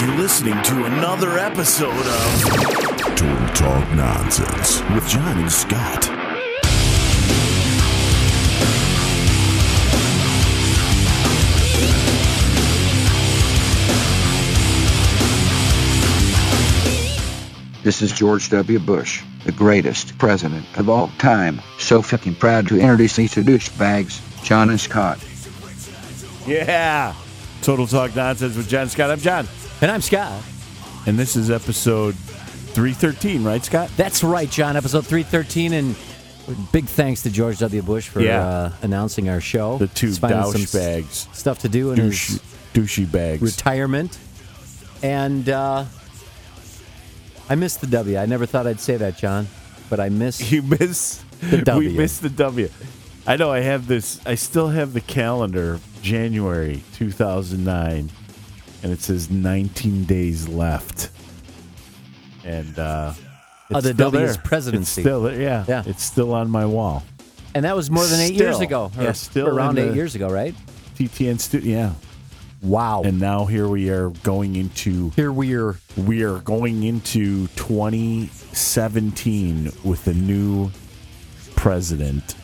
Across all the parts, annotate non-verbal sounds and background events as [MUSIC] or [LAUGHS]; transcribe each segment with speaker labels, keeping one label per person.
Speaker 1: You're listening to another episode of
Speaker 2: Total Talk Nonsense with John and Scott.
Speaker 3: This is George W. Bush, the greatest president of all time. So fucking proud to introduce these two douchebags, John and Scott.
Speaker 1: Yeah. Total Talk Nonsense with John Scott. I'm John.
Speaker 4: And I'm Scott.
Speaker 1: And this is episode 313, right, Scott?
Speaker 4: That's right, John. Episode 313. And big thanks to George W. Bush for
Speaker 1: Yeah.
Speaker 4: uh, announcing our show.
Speaker 1: The two
Speaker 4: He's finding some s-
Speaker 1: douchebags.
Speaker 4: Stuff to do in
Speaker 1: Douche,
Speaker 4: his
Speaker 1: douchey bags.
Speaker 4: retirement. And uh, I missed the W. I never thought I'd say that, John. But I miss.
Speaker 1: you miss
Speaker 4: W.
Speaker 1: [LAUGHS] We missed the W. I know I have this I still have the calendar January 2009 and it says 19 days left. And uh
Speaker 4: Oh,
Speaker 1: it's
Speaker 4: the
Speaker 1: still
Speaker 4: W's
Speaker 1: there.
Speaker 4: presidency.
Speaker 1: It's still there, yeah.
Speaker 4: Yeah.
Speaker 1: It's still on my wall.
Speaker 4: And that was more than eight years
Speaker 1: Still.
Speaker 4: ago.
Speaker 1: Yeah, still
Speaker 4: around
Speaker 1: in the-
Speaker 4: eight years ago, right?
Speaker 1: TTN studio, yeah.
Speaker 4: Wow.
Speaker 1: And now here we are going into
Speaker 4: here we are.
Speaker 1: we are going into 2017 with a new president.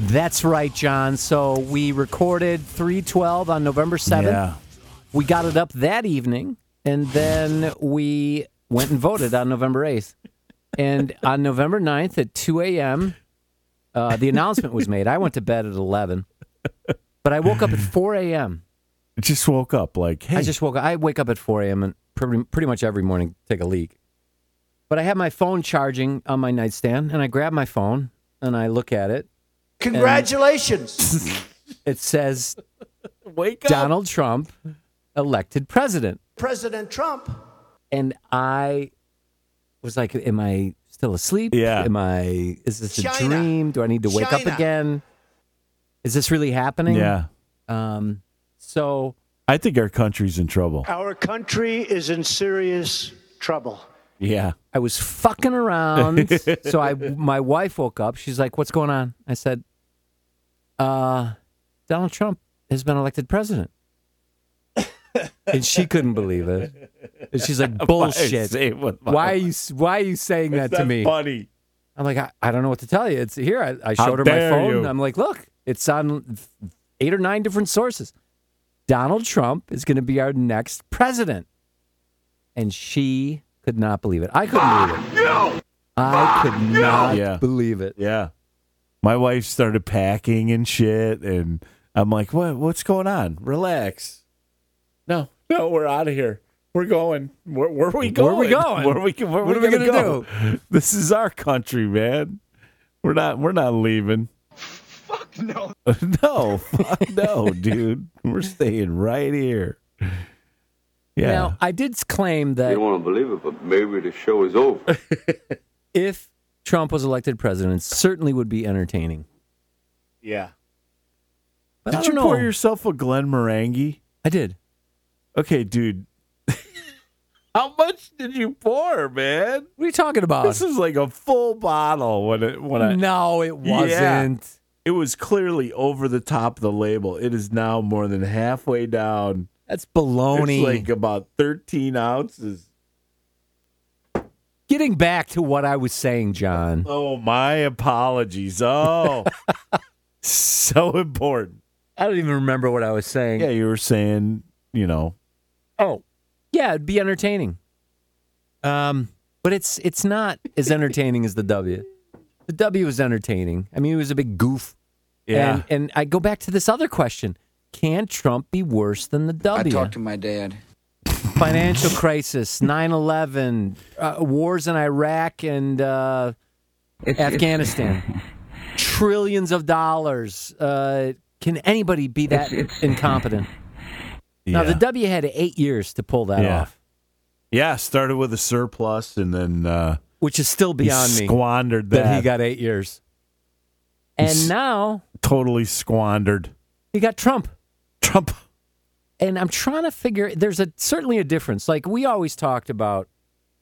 Speaker 4: That's right, John. So we recorded 312 on November 7th.
Speaker 1: Yeah.
Speaker 4: We got it up that evening, and then we went and voted on November 8th. And on November 9th at 2 a.m., uh, the announcement was made. I went to bed at 11, but I woke up
Speaker 1: [LAUGHS]
Speaker 4: at 4 a.m.
Speaker 1: Just woke up like, hey,
Speaker 4: I just woke up. I wake up at 4 a.m. and pretty, pretty much every morning take a leak. But I had my phone charging on my nightstand, and I grab my phone and I look at it.
Speaker 5: Congratulations.
Speaker 4: It says
Speaker 1: [LAUGHS] wake
Speaker 4: Donald Trump elected president.
Speaker 5: President Trump
Speaker 4: and I was like, "Am I still asleep?
Speaker 1: Yeah.
Speaker 4: Am I? Is this a
Speaker 5: China.
Speaker 4: dream? Do I need to wake
Speaker 5: China.
Speaker 4: up again? Is this really happening?"
Speaker 1: Yeah.
Speaker 4: Um. So
Speaker 1: I think our country's in trouble.
Speaker 5: Our country is in serious trouble.
Speaker 1: Yeah.
Speaker 4: I was fucking
Speaker 1: [LAUGHS]
Speaker 4: around. Um, so I, my wife woke up. She's like, "What's going on?" I said, "Uh, Donald Trump has been elected president." and she couldn't believe it. And she's
Speaker 1: [LAUGHS]
Speaker 4: like, "Bullshit!
Speaker 1: Say what-
Speaker 4: Why are you? Why are you saying
Speaker 1: It's
Speaker 4: that to
Speaker 1: not
Speaker 4: me?"
Speaker 1: Funny.
Speaker 4: I'm like, I, I don't know what to tell you. It's here. I, I
Speaker 1: How
Speaker 4: showed her my
Speaker 1: dare
Speaker 4: phone.
Speaker 1: you.
Speaker 4: I'm like, look, it's on eight or nine different sources. Donald Trump is going to be our next president. And she could not believe it. I couldn't believe it. I could not
Speaker 1: Yeah.
Speaker 4: believe it.
Speaker 1: Yeah. My wife started packing and shit, and I'm like, what? What's going on? Relax. No, no, we're out of here. We're going. Where, where are we
Speaker 4: Where
Speaker 1: going?
Speaker 4: we going?
Speaker 1: Where we? Where
Speaker 4: What
Speaker 1: we
Speaker 4: are we
Speaker 1: gonna
Speaker 4: gonna
Speaker 1: go? [LAUGHS] This is our country, man. We're not. We're not leaving. Fuck no. [LAUGHS] no, fuck no, dude. We're staying right here. Yeah.
Speaker 4: Now, I did claim that
Speaker 6: You don't want to believe it, but maybe the show is over.
Speaker 4: if Trump was elected president, it certainly would be entertaining.
Speaker 5: Yeah.
Speaker 4: But I
Speaker 1: Did
Speaker 4: don't
Speaker 1: you pour
Speaker 4: know.
Speaker 1: yourself a Glen Morangi?
Speaker 4: I did.
Speaker 1: Okay, dude. How much did you pour, man?
Speaker 4: What are you talking about?
Speaker 1: This is like a full bottle when it when I
Speaker 4: no, it wasn't.
Speaker 1: it was clearly over the top of the label. It is now more than halfway down.
Speaker 4: That's
Speaker 1: It's
Speaker 4: baloney.
Speaker 1: like about thirteen ounces.
Speaker 4: Getting back to what I was saying, John.
Speaker 1: Oh my
Speaker 4: [LAUGHS]
Speaker 1: apologies. Oh so important.
Speaker 4: I don't even remember what I was saying.
Speaker 1: Yeah, you were saying, you know.
Speaker 4: Oh, yeah, it'd be entertaining. Um, but it's it's not
Speaker 1: [LAUGHS]
Speaker 4: as entertaining as the W. The W was entertaining. I mean, it was a big goof.
Speaker 1: Yeah.
Speaker 4: And, and I go back to this other question: Can Trump be worse than the
Speaker 3: I
Speaker 4: W?
Speaker 3: talked to my dad.
Speaker 4: Financial crisis, 9-11, uh, wars in Iraq and uh, Afghanistan, trillions of dollars. Uh, can anybody be that incompetent? Now
Speaker 1: yeah.
Speaker 4: the W had eight years to pull that
Speaker 1: Yeah.
Speaker 4: off.
Speaker 1: yeah, started with a surplus and then uh
Speaker 4: which is still
Speaker 1: he
Speaker 4: beyond me
Speaker 1: squandered that.
Speaker 4: that he got eight years.
Speaker 1: He's-
Speaker 4: And now
Speaker 1: totally squandered.
Speaker 4: you got Trump.
Speaker 1: Trump
Speaker 4: And I'm trying to figure there's a certainly a difference. Like we always talked about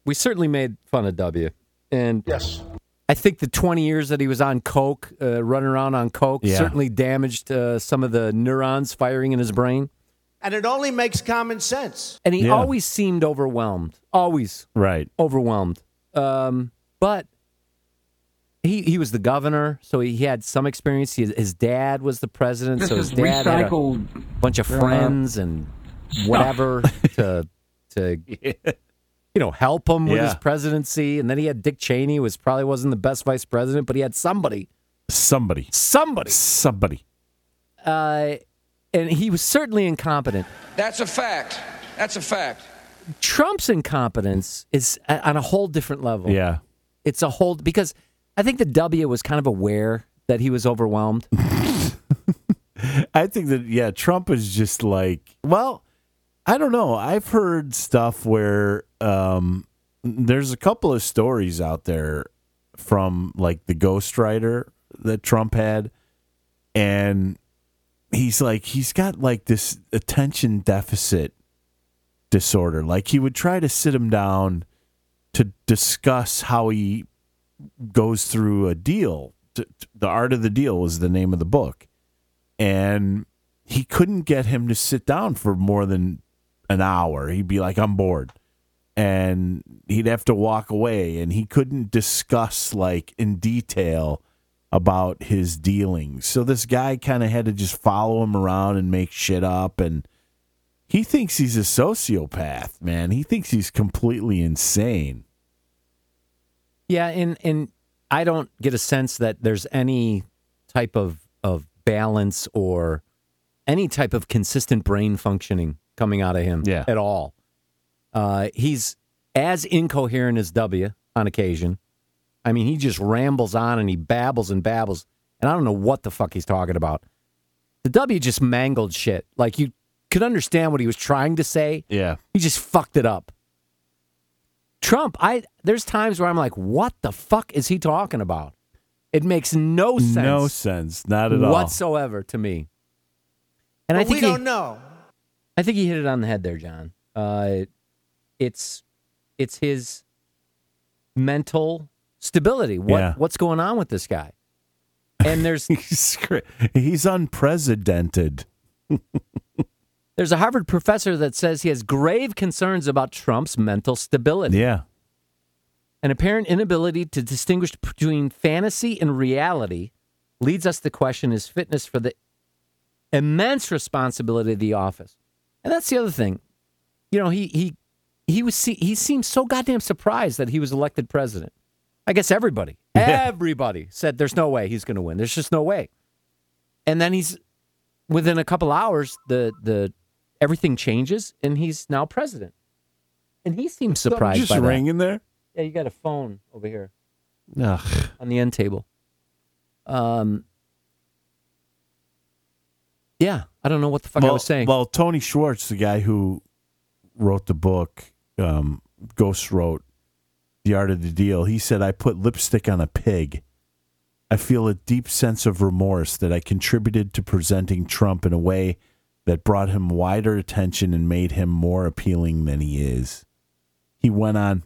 Speaker 4: we certainly made fun of W. And
Speaker 5: Yes.
Speaker 4: I think the 20 years that he was on coke, uh, running around on coke
Speaker 1: Yeah.
Speaker 4: certainly damaged uh, some of the neurons firing in his brain.
Speaker 7: And it only makes common sense.
Speaker 4: And he
Speaker 1: Yeah.
Speaker 4: always seemed overwhelmed. Always
Speaker 1: Right.
Speaker 4: overwhelmed. Um, but he he was the governor, so he, he had some experience. He, his dad was the president, so his dad had a
Speaker 8: recycled.
Speaker 4: bunch of friends and [LAUGHS] whatever to to you know help him with his
Speaker 1: Yeah.
Speaker 4: presidency. And then he had Dick Cheney, who was probably wasn't the best vice president, but he had somebody,
Speaker 1: Somebody.
Speaker 4: somebody.
Speaker 1: Somebody.
Speaker 4: Uh, and he was certainly incompetent.
Speaker 9: That's a fact. That's a fact.
Speaker 4: Trump's incompetence is a- on a whole different level.
Speaker 1: Yeah.
Speaker 4: it's a whole because I think the W was kind of aware that he was overwhelmed.
Speaker 1: I think that yeah, Trump is just like well, I don't know. I've heard stuff where um, there's a couple of stories out there from like the ghostwriter that Trump had, and he's like he's got like this attention deficit disorder. Like he would try to sit him down to discuss how he goes through a deal. T- t- The Art of the Deal was the name of the book and he couldn't get him to sit down for more than an hour. He'd be like, "I'm bored," and he'd have to walk away. And he couldn't discuss like in detail about his dealings. So this guy kind of had to just follow him around and make shit up. And he thinks he's a sociopath, man. He thinks he's completely insane.
Speaker 4: Yeah, and and I don't get a sense that there's any type of of balance or any type of consistent brain functioning coming out of him
Speaker 1: Yeah.
Speaker 4: at all. Uh, he's as incoherent as W on occasion. I mean, he just rambles on and he babbles and babbles, and I don't know what the fuck he's talking about. The W just mangled shit. Like you could understand what he was trying to say,
Speaker 1: Yeah,
Speaker 4: He just fucked it up. Trump, I there's times where I'm like, what the fuck is he talking about? It makes no sense,
Speaker 1: no sense, not at all.
Speaker 4: whatsoever to me. And
Speaker 7: but
Speaker 4: I think
Speaker 7: we
Speaker 4: he,
Speaker 7: don't know.
Speaker 4: I think he hit it on the head there, John. Uh, it's it's his mental stability. What
Speaker 1: Yeah.
Speaker 4: what's going on with this guy? And there's
Speaker 1: He's, cr- he's unprecedented.
Speaker 4: there's a Harvard professor that says he has grave concerns about Trump's mental stability.
Speaker 1: Yeah.
Speaker 4: An apparent inability to distinguish between fantasy and reality leads us to question his fitness for the immense responsibility of the office. And that's the other thing. You know, he he he was se- he seemed so goddamn surprised that he was elected president. I guess everybody, everybody said there's no way he's going to win. There's just no way. And then he's within a couple hours the the everything changes and he's now president. And he seems surprised
Speaker 1: Just
Speaker 4: by that.
Speaker 1: ringing there.
Speaker 4: Yeah, you got a phone over here
Speaker 1: Ugh.
Speaker 4: on the end table. Um. Yeah, I don't know what the fuck I was saying.
Speaker 1: well, Tony Schwartz, the guy who wrote the book, um, Ghost wrote The Art of the Deal, he said, I put lipstick on a pig. I feel a deep sense of remorse that I contributed to presenting Trump in a way that brought him wider attention and made him more appealing than he is. He went on,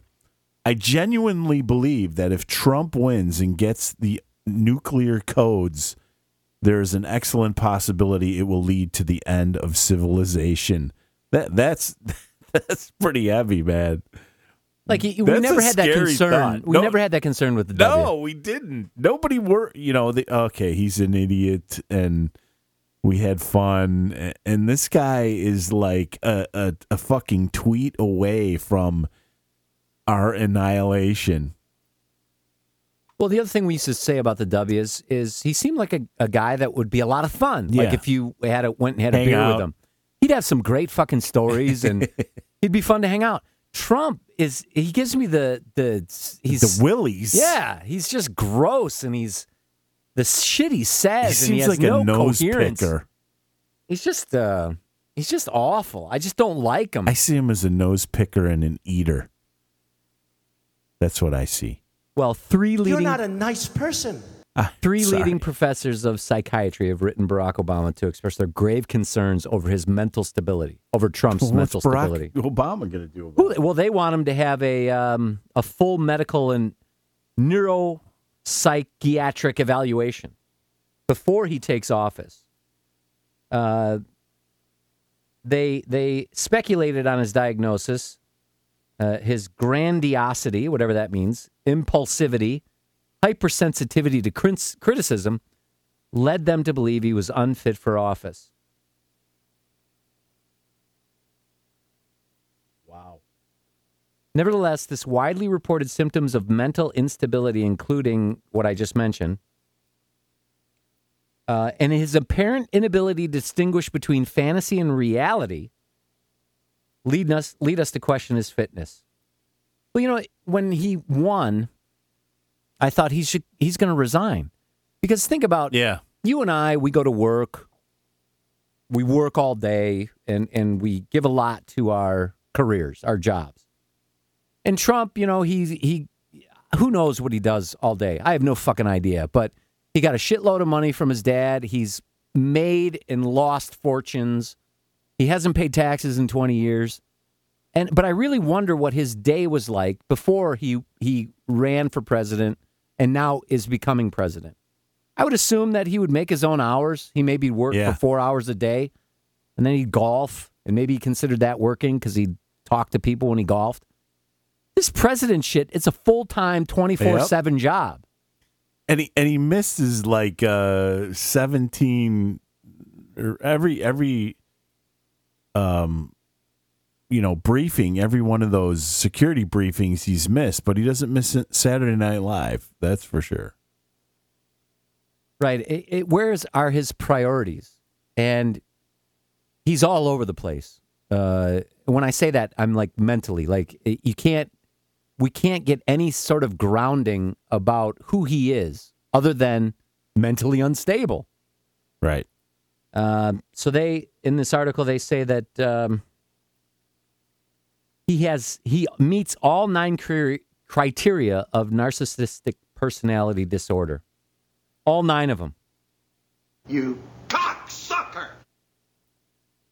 Speaker 1: I genuinely believe that if Trump wins and gets the nuclear codes there is an excellent possibility it will lead to the end of civilization. That that's [LAUGHS] that's pretty heavy, man.
Speaker 4: like y- we
Speaker 1: that's
Speaker 4: never
Speaker 1: a
Speaker 4: had that
Speaker 1: scary
Speaker 4: concern.
Speaker 1: thought.
Speaker 4: We
Speaker 1: No-
Speaker 4: never had that concern with the W.
Speaker 1: No, we didn't. Nobody were, you know, the, okay, he's an idiot and we had fun a- and this guy is like a a, a fucking tweet away from our annihilation.
Speaker 4: Well, the other thing we used to say about the W is, is he seemed like a, a guy that would be a lot of fun. Like
Speaker 1: Yeah.
Speaker 4: if you had a, went and had
Speaker 1: Hang
Speaker 4: a beer
Speaker 1: out.
Speaker 4: with him, he'd have some great fucking stories
Speaker 1: [LAUGHS]
Speaker 4: and he'd be fun to hang out. Trump is he gives me the the he's
Speaker 1: the willies.
Speaker 4: Yeah, he's just gross, and he's the shit he says.
Speaker 1: He
Speaker 4: and he
Speaker 1: seems
Speaker 4: has
Speaker 1: like
Speaker 4: no
Speaker 1: a nose
Speaker 4: coherence.
Speaker 1: picker.
Speaker 4: He's just uh, he's just awful. I just don't like him.
Speaker 1: I see him as a nose picker and an eater. That's what I see.
Speaker 4: well, three
Speaker 7: You're
Speaker 4: leading
Speaker 7: not a nice person.
Speaker 1: Ah,
Speaker 4: three
Speaker 1: sorry.
Speaker 4: leading professors of psychiatry have written Barack Obama to express their grave concerns over his mental stability, over Trump's
Speaker 1: What's
Speaker 4: mental
Speaker 1: Barack
Speaker 4: stability.
Speaker 1: Obama going to do about
Speaker 4: Who- Well, they want him to have a um, a full medical and neuropsychiatric evaluation before he takes office. Uh, they they speculated on his diagnosis, uh, his grandiosity, whatever that means, impulsivity, hypersensitivity to crin- criticism, led them to believe he was unfit for office.
Speaker 1: Wow.
Speaker 4: Nevertheless, this widely reported symptoms of mental instability, including what I just mentioned, uh, and his apparent inability to distinguish between fantasy and reality, lead us lead us to question his fitness. Well, you know, when he won, I thought he should he's going to resign because think about
Speaker 1: Yeah.
Speaker 4: you and I, we go to work, we work all day, and, and we give a lot to our careers, our jobs. And Trump, you know, he's he who knows what he does all day. I have no fucking idea, but he got a shitload of money from his dad. He's made and lost fortunes. He hasn't paid taxes in 20 years. And but I really wonder what his day was like before he he ran for president and now is becoming president. I would assume that he would make his own hours. He maybe worked
Speaker 1: Yeah.
Speaker 4: for four hours a day, and then he'd golf, and maybe he considered that working because he talked to people when he golfed. This president shit, it's a full time, 24 7 job.
Speaker 1: And he and he misses like uh seventeen or every every um you know briefing every one of those security briefings he's missed but he doesn't miss it saturday night live that's for sure
Speaker 4: Right. It, it, where's are his priorities? And he's all over the place. Uh, when I say that, I'm like mentally, like it- you can't, we can't get any sort of grounding about who he is other than mentally unstable.
Speaker 1: right
Speaker 4: Um, so they in this article they say that um, he has he meets all nine cri- criteria of narcissistic personality disorder, all nine of them.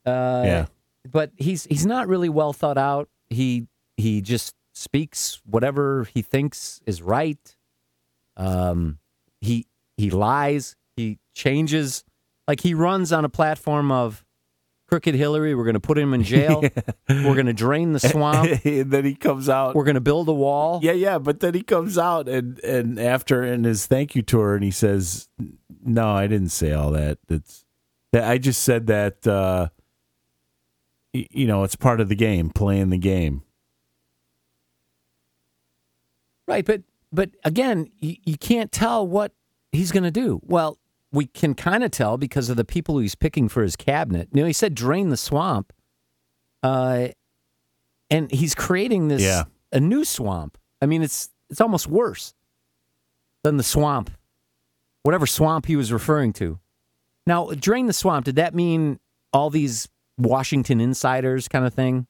Speaker 4: You cocksucker. Uh,
Speaker 1: yeah
Speaker 4: but he's he's not really well thought out. He he just speaks whatever he thinks is right. Um, he he lies. He changes. Like he runs on a platform of crooked Hillary. We're going to put him in jail. We're going to drain the
Speaker 10: [LAUGHS]
Speaker 4: swamp.
Speaker 1: [LAUGHS] and then he comes out
Speaker 4: We're going to build a wall.
Speaker 1: yeah yeah but then he comes out and and after in his thank you tour and he says no i didn't say all that it's that i just said that uh y- you know it's part of the game playing the game
Speaker 4: Right, but but again, you, you can't tell what he's going to do. Well, we can kind of tell because of the people who he's picking for his cabinet. You know, he said drain the swamp, uh, and he's creating this
Speaker 1: Yeah.
Speaker 4: a new swamp. I mean, it's it's almost worse than the swamp, whatever swamp he was referring to. Now, drain the swamp. Did that mean all these Washington insiders kind of thing?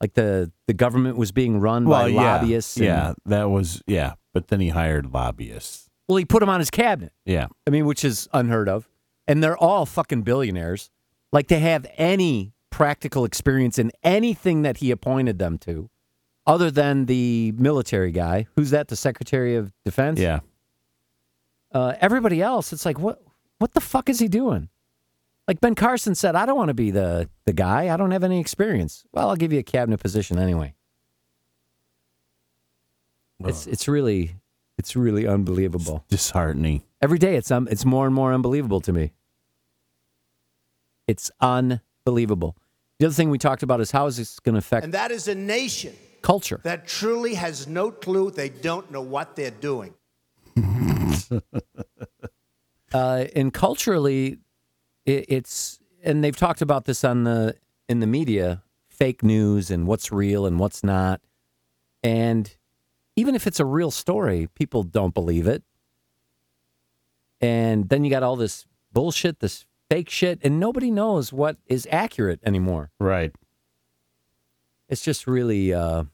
Speaker 4: Like the the government was being run by lobbyists. and-
Speaker 1: Yeah, that was yeah. But then he hired lobbyists.
Speaker 4: Well, he put him on his cabinet.
Speaker 1: Yeah,
Speaker 4: I mean, which is unheard of. And they're all fucking billionaires. Like to have any practical experience in anything that he appointed them to, other than the military guy. Who's that? The Secretary of Defense.
Speaker 1: yeah.
Speaker 4: Uh, everybody else, it's like what? What the fuck is he doing? Like Ben Carson said, I don't want to be the the guy. I don't have any experience. Well, I'll give you a cabinet position anyway. It's it's really it's really unbelievable.
Speaker 1: Disheartening.
Speaker 4: Every day it's um, it's more and more unbelievable to me. It's unbelievable. The other thing we talked about is how is this going to affect
Speaker 7: And that is a nation
Speaker 4: culture?
Speaker 7: that truly has no clue. They don't know what they're doing.
Speaker 4: [LAUGHS] Uh, and culturally, it, it's and they've talked about this on the in the media, fake news and what's real and what's not. And even if it's a real story, people don't believe it. And then you got all this bullshit, this fake shit, and nobody knows what is accurate anymore.
Speaker 1: Right.
Speaker 4: it's just really uh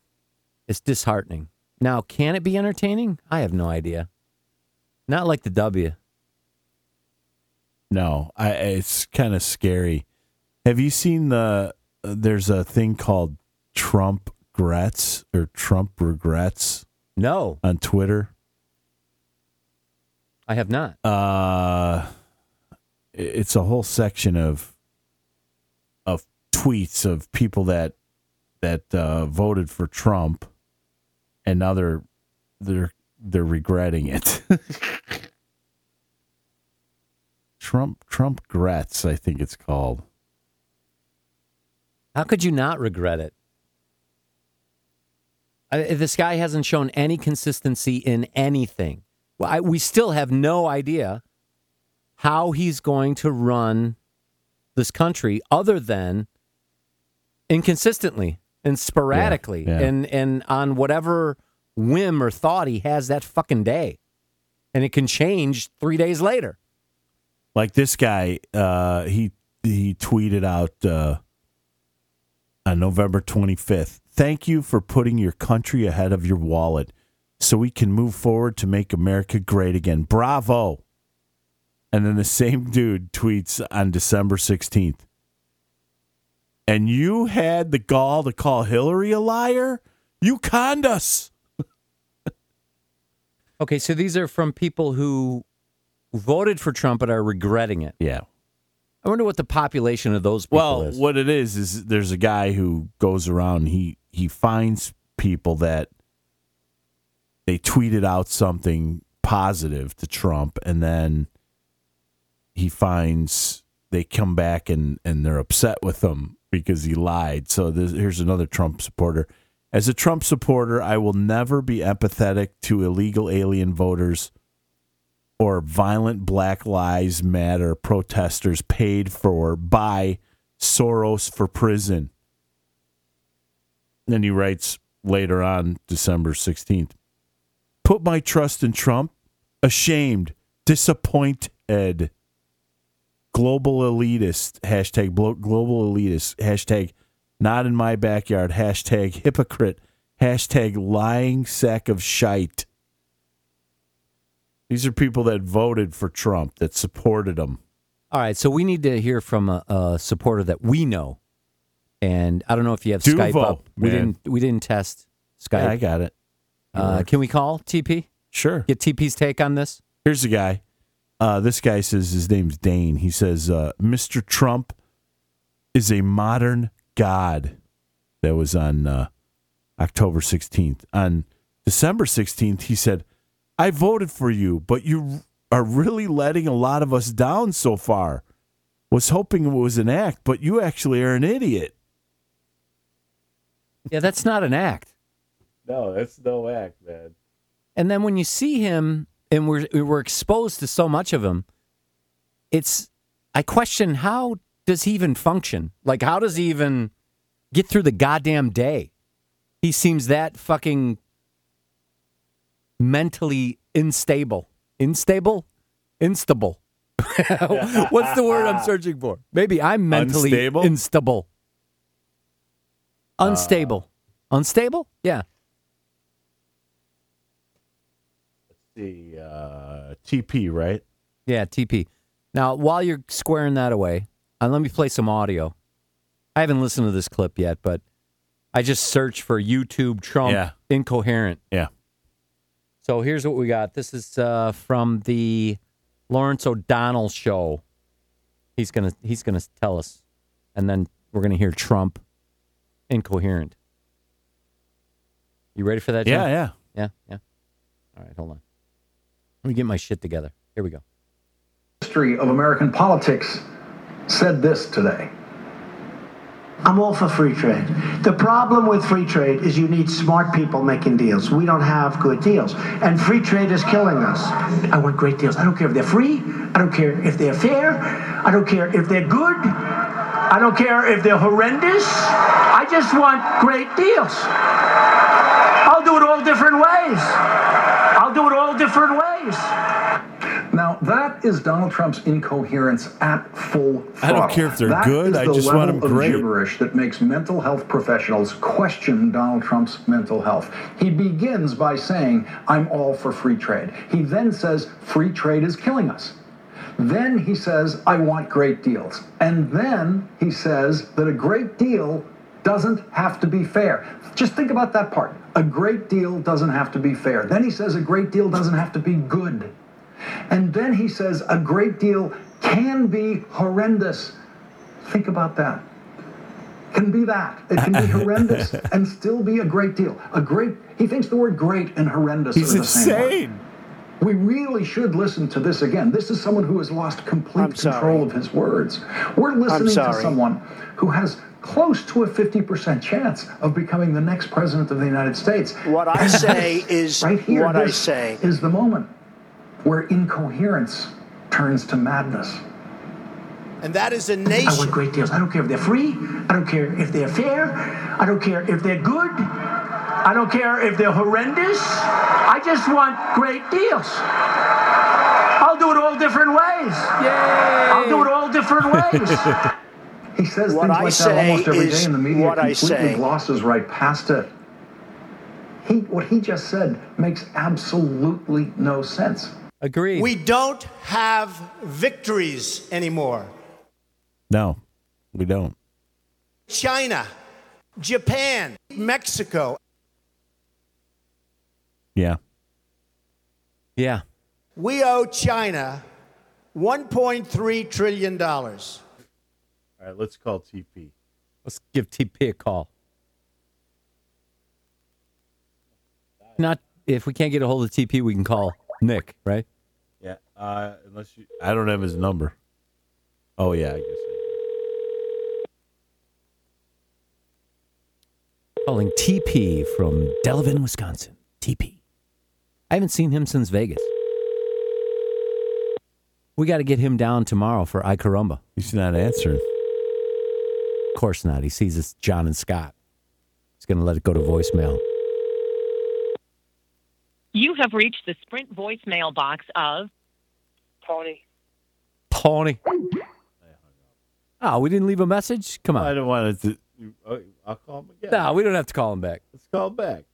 Speaker 4: it's disheartening now can it be entertaining i have no idea not like the w
Speaker 1: No, I. It's kind of scary. Have you seen the? There's a thing called Trump regrets or Trump regrets
Speaker 4: no
Speaker 1: on Twitter.
Speaker 4: i have not
Speaker 1: Uh, it's a whole section of of tweets of people that that uh, voted for Trump, and now they're they're they're regretting it. [LAUGHS] Trump Trump grets, I think it's called.
Speaker 4: How could you not regret it? I, this guy hasn't shown any consistency in anything. Well, I, we still have no idea how he's going to run this country other than inconsistently and sporadically
Speaker 1: yeah.
Speaker 4: and and on whatever whim or thought he has that fucking day. And it can change 3 days later.
Speaker 1: Like this guy, uh, he he tweeted out uh, on November 25th. Thank you for putting your country ahead of your wallet, so we can move forward to make America great again. Bravo! And then the same dude tweets on December 16th. And you had the gall to call Hillary a liar? You conned us.
Speaker 4: [LAUGHS] Okay, so these are from people who voted for Trump and are regretting it.
Speaker 1: Yeah.
Speaker 4: I wonder what the population of those people
Speaker 1: Well,
Speaker 4: is.
Speaker 1: what it is is there's a guy who goes around. He he finds people that they tweeted out something positive to Trump, and then he finds they come back and and they're upset with him because he lied. So this, here's another Trump supporter. As a Trump supporter, I will never be empathetic to illegal alien voters or violent Black Lives Matter protesters paid for by Soros for prison. Then he writes later on, December 16th Put my trust in Trump, ashamed, disappointed. Global elitist, hashtag blo- global elitist, hashtag not in my backyard, hashtag hypocrite, hashtag lying sack of shite. These are people that voted for Trump, that supported him.
Speaker 4: All right, so we need to hear from a, a supporter that we know, and I don't know if you have Skype
Speaker 1: Duvo,
Speaker 4: up. We
Speaker 1: man.
Speaker 4: didn't. We didn't test
Speaker 1: Yeah, I
Speaker 4: Skype.
Speaker 1: got it.
Speaker 4: uh, can we call TP?
Speaker 1: Sure.
Speaker 4: Get TP's take on this.
Speaker 1: Here's the guy. Uh, this guy says his name's Dane. He says, uh, Mr. Trump is a modern god. That was on uh, October 16th. On December 16th, he said, I voted for you, but you are really letting a lot of us down so far. Was hoping it was an act, but you actually are an idiot.
Speaker 4: Yeah, that's not an act.
Speaker 1: No, that's no act, man.
Speaker 4: And then when you see him, and we're we we're exposed to so much of him, it's I question how does he even function? Like, how does he even get through the goddamn day? He seems that fucking mentally unstable, instable, instable. [LAUGHS] What's the word I'm searching for? Maybe I'm mentally
Speaker 1: Unstable?
Speaker 4: instable. Unstable.
Speaker 1: Uh.
Speaker 4: unstable? Yeah.
Speaker 1: the uh, TP, right?
Speaker 4: Yeah, TP. Now, while you're squaring that away, uh, let me play some audio. I haven't listened to this clip yet, but I just searched for YouTube Trump
Speaker 1: Yeah.
Speaker 4: incoherent.
Speaker 1: Yeah.
Speaker 4: So here's what we got. This is uh, from the Lawrence O'Donnell show. He's gonna he's gonna tell us, and then we're gonna hear Trump incoherent. You ready for that? John?
Speaker 1: Yeah, yeah.
Speaker 4: yeah, yeah. All right, hold on. Let me get my shit together. Here we go.
Speaker 5: history of American politics said this today.
Speaker 9: I'm all for free trade. The problem with free trade is you need smart people making deals. We don't have good deals. And free trade is killing us. I want great deals. I don't care if they're free. I don't care if they're fair. I don't care if they're good. I don't care if they're horrendous. I just want great deals. I'll do it all different ways. I'll do it all different ways.
Speaker 5: Now, that is Donald Trump's incoherence at full throttle.
Speaker 1: I don't care if they're
Speaker 5: That
Speaker 1: good,
Speaker 5: is
Speaker 1: I
Speaker 5: the
Speaker 1: just want
Speaker 5: level
Speaker 1: them great.
Speaker 5: Of gibberish that makes mental health professionals question Donald Trump's mental health. He begins by saying, I'm all for free trade. He then says, free trade is killing us. Then he says, I want great deals. And then he says that a great deal doesn't have to be fair. Just think about that part. A great deal doesn't have to be fair. Then he says a great deal doesn't have to be good. And then he says a great deal can be horrendous. Think about that. can be that. It can be
Speaker 10: [LAUGHS]
Speaker 5: horrendous and still be a great deal. A great. He thinks the word great and horrendous
Speaker 10: He's
Speaker 5: are the same. word.
Speaker 10: insane.
Speaker 5: We really should listen to this again. This is someone who has lost
Speaker 7: I'm
Speaker 5: complete
Speaker 7: sorry.
Speaker 5: control of his words. We're listening to
Speaker 7: sorry.
Speaker 5: someone who has close to a 50% chance of becoming the next president of the United States.
Speaker 7: What I say is
Speaker 5: Right here,
Speaker 7: what I
Speaker 5: this
Speaker 7: say.
Speaker 5: is the moment where incoherence turns to madness.
Speaker 9: And that is a
Speaker 2: I want
Speaker 9: nation.
Speaker 2: great deals. I don't care if they're free. I don't care if they're fair. I don't care if they're good. I don't care if they're horrendous. I just want great deals. I'll do it all different ways. I'll do it all different ways.
Speaker 5: He says
Speaker 7: What I
Speaker 5: things like that almost
Speaker 7: say
Speaker 5: every
Speaker 7: is
Speaker 5: day, and the media
Speaker 7: what I
Speaker 5: completely
Speaker 7: say.
Speaker 5: glosses right past it. He, what he just said makes absolutely no sense.
Speaker 4: Agreed.
Speaker 9: We don't have victories anymore.
Speaker 10: No, we don't.
Speaker 9: China, Japan, Mexico.
Speaker 10: Yeah.
Speaker 4: yeah.
Speaker 9: We owe China $1.3 trillion.
Speaker 10: All right, let's call TP.
Speaker 4: Let's give TP a call. Not if we can't get a hold of TP, we can call Nick, right?
Speaker 10: Yeah. Uh, unless you, I don't have his number. Oh yeah, I guess. I
Speaker 4: Calling TP from Delavan, Wisconsin. TP. I haven't seen him since Vegas. We got to get him down tomorrow for iCarumba.
Speaker 10: do. He's not answering.
Speaker 4: Of course not. He sees it's John and Scott. He's going to let it go to voicemail.
Speaker 11: You have reached the Sprint voicemail box of
Speaker 7: Tony.
Speaker 4: Pony. Oh, we didn't leave a message? Come
Speaker 10: I
Speaker 4: on.
Speaker 10: don't want it to. oh, I'll call him again.
Speaker 4: No, we don't have to call him back.
Speaker 10: Let's call him back.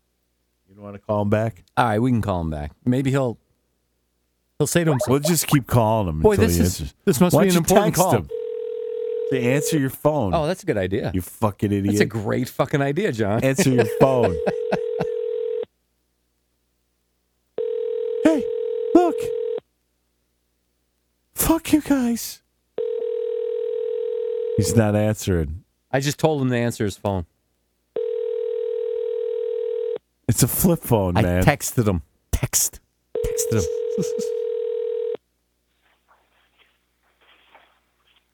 Speaker 10: You don't want to call him back?
Speaker 4: All right, we can call him back. Maybe he'll he'll say to himself,
Speaker 10: We'll just keep calling him.
Speaker 4: Boy,
Speaker 10: until
Speaker 4: this
Speaker 10: he
Speaker 4: is-
Speaker 10: answers.
Speaker 4: this must
Speaker 10: Why
Speaker 4: be
Speaker 10: don't
Speaker 4: an
Speaker 10: you
Speaker 4: important
Speaker 10: text
Speaker 4: call.
Speaker 10: Him to answer your phone.
Speaker 4: "Oh, that's a good idea.
Speaker 10: you fucking idiot.
Speaker 4: That's a great fucking idea, John." [LAUGHS]
Speaker 10: answer your phone. hey, look. Fuck you guys. He's not answering.
Speaker 4: I just told him to answer his phone.
Speaker 10: It's a flip phone, man.
Speaker 4: I texted him. Text. Texted him.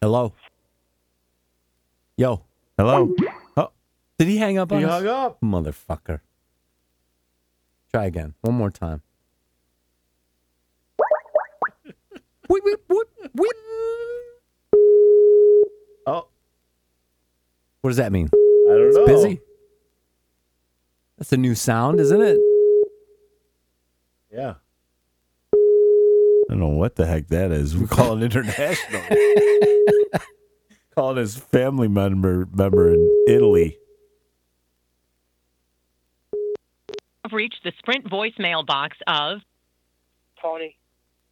Speaker 4: Hello. Yo.
Speaker 10: Hello. Oh,
Speaker 4: Did he hang up on
Speaker 10: he
Speaker 4: us?
Speaker 10: hung up.
Speaker 4: Motherfucker. Try again. One more time.
Speaker 10: [LAUGHS]
Speaker 4: Weep, weep, weep, weep.
Speaker 10: Oh,
Speaker 4: What does that mean?
Speaker 10: I don't know.
Speaker 4: Busy? That's a new sound, isn't it?
Speaker 10: Yeah. I don't know what the heck that is. We're calling international. calling his family member member in Italy.
Speaker 11: have reached the Sprint voicemail box of
Speaker 7: Tony.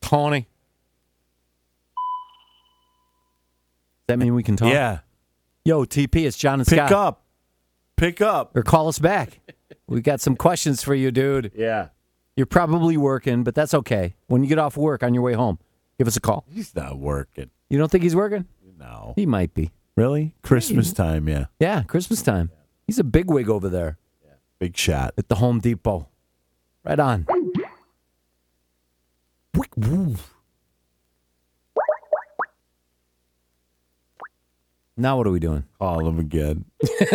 Speaker 4: Tawny. Does that mean we can talk?
Speaker 10: Yeah.
Speaker 4: Yo, TP, it's John and
Speaker 10: Pick
Speaker 4: Scott.
Speaker 10: up. Pick up.
Speaker 4: Or call us
Speaker 10: [LAUGHS]
Speaker 4: back. we got some questions for you, dude.
Speaker 10: Yeah.
Speaker 4: You're probably working, but that's okay. When you get off work on your way home, give us a call.
Speaker 10: He's not working.
Speaker 4: You don't think he's working?
Speaker 10: No.
Speaker 4: He might be.
Speaker 10: Really? Christmas time, yeah.
Speaker 4: Yeah, Christmas time. He's a bigwig over there
Speaker 10: Big shot.
Speaker 4: at the Home Depot. Right on. Wick, woo. Now what are we doing?
Speaker 10: Call him again.
Speaker 4: [LAUGHS]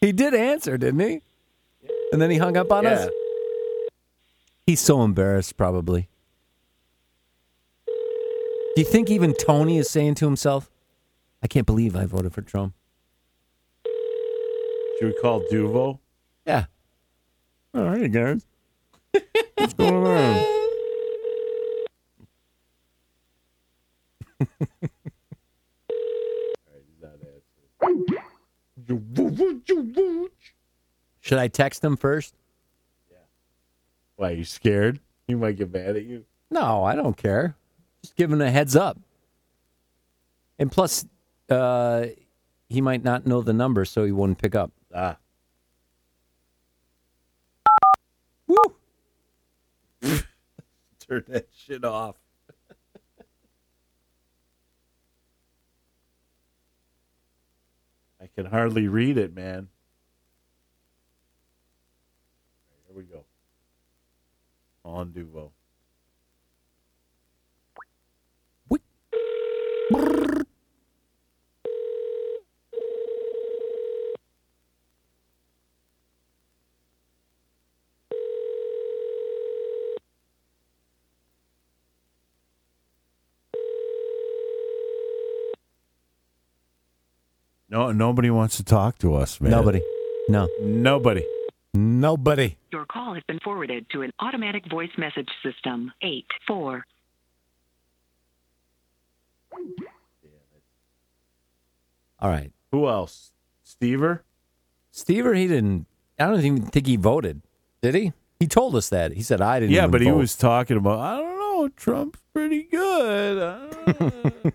Speaker 4: He did answer, didn't he? And then he hung up on us. He's so embarrassed, probably. Do you think even Tony is saying to himself, I can't believe I voted for Trump?
Speaker 10: Should we call Duvo?
Speaker 4: Yeah.
Speaker 10: All right, guys. What's going on?
Speaker 1: [LAUGHS]
Speaker 4: Should I text him first?
Speaker 10: Why, you scared? He might get mad at you.
Speaker 4: No, I don't care. Just give him a heads up. And plus, uh, he might not know the number, so he wouldn't pick up.
Speaker 10: Ah.
Speaker 4: Woo!
Speaker 1: turn that shit off. I can hardly read it, man. Here we go. On Duvo. No, nobody wants to talk to us, man.
Speaker 4: Nobody. No.
Speaker 1: Nobody.
Speaker 4: Nobody.
Speaker 11: Your call has been forwarded to an automatic voice message system. 8 4.
Speaker 4: All right.
Speaker 1: Who else? Stever?
Speaker 4: Stever, he didn't. I don't even think he voted. Did he? He told us that. He said, I didn't.
Speaker 1: yeah,
Speaker 4: even
Speaker 1: but he
Speaker 4: vote."
Speaker 1: was talking about. I don't know. Trump's pretty good. I don't know.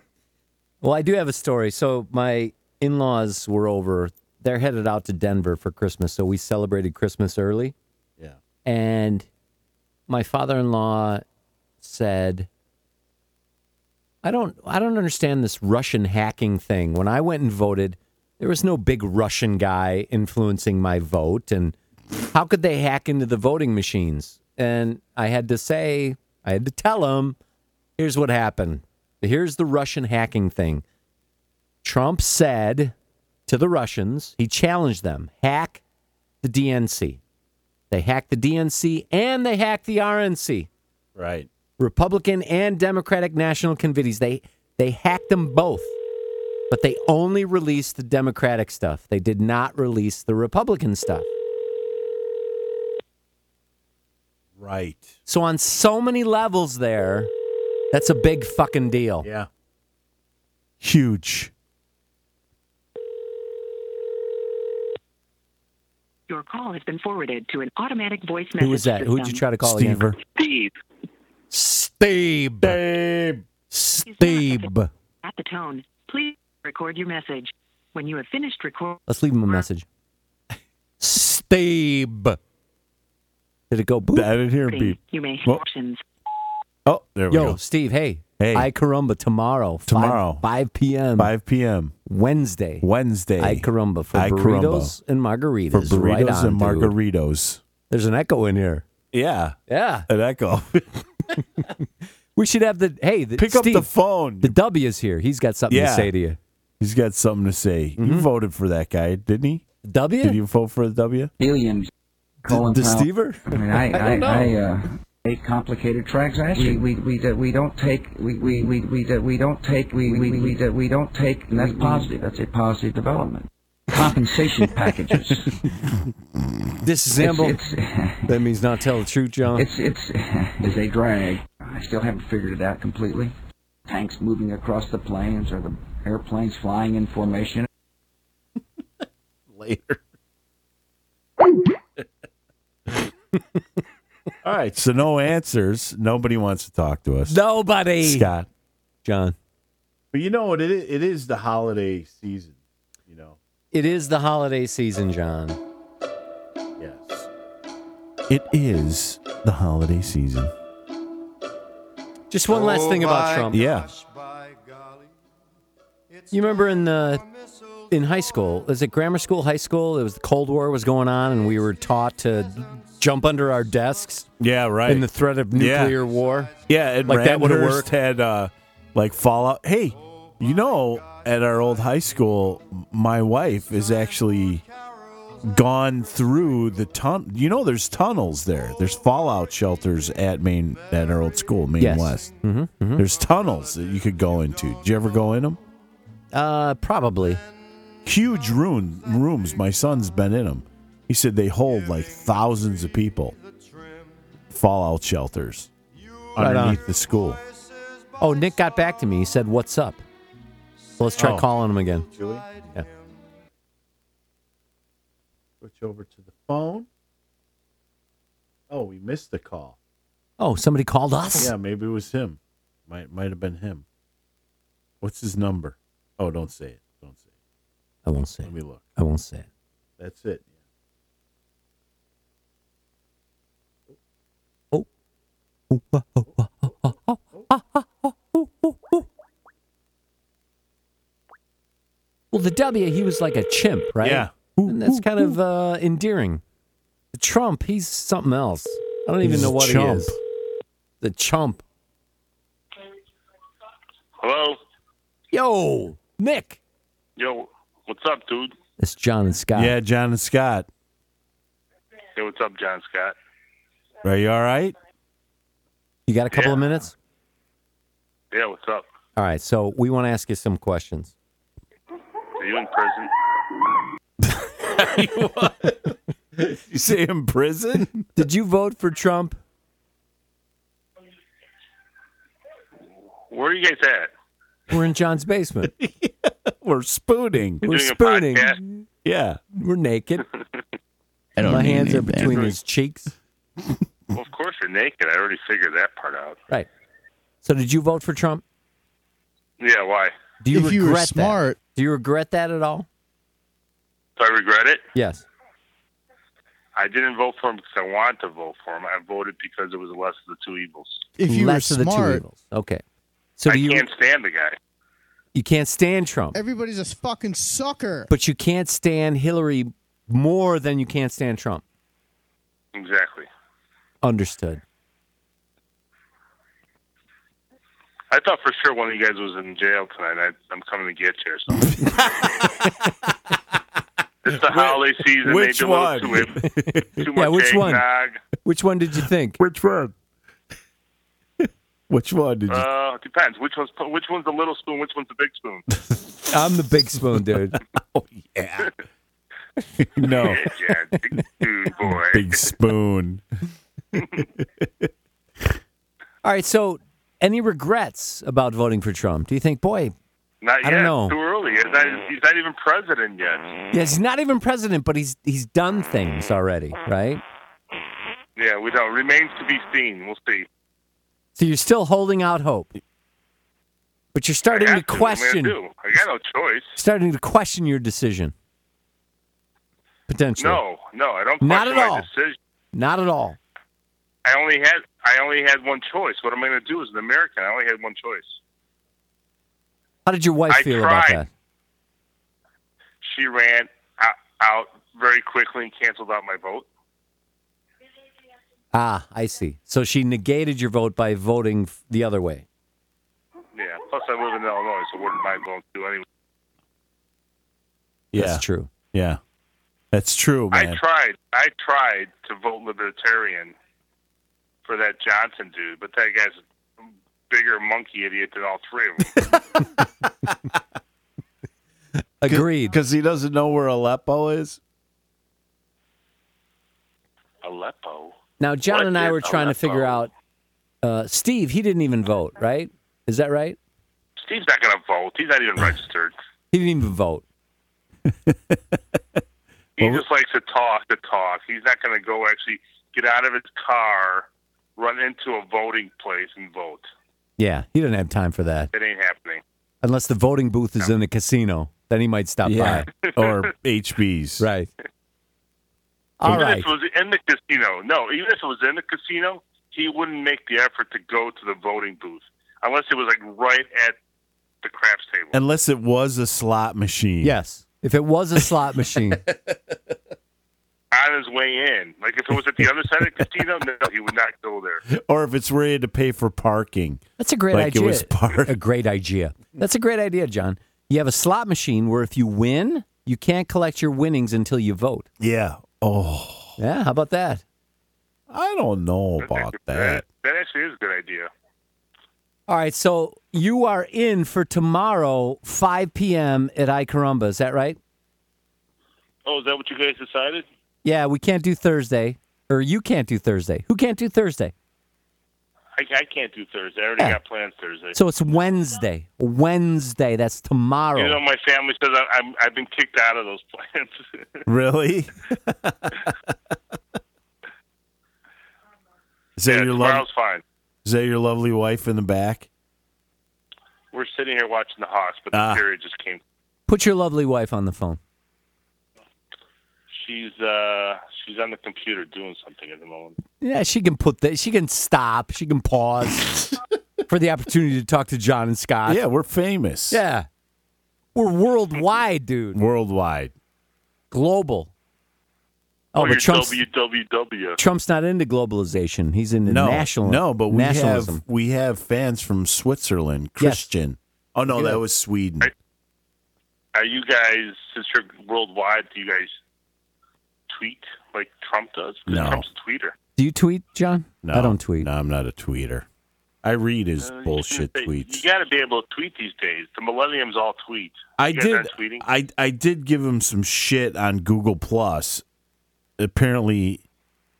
Speaker 4: Well, I do have a story. So my in-laws were over. They're headed out to Denver for Christmas, so we celebrated Christmas early.
Speaker 1: Yeah.
Speaker 4: And my father-in-law said, "I don't I don't understand this Russian hacking thing. When I went and voted, there was no big Russian guy influencing my vote and how could they hack into the voting machines?" And I had to say, I had to tell him, here's what happened. Here's the Russian hacking thing. Trump said to the Russians, he challenged them, hack the DNC. They hacked the DNC and they hacked the RNC.
Speaker 1: Right.
Speaker 4: Republican and Democratic national committees. They they hacked them both. But they only released the Democratic stuff. They did not release the Republican stuff.
Speaker 1: Right.
Speaker 4: So on so many levels there, that's a big fucking deal.
Speaker 1: Yeah. Huge.
Speaker 11: Your call has been forwarded to an automatic voice message
Speaker 4: Who was that? Who'd you
Speaker 11: system.
Speaker 4: try to call again?
Speaker 11: Steve.
Speaker 4: Steve. Steve. Steve.
Speaker 11: At the tone, please record your message. When you have finished recording,
Speaker 4: Let's leave him a
Speaker 1: [LAUGHS]
Speaker 4: message. Steve. Did it go boop?
Speaker 1: I didn't hear
Speaker 11: you may have options.
Speaker 1: Oh, there we
Speaker 4: Yo,
Speaker 1: go.
Speaker 4: Steve, hey.
Speaker 1: Hey.
Speaker 4: I Carumba tomorrow. five-
Speaker 1: Tomorrow.
Speaker 4: 5, p.m.
Speaker 1: 5 p.m.
Speaker 4: Wednesday.
Speaker 1: Wednesday.
Speaker 4: I Carumba for
Speaker 1: I Carumba.
Speaker 4: burritos and margaritas.
Speaker 1: For burritos
Speaker 4: right on,
Speaker 1: and
Speaker 4: dude.
Speaker 1: margaritos.
Speaker 4: There's an echo in here.
Speaker 1: Yeah.
Speaker 4: Yeah.
Speaker 1: [LAUGHS] An echo. [LAUGHS]
Speaker 4: We should have the, hey, the,
Speaker 1: Pick up the
Speaker 4: Steve,
Speaker 1: phone.
Speaker 4: The W is here. He's got something
Speaker 1: Yeah.
Speaker 4: to say to you. Mm-hmm.
Speaker 1: He's got something to say. You voted for that guy, didn't he?
Speaker 4: W?
Speaker 1: Did you vote for the W?
Speaker 12: Billions.
Speaker 1: The,
Speaker 12: Colin
Speaker 1: the
Speaker 12: Powell.
Speaker 1: Stever?
Speaker 12: I
Speaker 4: [LAUGHS]
Speaker 12: mean,
Speaker 7: [LAUGHS]
Speaker 12: I, I,
Speaker 1: don't
Speaker 12: I,
Speaker 1: know.
Speaker 12: uh, make complicated transactions. We, we, we, do- we don't take, we, we, we, we, do- we don't take, we, we, we, do- we don't take, and that's positive. That's a positive development.
Speaker 4: [LAUGHS]
Speaker 12: Compensation packages.
Speaker 4: Disassemble.
Speaker 12: It's-
Speaker 4: that means not tell the truth, John.
Speaker 12: It's, it's, is a drag. I still haven't figured it out completely. Tanks moving across the plains or the airplanes flying in formation.
Speaker 1: Later. All right. So no answers. Nobody wants to talk to us.
Speaker 4: Nobody.
Speaker 1: Scott.
Speaker 4: John.
Speaker 1: But you know what? It is, it is the holiday season. You know.
Speaker 4: It is the holiday season, John.
Speaker 1: Yes. It is the holiday season.
Speaker 4: Just one last thing
Speaker 1: Oh,
Speaker 4: about Trump.
Speaker 1: Yeah.
Speaker 4: You remember in uh, in high school? Was it grammar school, high school? It was the Cold War was going on, and we were taught to jump under our desks
Speaker 1: Yeah. Right.
Speaker 4: in the threat of nuclear war.
Speaker 1: Yeah, and
Speaker 4: Like, that would've
Speaker 1: Randhurst
Speaker 4: worked.
Speaker 1: Had uh, like fallout. Hey, you know, at our old high school, m- my wife is actually gone through the tun. You know, there's tunnels there. There's fallout shelters at Maine at our old school, Maine
Speaker 4: Yes.
Speaker 1: West.
Speaker 4: Mhm, mhm.
Speaker 1: There's tunnels that you could go into. Did you ever go in them?
Speaker 4: Uh, probably.
Speaker 1: Huge room rooms. My son's been in them. He said they hold like thousands of people. Fallout shelters
Speaker 4: Right on.
Speaker 1: underneath the school.
Speaker 4: Oh, Nick got back to me. He said, "What's up?" So let's try
Speaker 1: Oh.
Speaker 4: calling him again.
Speaker 1: Julie?
Speaker 4: Yeah.
Speaker 1: Switch over to the phone. Oh, we missed the call.
Speaker 4: Oh, somebody called us.
Speaker 1: Yeah, maybe it was him. Might might have been him. What's his number? Oh, don't say it. Don't say it.
Speaker 4: I won't say.
Speaker 1: Let
Speaker 4: It.
Speaker 1: me look.
Speaker 4: I won't say. It.
Speaker 1: That's it.
Speaker 4: Oh, oh, oh, oh. the W, he was like a chimp, right?
Speaker 1: Yeah.
Speaker 4: And that's kind of uh, endearing. Trump, he's something else. I don't even
Speaker 1: He's
Speaker 4: know
Speaker 1: a
Speaker 4: what
Speaker 1: chump.
Speaker 4: he is. The chump.
Speaker 13: Hello?
Speaker 4: Yo, Nick.
Speaker 13: Yo, what's up, dude?
Speaker 4: That's John and Scott.
Speaker 1: Yeah, John and Scott.
Speaker 13: Hey, what's up, John Scott?
Speaker 1: Are you all right?
Speaker 4: You got a couple of minutes?
Speaker 13: Yeah, what's up?
Speaker 4: All right. So we want to ask you some questions.
Speaker 13: Are you in prison?
Speaker 1: [LAUGHS]
Speaker 4: [LAUGHS]
Speaker 1: you say in prison?
Speaker 4: Did you vote for Trump?
Speaker 13: Where are you guys at?
Speaker 4: We're in John's
Speaker 1: [LAUGHS]
Speaker 4: basement.
Speaker 1: We're spooning.
Speaker 4: We're
Speaker 13: doing a
Speaker 4: spooning.
Speaker 13: podcast?
Speaker 1: Yeah.
Speaker 14: [LAUGHS]
Speaker 4: We're naked.
Speaker 13: I don't
Speaker 4: My
Speaker 13: need
Speaker 4: hands are
Speaker 13: anything.
Speaker 4: between his cheeks.
Speaker 13: Well, of course you're naked. I already figured that part out.
Speaker 4: Right. So did you vote for Trump?
Speaker 13: Yeah, why?
Speaker 4: Do you
Speaker 14: If
Speaker 4: regret
Speaker 14: you were
Speaker 4: that?
Speaker 14: smart-
Speaker 4: Do you regret that at all?
Speaker 13: Do I regret it?
Speaker 4: Yes.
Speaker 13: I didn't vote for him because I wanted to vote for him. I voted because it was the less of the two evils.
Speaker 14: If you were
Speaker 4: Less of the two
Speaker 14: smart-
Speaker 4: evils. Okay. So
Speaker 13: I
Speaker 4: do you
Speaker 13: can't stand the guy.
Speaker 4: you can't stand Trump,
Speaker 14: Everybody's a fucking sucker.
Speaker 4: but you can't stand Hillary more than you can't stand Trump.
Speaker 13: Exactly.
Speaker 4: Understood. [LAUGHS]
Speaker 13: I thought for sure one of you guys was in jail tonight. I, I'm coming to get you or
Speaker 4: [LAUGHS]
Speaker 13: something. it's the holiday season.
Speaker 1: which
Speaker 13: they do a little
Speaker 1: one?
Speaker 13: Too,
Speaker 4: [LAUGHS]
Speaker 13: much- too
Speaker 4: yeah,
Speaker 13: much
Speaker 4: which one?
Speaker 13: eggnog.
Speaker 4: Which one did you think?
Speaker 1: [LAUGHS] Which one? Which one did you?
Speaker 13: Uh, depends. Which one's which one's the little spoon? Which one's the big
Speaker 4: [LAUGHS]
Speaker 13: spoon?
Speaker 4: I'm the big spoon,
Speaker 1: [LAUGHS]
Speaker 4: dude.
Speaker 1: Oh, no.
Speaker 13: yeah, big spoon boy.
Speaker 1: Big spoon.
Speaker 4: All right. So, any regrets about voting for Trump? Do you think, boy,
Speaker 13: Not
Speaker 4: I
Speaker 13: yet.
Speaker 4: don't know.
Speaker 13: Too early. He's not, he's not even president yet.
Speaker 4: yeah, he's not even president, but he's he's done things already, right?
Speaker 13: Yeah, we don't. Remains to be seen. We'll see.
Speaker 4: So you're still holding out hope, but you're starting
Speaker 13: I
Speaker 4: to
Speaker 13: have to. What am I gonna
Speaker 4: question,
Speaker 13: do? I got no choice.
Speaker 4: starting to question your decision. Potentially,
Speaker 13: No, no, I don't.
Speaker 4: Not
Speaker 13: question
Speaker 4: at
Speaker 13: my
Speaker 4: all.
Speaker 13: Decision.
Speaker 4: not at all.
Speaker 13: I only had I only had one choice. What am I going to do as an American? I only had one choice.
Speaker 4: How did your wife
Speaker 13: I
Speaker 4: feel
Speaker 13: tried.
Speaker 4: about
Speaker 13: She ran out, out very quickly and canceled out my vote.
Speaker 4: that? Ah, I see. So she negated your vote by voting f- the other way.
Speaker 13: Yeah. Plus, I live in Illinois, so what am I going to do anyway?
Speaker 1: Yeah.
Speaker 4: That's true.
Speaker 1: Yeah. That's true,
Speaker 13: I
Speaker 1: Oh, man.
Speaker 13: tried. I tried to vote libertarian for that Johnson dude, but that guy's a bigger monkey idiot than all three of them.
Speaker 4: [LAUGHS] Agreed.
Speaker 1: Because he doesn't know where Aleppo is.
Speaker 13: Aleppo.
Speaker 4: Now, John
Speaker 13: What
Speaker 4: and I
Speaker 13: is
Speaker 4: were trying to figure out.
Speaker 13: Aleppo?
Speaker 4: Uh, Steve, he didn't even vote, right? Is that right?
Speaker 13: Steve's not going to vote. He's not even registered.
Speaker 4: He didn't even
Speaker 13: [LAUGHS]
Speaker 4: vote.
Speaker 13: He just likes to talk to talk. He's not going to go actually get out of his car, run into a voting place and vote.
Speaker 4: Yeah, he didn't have time for that.
Speaker 13: It ain't happening.
Speaker 4: Unless the voting booth is in the casino, then he might stop
Speaker 1: Yeah.
Speaker 4: by.
Speaker 13: [LAUGHS]
Speaker 1: or HB's.
Speaker 4: Right. All
Speaker 13: even
Speaker 4: right.
Speaker 13: if it was in the casino, no, even if it was in the casino, he wouldn't make the effort to go to the voting booth unless it was like right at the craps table.
Speaker 1: Unless it was a slot machine.
Speaker 4: Yes. If it was a slot machine,
Speaker 13: on his way in. Like if it was at the other side of the casino, [LAUGHS] no, he would not go there.
Speaker 1: [LAUGHS] Or if it's where you had to pay for parking.
Speaker 4: that's a great
Speaker 1: like
Speaker 4: idea.
Speaker 1: it was part.
Speaker 4: a great idea. That's a great idea, John. You have a slot machine where if you win, you can't collect your winnings until you vote.
Speaker 1: Yeah. Oh,
Speaker 4: Yeah, how about that?
Speaker 1: I don't know about that.
Speaker 13: That, that actually is a good idea.
Speaker 4: All right, so you are in for tomorrow, 5 p.m. at iCarumba. Is that right?
Speaker 13: Oh, is that what you guys decided?
Speaker 4: Yeah, we can't do Thursday, or you can't do Thursday. Who can't do Thursday?
Speaker 13: I, I can't do Thursday. I already
Speaker 4: Yeah.
Speaker 13: got plans Thursday.
Speaker 4: So it's Wednesday. Wednesday, that's tomorrow.
Speaker 13: You know, my family says I, I'm, I've been kicked out of those [LAUGHS] plans.
Speaker 1: Really? [LAUGHS] is that
Speaker 13: yeah,
Speaker 1: your love?
Speaker 13: tomorrow's fine.
Speaker 1: Is that your lovely wife in the back?
Speaker 13: We're sitting here watching the Hawks, but the
Speaker 1: Ah.
Speaker 13: period just came.
Speaker 4: [LAUGHS] Put your lovely wife on the phone.
Speaker 13: She's uh, she's on the computer doing something at the moment.
Speaker 4: Yeah, she can put that. She can stop. She can
Speaker 1: [LAUGHS]
Speaker 4: pause for the opportunity to talk to John and Scott.
Speaker 1: Yeah, we're famous.
Speaker 4: Yeah. We're worldwide, dude.
Speaker 1: Worldwide.
Speaker 4: Global.
Speaker 13: Oh, your
Speaker 4: but Trump's,
Speaker 13: WWW.
Speaker 4: Trump's not into globalization. He's into
Speaker 1: no,
Speaker 4: national.
Speaker 1: no, but we
Speaker 4: nationalism.
Speaker 1: have we have fans from Switzerland. Christian. Oh no, that was Sweden.
Speaker 13: Are you guys, since you're worldwide, do you guys tweet like Trump does? 'Cause
Speaker 1: No.
Speaker 13: Trump's a tweeter.
Speaker 4: Do you tweet, John?
Speaker 1: No, I don't tweet. No, I'm not a tweeter. I read his
Speaker 13: Uh, you
Speaker 1: bullshit
Speaker 13: shouldn't say-
Speaker 1: tweets.
Speaker 13: You got to be able to tweet these days. The millenniums all tweet.
Speaker 1: I
Speaker 13: You guys
Speaker 1: did.
Speaker 13: aren't Tweeting.
Speaker 1: I I did give him some shit on Google Plus. Apparently,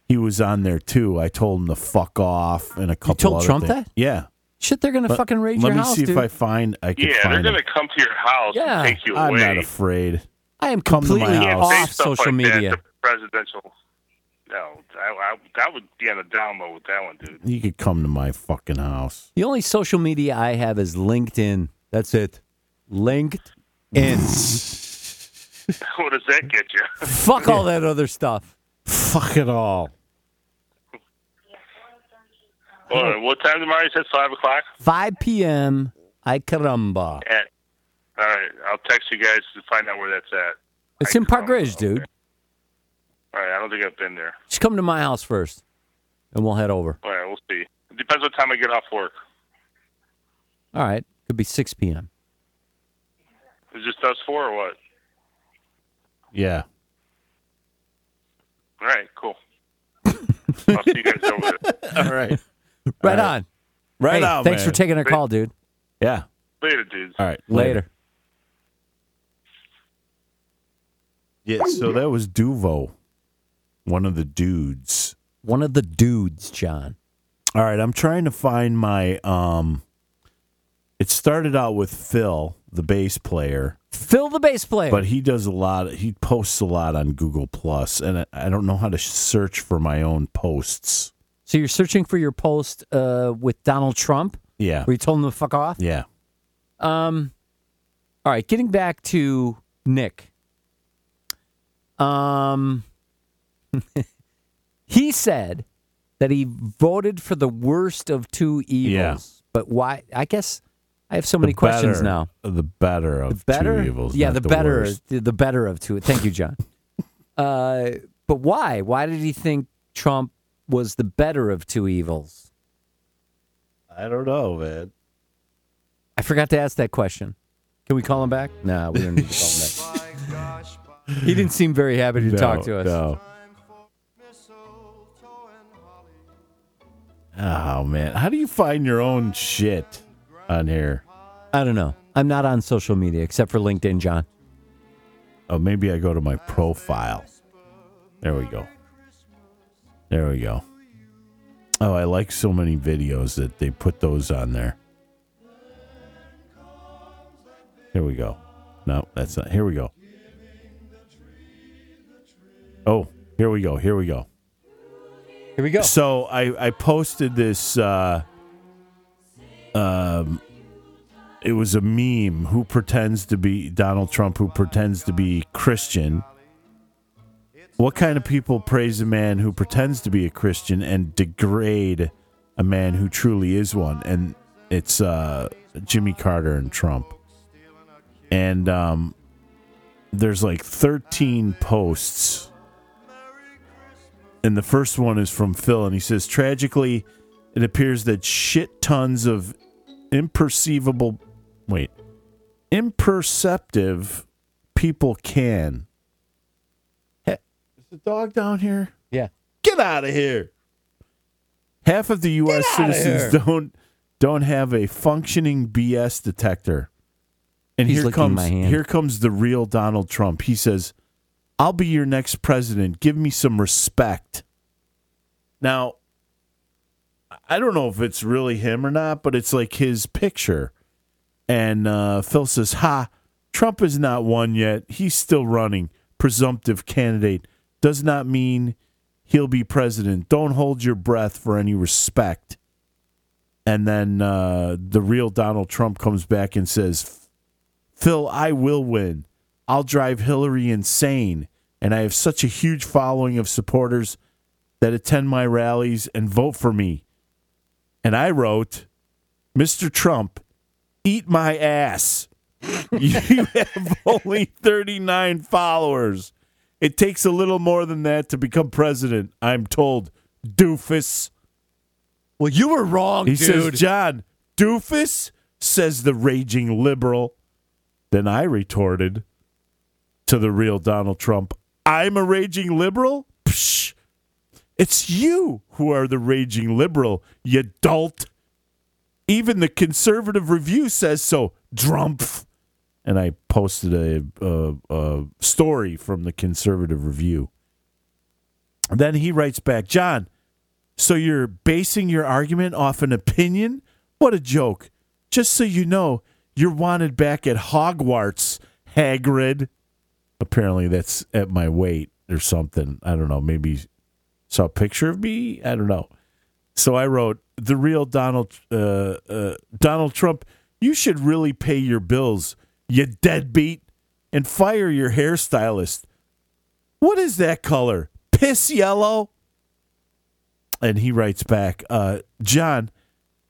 Speaker 1: he was on there too. I told him to fuck off and a couple.
Speaker 4: told
Speaker 1: other
Speaker 4: Trump
Speaker 1: things.
Speaker 4: that?
Speaker 1: Yeah.
Speaker 4: Shit, they're gonna
Speaker 1: Let-
Speaker 4: fucking raid
Speaker 1: Let
Speaker 4: your
Speaker 1: me
Speaker 4: house,
Speaker 1: see
Speaker 4: dude.
Speaker 1: if I find. I can
Speaker 13: yeah, they're
Speaker 1: find
Speaker 13: going
Speaker 1: it.
Speaker 13: to come to your house
Speaker 4: Yeah.
Speaker 13: and take you
Speaker 1: I'm
Speaker 13: away.
Speaker 1: not afraid.
Speaker 4: I am
Speaker 1: Come to my
Speaker 4: completely
Speaker 1: house.
Speaker 13: Say
Speaker 4: off
Speaker 13: stuff
Speaker 4: social
Speaker 13: like that
Speaker 4: media.
Speaker 13: to presidential. No, I, I, that would be on a download with that one, dude.
Speaker 1: You could come to my fucking house.
Speaker 4: The only social media I have is LinkedIn. That's it. LinkedIn.
Speaker 13: what does that get
Speaker 1: [LAUGHS]
Speaker 13: you?
Speaker 4: Fuck all that other stuff.
Speaker 1: Fuck it all.
Speaker 13: Well, what time tomorrow? You said five o'clock.
Speaker 4: 5 p.m. I caramba.
Speaker 13: At, all right, I'll text you guys to find out where that's at.
Speaker 4: It's in Park Ridge, dude.
Speaker 13: All right, I don't think I've been there.
Speaker 4: Just come to my house first, and we'll head over.
Speaker 13: All right, we'll see. It depends what time I get off work.
Speaker 4: All right. Could be 6 p.m.
Speaker 13: Is just us four or what?
Speaker 1: Yeah.
Speaker 13: All right, cool. I'll see you guys over there.
Speaker 1: [LAUGHS] All right.
Speaker 4: Right on.
Speaker 1: Right
Speaker 4: Hey,
Speaker 1: on.
Speaker 4: Thanks
Speaker 1: man.
Speaker 4: for taking our call, dude.
Speaker 1: Yeah.
Speaker 13: Later, dudes.
Speaker 1: All right.
Speaker 4: Later.
Speaker 1: Yeah. So that was Duvo, one of the dudes.
Speaker 4: One of the dudes, John.
Speaker 1: All right, I'm trying to find my um it started out with Phil, the bass player,
Speaker 4: Phil the bass player.
Speaker 1: but he does a lot he posts a lot on Google Plus and I, I don't know how to search for my own posts.
Speaker 4: so you're searching for your post uh, with Donald Trump,
Speaker 1: Yeah.
Speaker 4: where you told him to fuck off?
Speaker 1: Yeah.
Speaker 4: Um, all right, getting back to Nick. Um, [LAUGHS] he said that he voted for the worst of two evils. But why? I guess I have so many
Speaker 1: The
Speaker 4: questions
Speaker 1: better-
Speaker 4: now.
Speaker 1: The better of the
Speaker 4: Better,
Speaker 1: two evils.
Speaker 4: yeah,
Speaker 1: not
Speaker 4: the, better,
Speaker 1: worst.
Speaker 4: the, the better of two. Thank you,
Speaker 1: [LAUGHS]
Speaker 4: John. uh, but why? Why did he think Trump was the better of two evils?
Speaker 1: I don't know, man.
Speaker 4: I forgot to ask that question. Can we call him back? No, we don't need to call him back. [LAUGHS] he didn't seem very happy to
Speaker 1: No,
Speaker 4: talk to us.
Speaker 1: No. Oh man, how do you find your own shit on here?
Speaker 4: I don't know. I'm not on social media except for LinkedIn, John.
Speaker 1: Oh, maybe I go to my profile. There we go. There we go. Oh, I like so many videos that they put those on there. Here we go. No, that's not. Here we go. Oh, here we go. Here we go.
Speaker 4: Here we go.
Speaker 1: So I, I posted this. Uh, um, it was a meme. Who pretends to be Donald Trump? Who pretends to be Christian? What kind of people praise a man who pretends to be a Christian and degrade a man who truly is one? And it's uh, Jimmy Carter and Trump. And um, there's like 13 posts. And the first one is from Phil, and he says, Tragically, it appears that shit tons of imperceivable, wait, imperceptive people can. Heh, Is the dog down here?
Speaker 4: Yeah.
Speaker 1: Get out of here. Half of the U.S.
Speaker 2: Get outta
Speaker 1: citizens
Speaker 2: here.
Speaker 1: don't don't have a functioning BS detector. And
Speaker 4: He's
Speaker 1: here
Speaker 4: licking
Speaker 1: comes
Speaker 4: my hand.
Speaker 1: here comes the real Donald Trump. He says, "I'll be your next president. Give me some respect." Now, I don't know if it's really him or not, but it's like his picture. And uh, Phil says, "Ha, Trump is not won yet. He's still running. Presumptive candidate does not mean he'll be president. Don't hold your breath for any respect." And then uh, the real Donald Trump comes back and says, Phil, I will win. I'll drive Hillary insane. And I have such a huge following of supporters that attend my rallies and vote for me. And I wrote, Mr. Trump, eat my ass. [LAUGHS] you have only 39 followers. It takes a little more than that to become president, I'm told. Doofus.
Speaker 10: Well, you were wrong,
Speaker 1: he
Speaker 10: dude.
Speaker 1: says, John, doofus, says the raging liberal. Then I retorted to the real Donald Trump, I'm a raging liberal? Psh, it's you who are the raging liberal, you dolt. Even the conservative review says so. Drumpf. And I posted a, a, a story from the conservative review. Then he writes back, John, so you're basing your argument off an opinion? What a joke. Just so you know, you're wanted back at Hogwarts, Hagrid. Apparently, that's at my weight or something. I don't know. Maybe he saw a picture of me. I don't know. So I wrote, the real Donald uh, uh, Donald Trump. You should really pay your bills, you deadbeat, and fire your hairstylist. What is that color? Piss yellow. And he writes back, uh, John,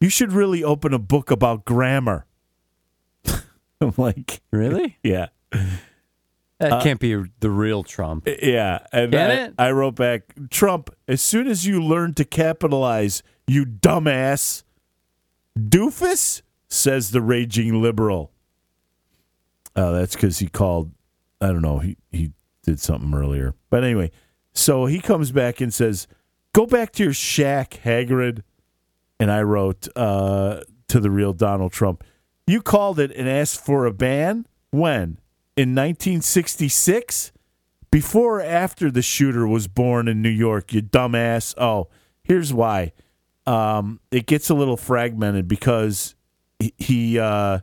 Speaker 1: you should really open a book about grammar. [LAUGHS] I'm like,
Speaker 10: Really?
Speaker 1: [LAUGHS] yeah.
Speaker 10: That
Speaker 1: Uh,
Speaker 10: can't be the real Trump.
Speaker 1: Yeah, and
Speaker 10: Get
Speaker 1: I,
Speaker 10: it?
Speaker 1: I wrote back, Trump. As soon as you learn to capitalize, you dumbass, doofus, says the raging liberal. Uh, that's because he called. I don't know. He he did something earlier, but anyway. So he comes back and says, "Go back to your shack, Hagrid." And I wrote uh, to the real Donald Trump, "You called it and asked for a ban when in 1966, before or after the shooter was born in New York. You dumbass. Oh, here's why. Um, it gets a little fragmented because he- he uh,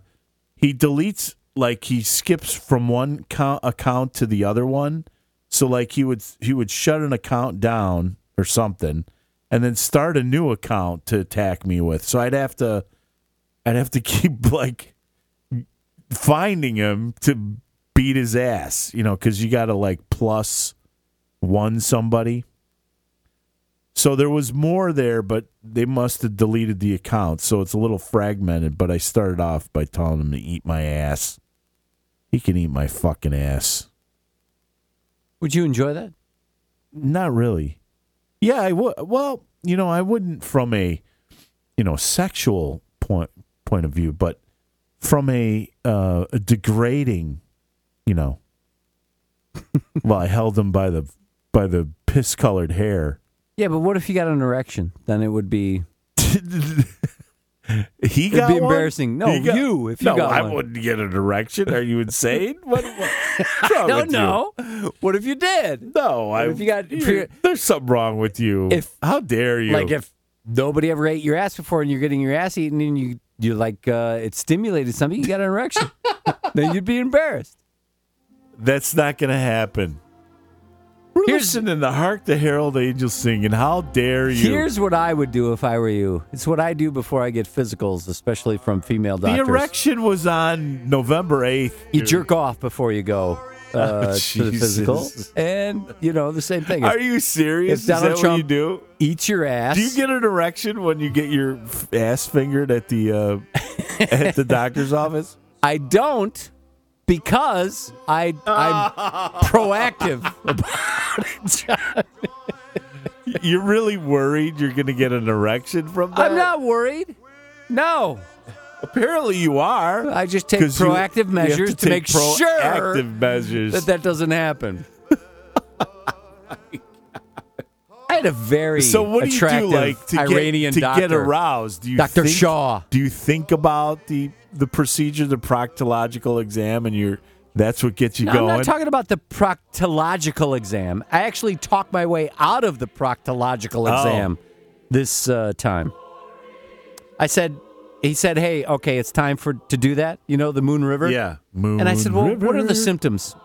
Speaker 1: he deletes like he skips from one count, account to the other one. So like he would he would shut an account down or something, and then start a new account to attack me with. So I'd have to I'd have to [LAUGHS] keep like finding him to beat his ass, you know, because you got to like plus one somebody. So there was more there, but they must have deleted the account. So it's a little fragmented, but I started off by telling him to eat my ass. He can eat my fucking ass.
Speaker 4: Would you enjoy that?
Speaker 1: Not really. Yeah, I would. Well, you know, I wouldn't from a, you know, sexual point point of view, but from a, uh, a degrading, you know. [LAUGHS] well, I held him by the by the piss colored hair.
Speaker 4: Yeah, but what if you got an erection? Then it would be
Speaker 1: [LAUGHS] He
Speaker 4: It'd
Speaker 1: got
Speaker 4: be
Speaker 1: one?
Speaker 4: embarrassing. No,
Speaker 1: He got-
Speaker 4: you, if you
Speaker 1: no,
Speaker 4: got
Speaker 1: I
Speaker 4: one.
Speaker 1: wouldn't get an erection. Are you
Speaker 4: [LAUGHS]
Speaker 1: insane? What? what
Speaker 4: I don't know. What if you did?
Speaker 1: No, I.
Speaker 4: if you got-
Speaker 1: you're- there's something wrong with you.
Speaker 4: If-
Speaker 1: how dare you?
Speaker 4: Like if nobody ever ate your ass before and you're getting your ass eaten and you you like uh, it stimulated something, you got an
Speaker 1: [LAUGHS]
Speaker 4: erection. then you'd be embarrassed.
Speaker 1: That's not going to happen. We're listening to Hark the Herald Angels singing. How dare you?
Speaker 4: Here's what I would do if I were you. It's what I do before I get physicals, especially from female
Speaker 1: the
Speaker 4: doctors.
Speaker 1: erection was on November 8th.
Speaker 4: you
Speaker 1: dude.
Speaker 4: jerk off before you go uh, to the
Speaker 1: Jesus.
Speaker 4: physical, and you know the same thing. If-
Speaker 1: Are you
Speaker 4: If
Speaker 1: serious? Is
Speaker 4: Donald
Speaker 1: that what
Speaker 4: Trump
Speaker 1: you do?
Speaker 4: eats your ass,
Speaker 1: Do you get an erection when you get your f- ass fingered at the uh, [LAUGHS] at the doctor's office?
Speaker 4: I don't because I
Speaker 1: [LAUGHS]
Speaker 4: I'm proactive about it. John.
Speaker 1: You're really worried you're going to get an erection from that?
Speaker 4: I'm not worried. No,
Speaker 1: Apparently, you are.
Speaker 4: I just take
Speaker 1: 'Cause you-
Speaker 4: proactive
Speaker 1: you have
Speaker 4: measures to,
Speaker 1: take
Speaker 4: make sure
Speaker 1: proactive measures.
Speaker 4: that that doesn't happen. I had a very
Speaker 1: So what do you do,
Speaker 4: attractive
Speaker 1: like to
Speaker 4: Iranian
Speaker 1: get, to
Speaker 4: doctor.
Speaker 1: get aroused? Do you
Speaker 4: Dr.
Speaker 1: think-
Speaker 4: Shaw.
Speaker 1: Do you think about the the procedure, the proctological exam, and you're that's what gets you
Speaker 4: No, I'm
Speaker 1: going?
Speaker 4: not talking about the proctological exam. I actually talked my way out of the proctological
Speaker 1: Oh.
Speaker 4: exam this uh, time. I said, he said, hey, okay, it's time for to do that. You know, the Moon River.
Speaker 1: yeah, moon.
Speaker 4: And I said, well, what are
Speaker 1: river.
Speaker 4: the symptoms?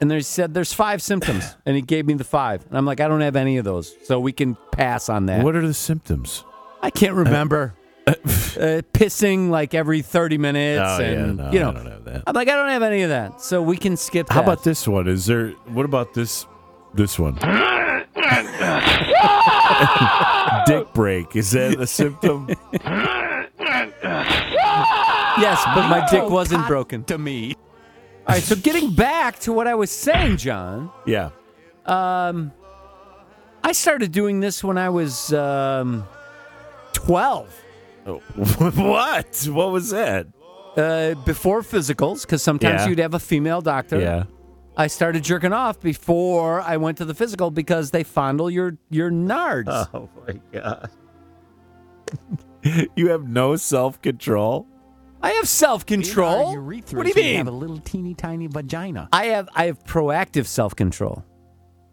Speaker 4: And they said, there's five symptoms. And he gave me the five. And I'm like, I don't have any of those. So we can pass on that.
Speaker 1: What are the symptoms? [LAUGHS]
Speaker 4: I can't remember. uh, pissing like every 30 minutes.
Speaker 1: Oh, yeah,
Speaker 4: and,
Speaker 1: no,
Speaker 4: you
Speaker 1: I
Speaker 4: know,
Speaker 1: don't have that.
Speaker 4: I'm like, I don't have any of that. So we can skip
Speaker 1: How
Speaker 4: that.
Speaker 1: about this one? Is there? What about this? This
Speaker 4: [LAUGHS] [LAUGHS]
Speaker 1: one, [LAUGHS] dick break. Is that a symptom?
Speaker 4: Yes, but my
Speaker 1: Oh,
Speaker 4: dick wasn't broken.
Speaker 15: To me.
Speaker 4: All right, so getting back to what I was saying, John.
Speaker 10: Yeah.
Speaker 4: Um, I started doing this when I was um, twelve.
Speaker 10: Oh, [LAUGHS] what? What was that?
Speaker 4: Uh, before physicals, because sometimes
Speaker 10: Yeah.
Speaker 4: you'd have a female doctor.
Speaker 10: Yeah.
Speaker 4: I started jerking off before I went to the physical because they fondle your your nards.
Speaker 10: [LAUGHS] Oh my
Speaker 4: [LAUGHS]
Speaker 10: god. you have no self control.
Speaker 4: I have self control. What
Speaker 15: urethras
Speaker 4: do you
Speaker 15: when you
Speaker 4: mean?
Speaker 15: have a little teeny tiny vagina.
Speaker 4: I have I have proactive self control.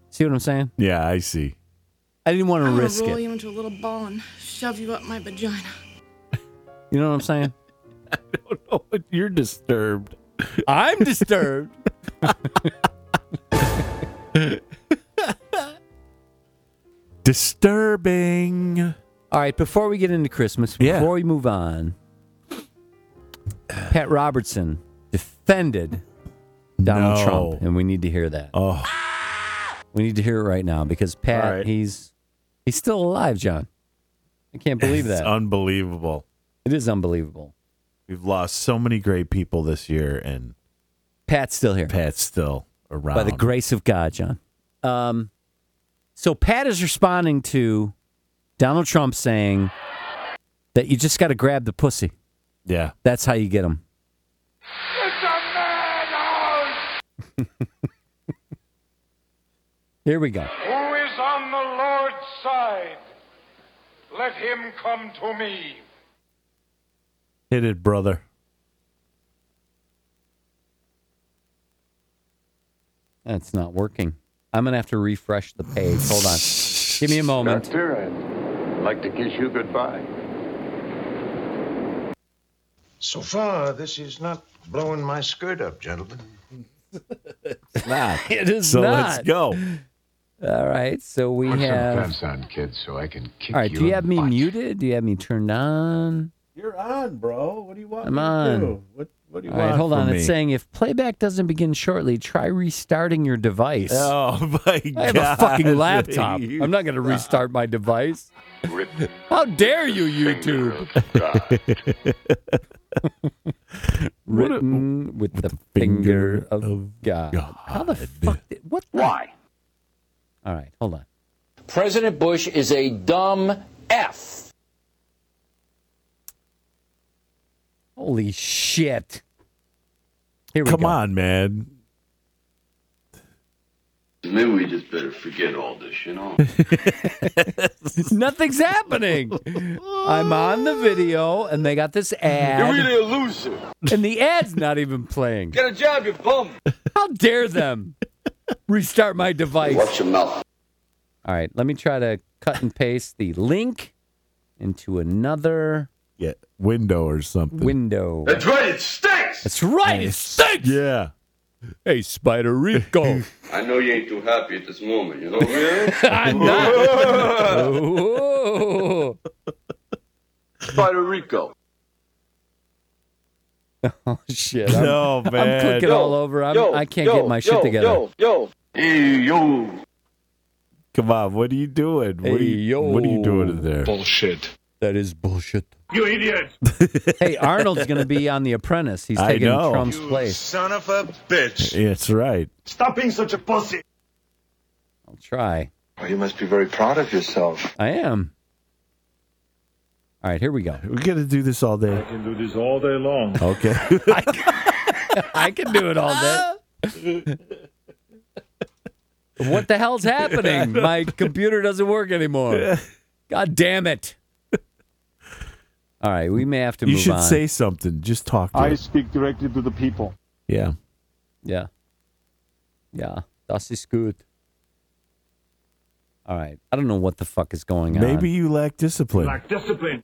Speaker 4: See what I'm saying?
Speaker 10: Yeah, I see.
Speaker 4: I didn't want to
Speaker 16: I'm gonna
Speaker 4: risk
Speaker 16: roll
Speaker 4: it.
Speaker 16: you into a little ball and shove you up my vagina.
Speaker 4: You know what I'm
Speaker 10: [LAUGHS]
Speaker 4: saying?
Speaker 10: You're disturbed.
Speaker 4: I'm
Speaker 10: [LAUGHS]
Speaker 4: disturbed.
Speaker 10: Disturbing.
Speaker 4: All right, before we get into Christmas, before we move on, Pat Robertson defended Donald
Speaker 15: No.
Speaker 4: Trump, and we need to hear that.
Speaker 10: Oh,
Speaker 4: we need to hear it right now because Pat,
Speaker 15: All right.
Speaker 4: he's he's still alive, John. I can't believe
Speaker 10: It's
Speaker 4: that.
Speaker 10: unbelievable.
Speaker 4: It is unbelievable.
Speaker 10: We've lost so many great people this year, and
Speaker 4: Pat's still here.
Speaker 10: Pat's still around.
Speaker 4: By the grace of God, John. Um, so Pat is responding to Donald Trump saying that you just got to grab the pussy.
Speaker 10: Yeah.
Speaker 4: That's how you get them. Here we go.
Speaker 17: Who is on the Lord's side? Let him come to me.
Speaker 10: Hit it, brother.
Speaker 4: That's not working. I'm going to have to refresh the page. Hold on. Give me a moment.
Speaker 18: Doctor, I'd like to kiss you goodbye.
Speaker 9: So far, this is not blowing my skirt up, gentlemen.
Speaker 4: [LAUGHS] it is
Speaker 9: So
Speaker 4: not.
Speaker 9: let's go.
Speaker 4: All right. So we have.
Speaker 9: on, kids, so I can kick
Speaker 4: All right. Do you have me muted? Do you have me turned on?
Speaker 10: You're on, bro. What do you want?
Speaker 4: I'm on.
Speaker 10: What do
Speaker 4: All right,
Speaker 10: want
Speaker 4: hold
Speaker 10: from
Speaker 4: on.
Speaker 10: me?
Speaker 4: It's saying if playback doesn't begin shortly, try restarting your device.
Speaker 10: Oh my
Speaker 4: [LAUGHS]
Speaker 10: god!
Speaker 4: I have a fucking laptop. I'm not going to restart my
Speaker 7: [LAUGHS]
Speaker 4: device. How dare you, YouTube? Written with, the, finger, of, God. How the fuck? Did, what? The? Why? All right, hold on.
Speaker 2: President Bush is a dumb F.
Speaker 4: Holy shit! Here we
Speaker 10: Come
Speaker 4: go.
Speaker 10: on, man.
Speaker 7: Maybe we just better forget all this, you know?
Speaker 4: [LAUGHS] Nothing's happening. I'm on the video, and they got this ad.
Speaker 7: You're really a loser.
Speaker 4: and the ad's not even playing.
Speaker 7: Get a job, you bum.
Speaker 4: How dare them restart my device? Watch your mouth. All right, let me try to cut and paste the link into another
Speaker 10: Yeah, window or something.
Speaker 4: window.
Speaker 10: That's
Speaker 7: right, it stinks.
Speaker 4: That's right, it stinks.
Speaker 10: Yeah.
Speaker 4: Hey, Spider Rico.
Speaker 7: I know you ain't too happy at this moment, you know?
Speaker 10: [LAUGHS]
Speaker 7: Really?
Speaker 4: [LAUGHS] I'm not. Ooh.
Speaker 7: Puerto Rico.
Speaker 4: Oh shit! I'm,
Speaker 10: Oh,
Speaker 7: No,
Speaker 4: I'm
Speaker 7: man.
Speaker 4: clicking
Speaker 7: Yo,
Speaker 4: all over. I'm,
Speaker 7: yo,
Speaker 4: I can't
Speaker 7: yo,
Speaker 4: get my shit
Speaker 7: yo,
Speaker 4: together.
Speaker 7: yo, yo. Hey, yo.
Speaker 10: Come on. What are you doing? what are you?
Speaker 4: Hey, yo.
Speaker 10: What are you doing in there?
Speaker 4: Bullshit. That is bullshit.
Speaker 9: You idiot!
Speaker 4: [LAUGHS] hey, Arnold's going to be on The Apprentice. He's
Speaker 10: I
Speaker 4: taking
Speaker 10: know.
Speaker 4: Trump's place.
Speaker 9: [LAUGHS] Son of a bitch.
Speaker 10: It's right.
Speaker 9: Stop being such a pussy.
Speaker 4: I'll try.
Speaker 7: Well, Oh, you must be very proud of yourself.
Speaker 4: I am. All right, here we go.
Speaker 10: We got to do this all day.
Speaker 1: can do this all day long.
Speaker 10: Okay.
Speaker 4: [LAUGHS]
Speaker 1: [LAUGHS]
Speaker 4: I can do it all day. what the hell's happening? My computer doesn't work anymore. God damn it. All right, we may have to
Speaker 10: you
Speaker 4: move
Speaker 10: should
Speaker 4: on.
Speaker 10: say something. Just talk to
Speaker 1: I
Speaker 10: us.
Speaker 1: speak directly to the people.
Speaker 10: Yeah.
Speaker 4: Yeah. Yeah, das ist gut. All right. I don't know what the fuck is going on.
Speaker 10: Maybe you lack discipline.
Speaker 1: Lack discipline.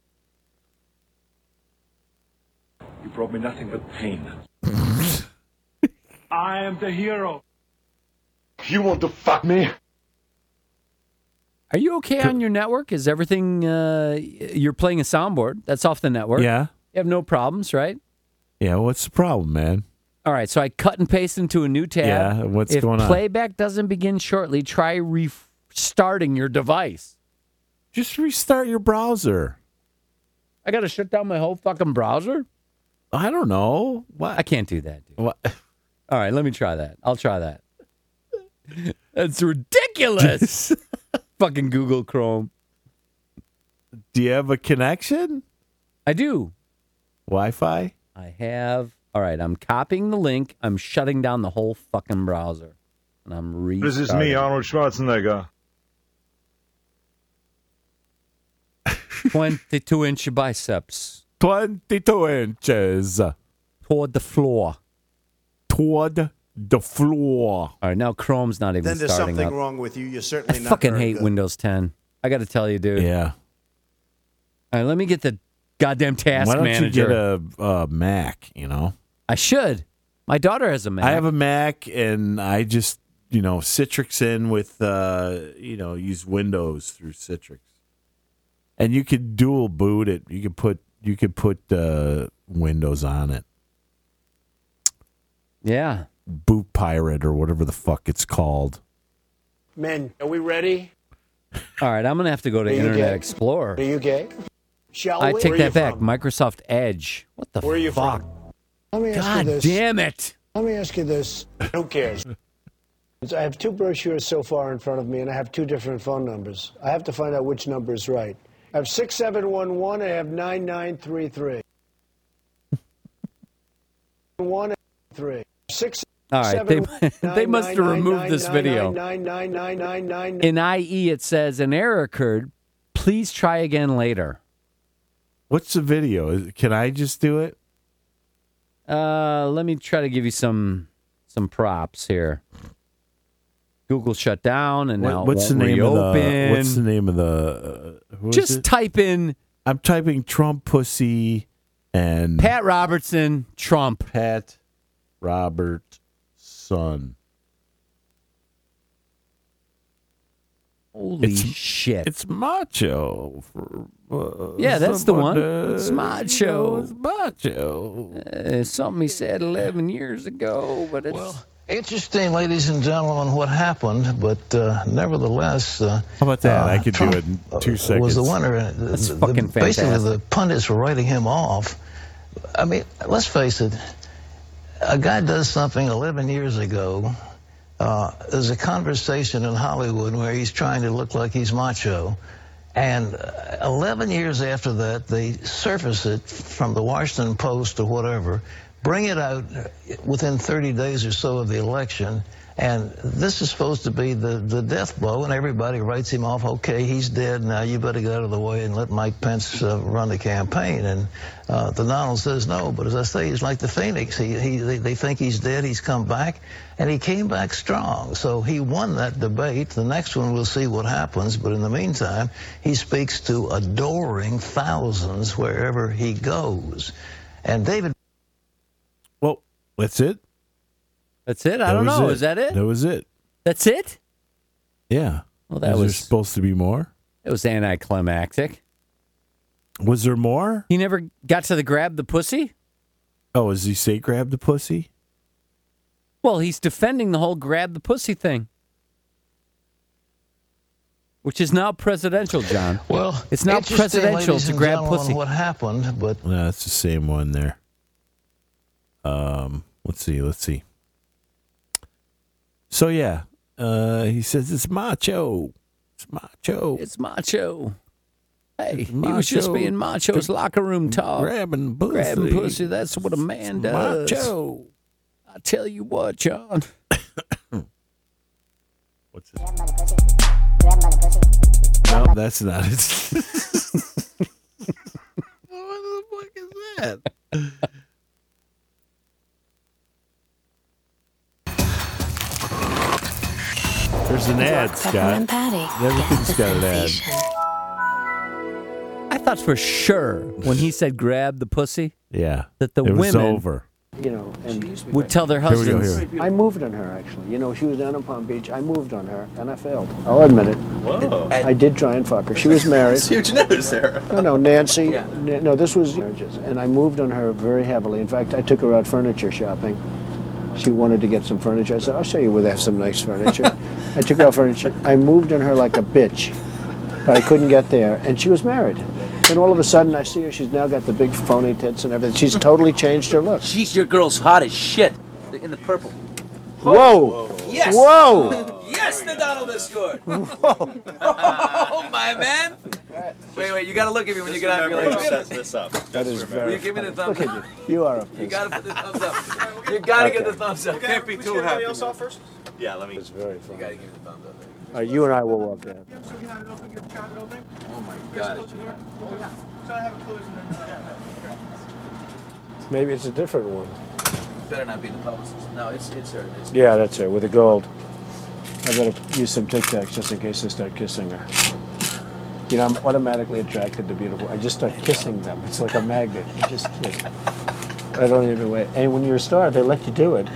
Speaker 1: You brought me nothing but pain. I am the hero. You want to fuck me?
Speaker 4: Are you okay on your network? Is everything uh, you're playing a soundboard? That's off the network.
Speaker 10: Yeah.
Speaker 4: You have no problems, right?
Speaker 10: Yeah. What's the problem, man?
Speaker 4: All right, so I cut and paste into a new tab.
Speaker 10: Yeah, what's
Speaker 4: if
Speaker 10: going on?
Speaker 4: Playback doesn't begin shortly. Try restarting your device.
Speaker 10: Just restart your browser.
Speaker 4: I got to shut down my whole fucking browser.
Speaker 1: I don't know. What?
Speaker 4: I can't do that. Dude.
Speaker 1: What?
Speaker 4: All right, let me try that. I'll try
Speaker 1: [LAUGHS]
Speaker 4: that. That's
Speaker 1: [LAUGHS]
Speaker 4: ridiculous. Fucking Google Chrome.
Speaker 1: Do you have a connection?
Speaker 4: I do.
Speaker 1: Wi Fi?
Speaker 4: I have. All right, I'm copying the link. I'm shutting down the whole fucking browser, and I'm restarting.
Speaker 3: This is me, Arnold Schwarzenegger.
Speaker 4: 22 inch biceps
Speaker 1: 22 inches
Speaker 4: toward the floor.
Speaker 1: toward the floor.
Speaker 4: All right, now Chrome's not even
Speaker 19: Then there's
Speaker 4: starting
Speaker 19: something
Speaker 4: up.
Speaker 19: wrong with you. You're
Speaker 4: I
Speaker 19: certainly not.
Speaker 4: fucking
Speaker 19: very
Speaker 4: hate
Speaker 19: good.
Speaker 4: Windows 10. I got to tell you, dude.
Speaker 1: Yeah.
Speaker 4: All right, let me get the goddamn task
Speaker 1: Why don't
Speaker 4: manager.
Speaker 1: you get a, a Mac, you know?
Speaker 4: I should. My daughter has a Mac.
Speaker 1: I have a Mac and I just, you know, Citrix in with, uh, you know, use Windows through Citrix. And you could dual boot it. You could put, you could put uh, Windows on it.
Speaker 4: Yeah.
Speaker 1: Boot Pirate or whatever the fuck it's called.
Speaker 20: Men, are we ready?
Speaker 4: All right, I'm gonna have to go to
Speaker 20: Are you
Speaker 4: Internet
Speaker 20: gay?
Speaker 4: Explorer.
Speaker 20: you gay? Shall
Speaker 4: I take that back. Microsoft Edge. What the
Speaker 20: Where are you
Speaker 4: fuck?
Speaker 20: Let me
Speaker 4: God damn it!
Speaker 20: Let me ask you this. Who cares?
Speaker 9: I have two brochures so far in front of me, and I have two different phone numbers. I have to find out which number is right. I have 6711, I have 9933. [LAUGHS] One, three, six.
Speaker 4: All right,
Speaker 9: seven,
Speaker 4: they- they
Speaker 9: nine,
Speaker 4: must have
Speaker 9: nine,
Speaker 4: removed
Speaker 9: nine,
Speaker 4: this
Speaker 9: nine,
Speaker 4: video.
Speaker 9: nine, nine, nine, nine, nine,
Speaker 4: In IE, it says an error occurred. Please try again later.
Speaker 1: What's the video? Is- Can I just do it?
Speaker 4: Uh, let me try to give you some some props here. Google shut down, and
Speaker 1: What-
Speaker 4: now it
Speaker 1: what's the
Speaker 4: won't
Speaker 1: name
Speaker 4: reopen.
Speaker 1: of the? What's the name of the? Uh, who is
Speaker 4: Just
Speaker 1: it?
Speaker 4: type in
Speaker 1: I'm typing Trump pussy and
Speaker 4: Pat Robertson, Trump.
Speaker 1: Pat Robertson.
Speaker 4: Holy
Speaker 1: It's-
Speaker 4: shit!
Speaker 1: It's macho. For, uh,
Speaker 4: Yeah, that's the one.
Speaker 1: someone, uh,
Speaker 4: It's macho.
Speaker 1: It's macho.
Speaker 4: Uh, something he said 11 years ago, but it's
Speaker 17: Interesting, ladies and gentlemen, what happened, but uh, nevertheless. Uh,
Speaker 1: How about that? I could
Speaker 17: Trump
Speaker 1: do it in two seconds.
Speaker 17: Was the winner.
Speaker 1: That's
Speaker 17: the, the-
Speaker 1: fucking
Speaker 17: Basically,
Speaker 1: fantastic.
Speaker 17: the pundits were writing him off. I mean, let's face it. A guy does something 11 years ago. Uh, there's a conversation in Hollywood where he's trying to look like he's macho. And uh, 11 years after that, they surface it from the Washington Post or whatever, bring it out within 30 days or so of the election. And this is supposed to be the, the death blow, and everybody writes him off. Okay, he's dead. Now you better get out of the way and let Mike Pence uh, run the campaign. And uh, the Donald says no. But as I say, he's like the phoenix. He, he they, they think he's dead. He's come back, and he came back strong. So he won that debate. The next one, we'll see what happens. But in the meantime, he speaks to adoring thousands wherever he goes. And David.
Speaker 1: Well, that's it.
Speaker 4: That's it. I don't
Speaker 1: was
Speaker 4: know. Is that it?
Speaker 1: That was it.
Speaker 4: That's it.
Speaker 1: Yeah.
Speaker 4: Well, that
Speaker 1: was, there
Speaker 4: was-
Speaker 1: supposed to be more.
Speaker 4: It was anticlimactic.
Speaker 1: Was there more?
Speaker 4: He never got to the grab the pussy.
Speaker 1: Oh, does he say grab the pussy?
Speaker 4: Well, he's defending the whole grab the pussy thing, which is now presidential, John.
Speaker 17: Well,
Speaker 4: it's now
Speaker 17: interesting,
Speaker 4: presidential
Speaker 17: ladies
Speaker 4: to
Speaker 17: and
Speaker 4: grab
Speaker 17: gentlemen,
Speaker 4: pussy.
Speaker 17: What happened, but
Speaker 1: No, that's the same one there. Um, let's see, let's see. So yeah, uh, he says it's macho, it's macho,
Speaker 4: It's macho. Hey,
Speaker 1: It's
Speaker 4: he was just
Speaker 1: macho.
Speaker 4: being macho's locker room talk.
Speaker 1: grabbing pussy,
Speaker 4: Grabbing pussy, that's what a man does.
Speaker 1: macho.
Speaker 4: I tell you what, John.
Speaker 1: What's it? No, that's not it. what the fuck is that? There's an ad, Scott.
Speaker 4: [LAUGHS]
Speaker 1: Everything's got an ad.
Speaker 4: I thought for sure when he said grab the pussy
Speaker 1: Yeah,
Speaker 4: that the
Speaker 1: it was
Speaker 4: women
Speaker 1: over.
Speaker 9: You know, and
Speaker 4: would tell their
Speaker 1: Here we go,
Speaker 4: husbands.
Speaker 1: here.
Speaker 9: I moved on her actually. You know, she was down in Palm Beach. I moved on her, and I failed. I'll admit it.
Speaker 21: Whoa.
Speaker 9: I did try and fuck her. She was married.
Speaker 21: huge news there.
Speaker 9: No, no, Nancy. Na- No, this was and I moved on her very heavily. In fact, I took her out furniture shopping. She wanted to get some furniture. I said, "I'll show you where they have some nice
Speaker 7: [LAUGHS]
Speaker 9: furniture." I took her out furniture. I moved on her like a bitch, but I couldn't get there, and she was married. And all of a sudden, I see her. She's now got the big phony tits and everything. She's totally changed her look.
Speaker 7: She's your girl's hot as shit. In the purple.
Speaker 9: Whoa!
Speaker 7: Oh. Yes.
Speaker 9: Whoa!
Speaker 7: [LAUGHS] yes, the Donald
Speaker 3: [LAUGHS]
Speaker 7: has scored. Whoa. [LAUGHS] oh, my man. Wait, wait. You got to look at me when you get out of your
Speaker 8: remember who
Speaker 7: life.
Speaker 8: sets this up.
Speaker 9: That
Speaker 7: Will
Speaker 9: is
Speaker 7: you
Speaker 9: very.
Speaker 7: give me the thumbs
Speaker 9: Look
Speaker 7: up?
Speaker 9: at you. You are a
Speaker 7: You
Speaker 9: piece.
Speaker 7: got to put the thumbs up. You got to get the thumbs up. Can't be
Speaker 8: we
Speaker 7: too
Speaker 8: get
Speaker 7: happy.
Speaker 8: everybody else off first?
Speaker 7: Yeah, let me.
Speaker 9: It's very
Speaker 7: You
Speaker 9: funny.
Speaker 7: got to give me the thumbs up.
Speaker 9: All right, you and I will walk down.
Speaker 7: Oh my God.
Speaker 9: Maybe it's a different one.
Speaker 7: Better not be the publicist. No, it's it's her. It's
Speaker 9: Yeah, that's her with the gold. I better use some Tic Tacs just in case I start kissing her. You know, I'm automatically attracted to beautiful. I just start kissing them. It's like a magnet. You just kiss. I don't even wait. And when you're a star, they let you do it.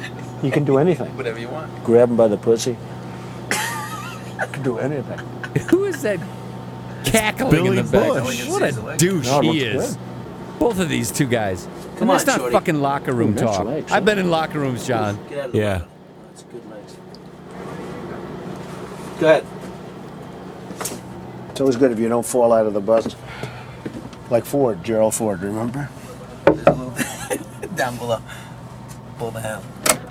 Speaker 9: You can do anything.
Speaker 7: whatever you want.
Speaker 9: Grab them by the pussy. You can do anything.
Speaker 4: Who is that cackling
Speaker 7: Billy
Speaker 4: in the back?
Speaker 7: Bush.
Speaker 4: What a douche
Speaker 9: No, it
Speaker 4: he
Speaker 9: looks
Speaker 4: is. Both of these two guys. and
Speaker 7: Come
Speaker 4: that's
Speaker 7: on,
Speaker 4: not
Speaker 7: Shorty.
Speaker 4: fucking locker room
Speaker 7: Ooh, that's
Speaker 4: talk.
Speaker 7: legs,
Speaker 4: I've
Speaker 7: huh?
Speaker 4: been in locker rooms, John.
Speaker 7: Get out of the
Speaker 4: Yeah.
Speaker 7: That's good legs. Go ahead.
Speaker 9: It's always good if you don't fall out of the bus. Like Ford, Gerald Ford, remember?
Speaker 7: Down below. Pull the hell.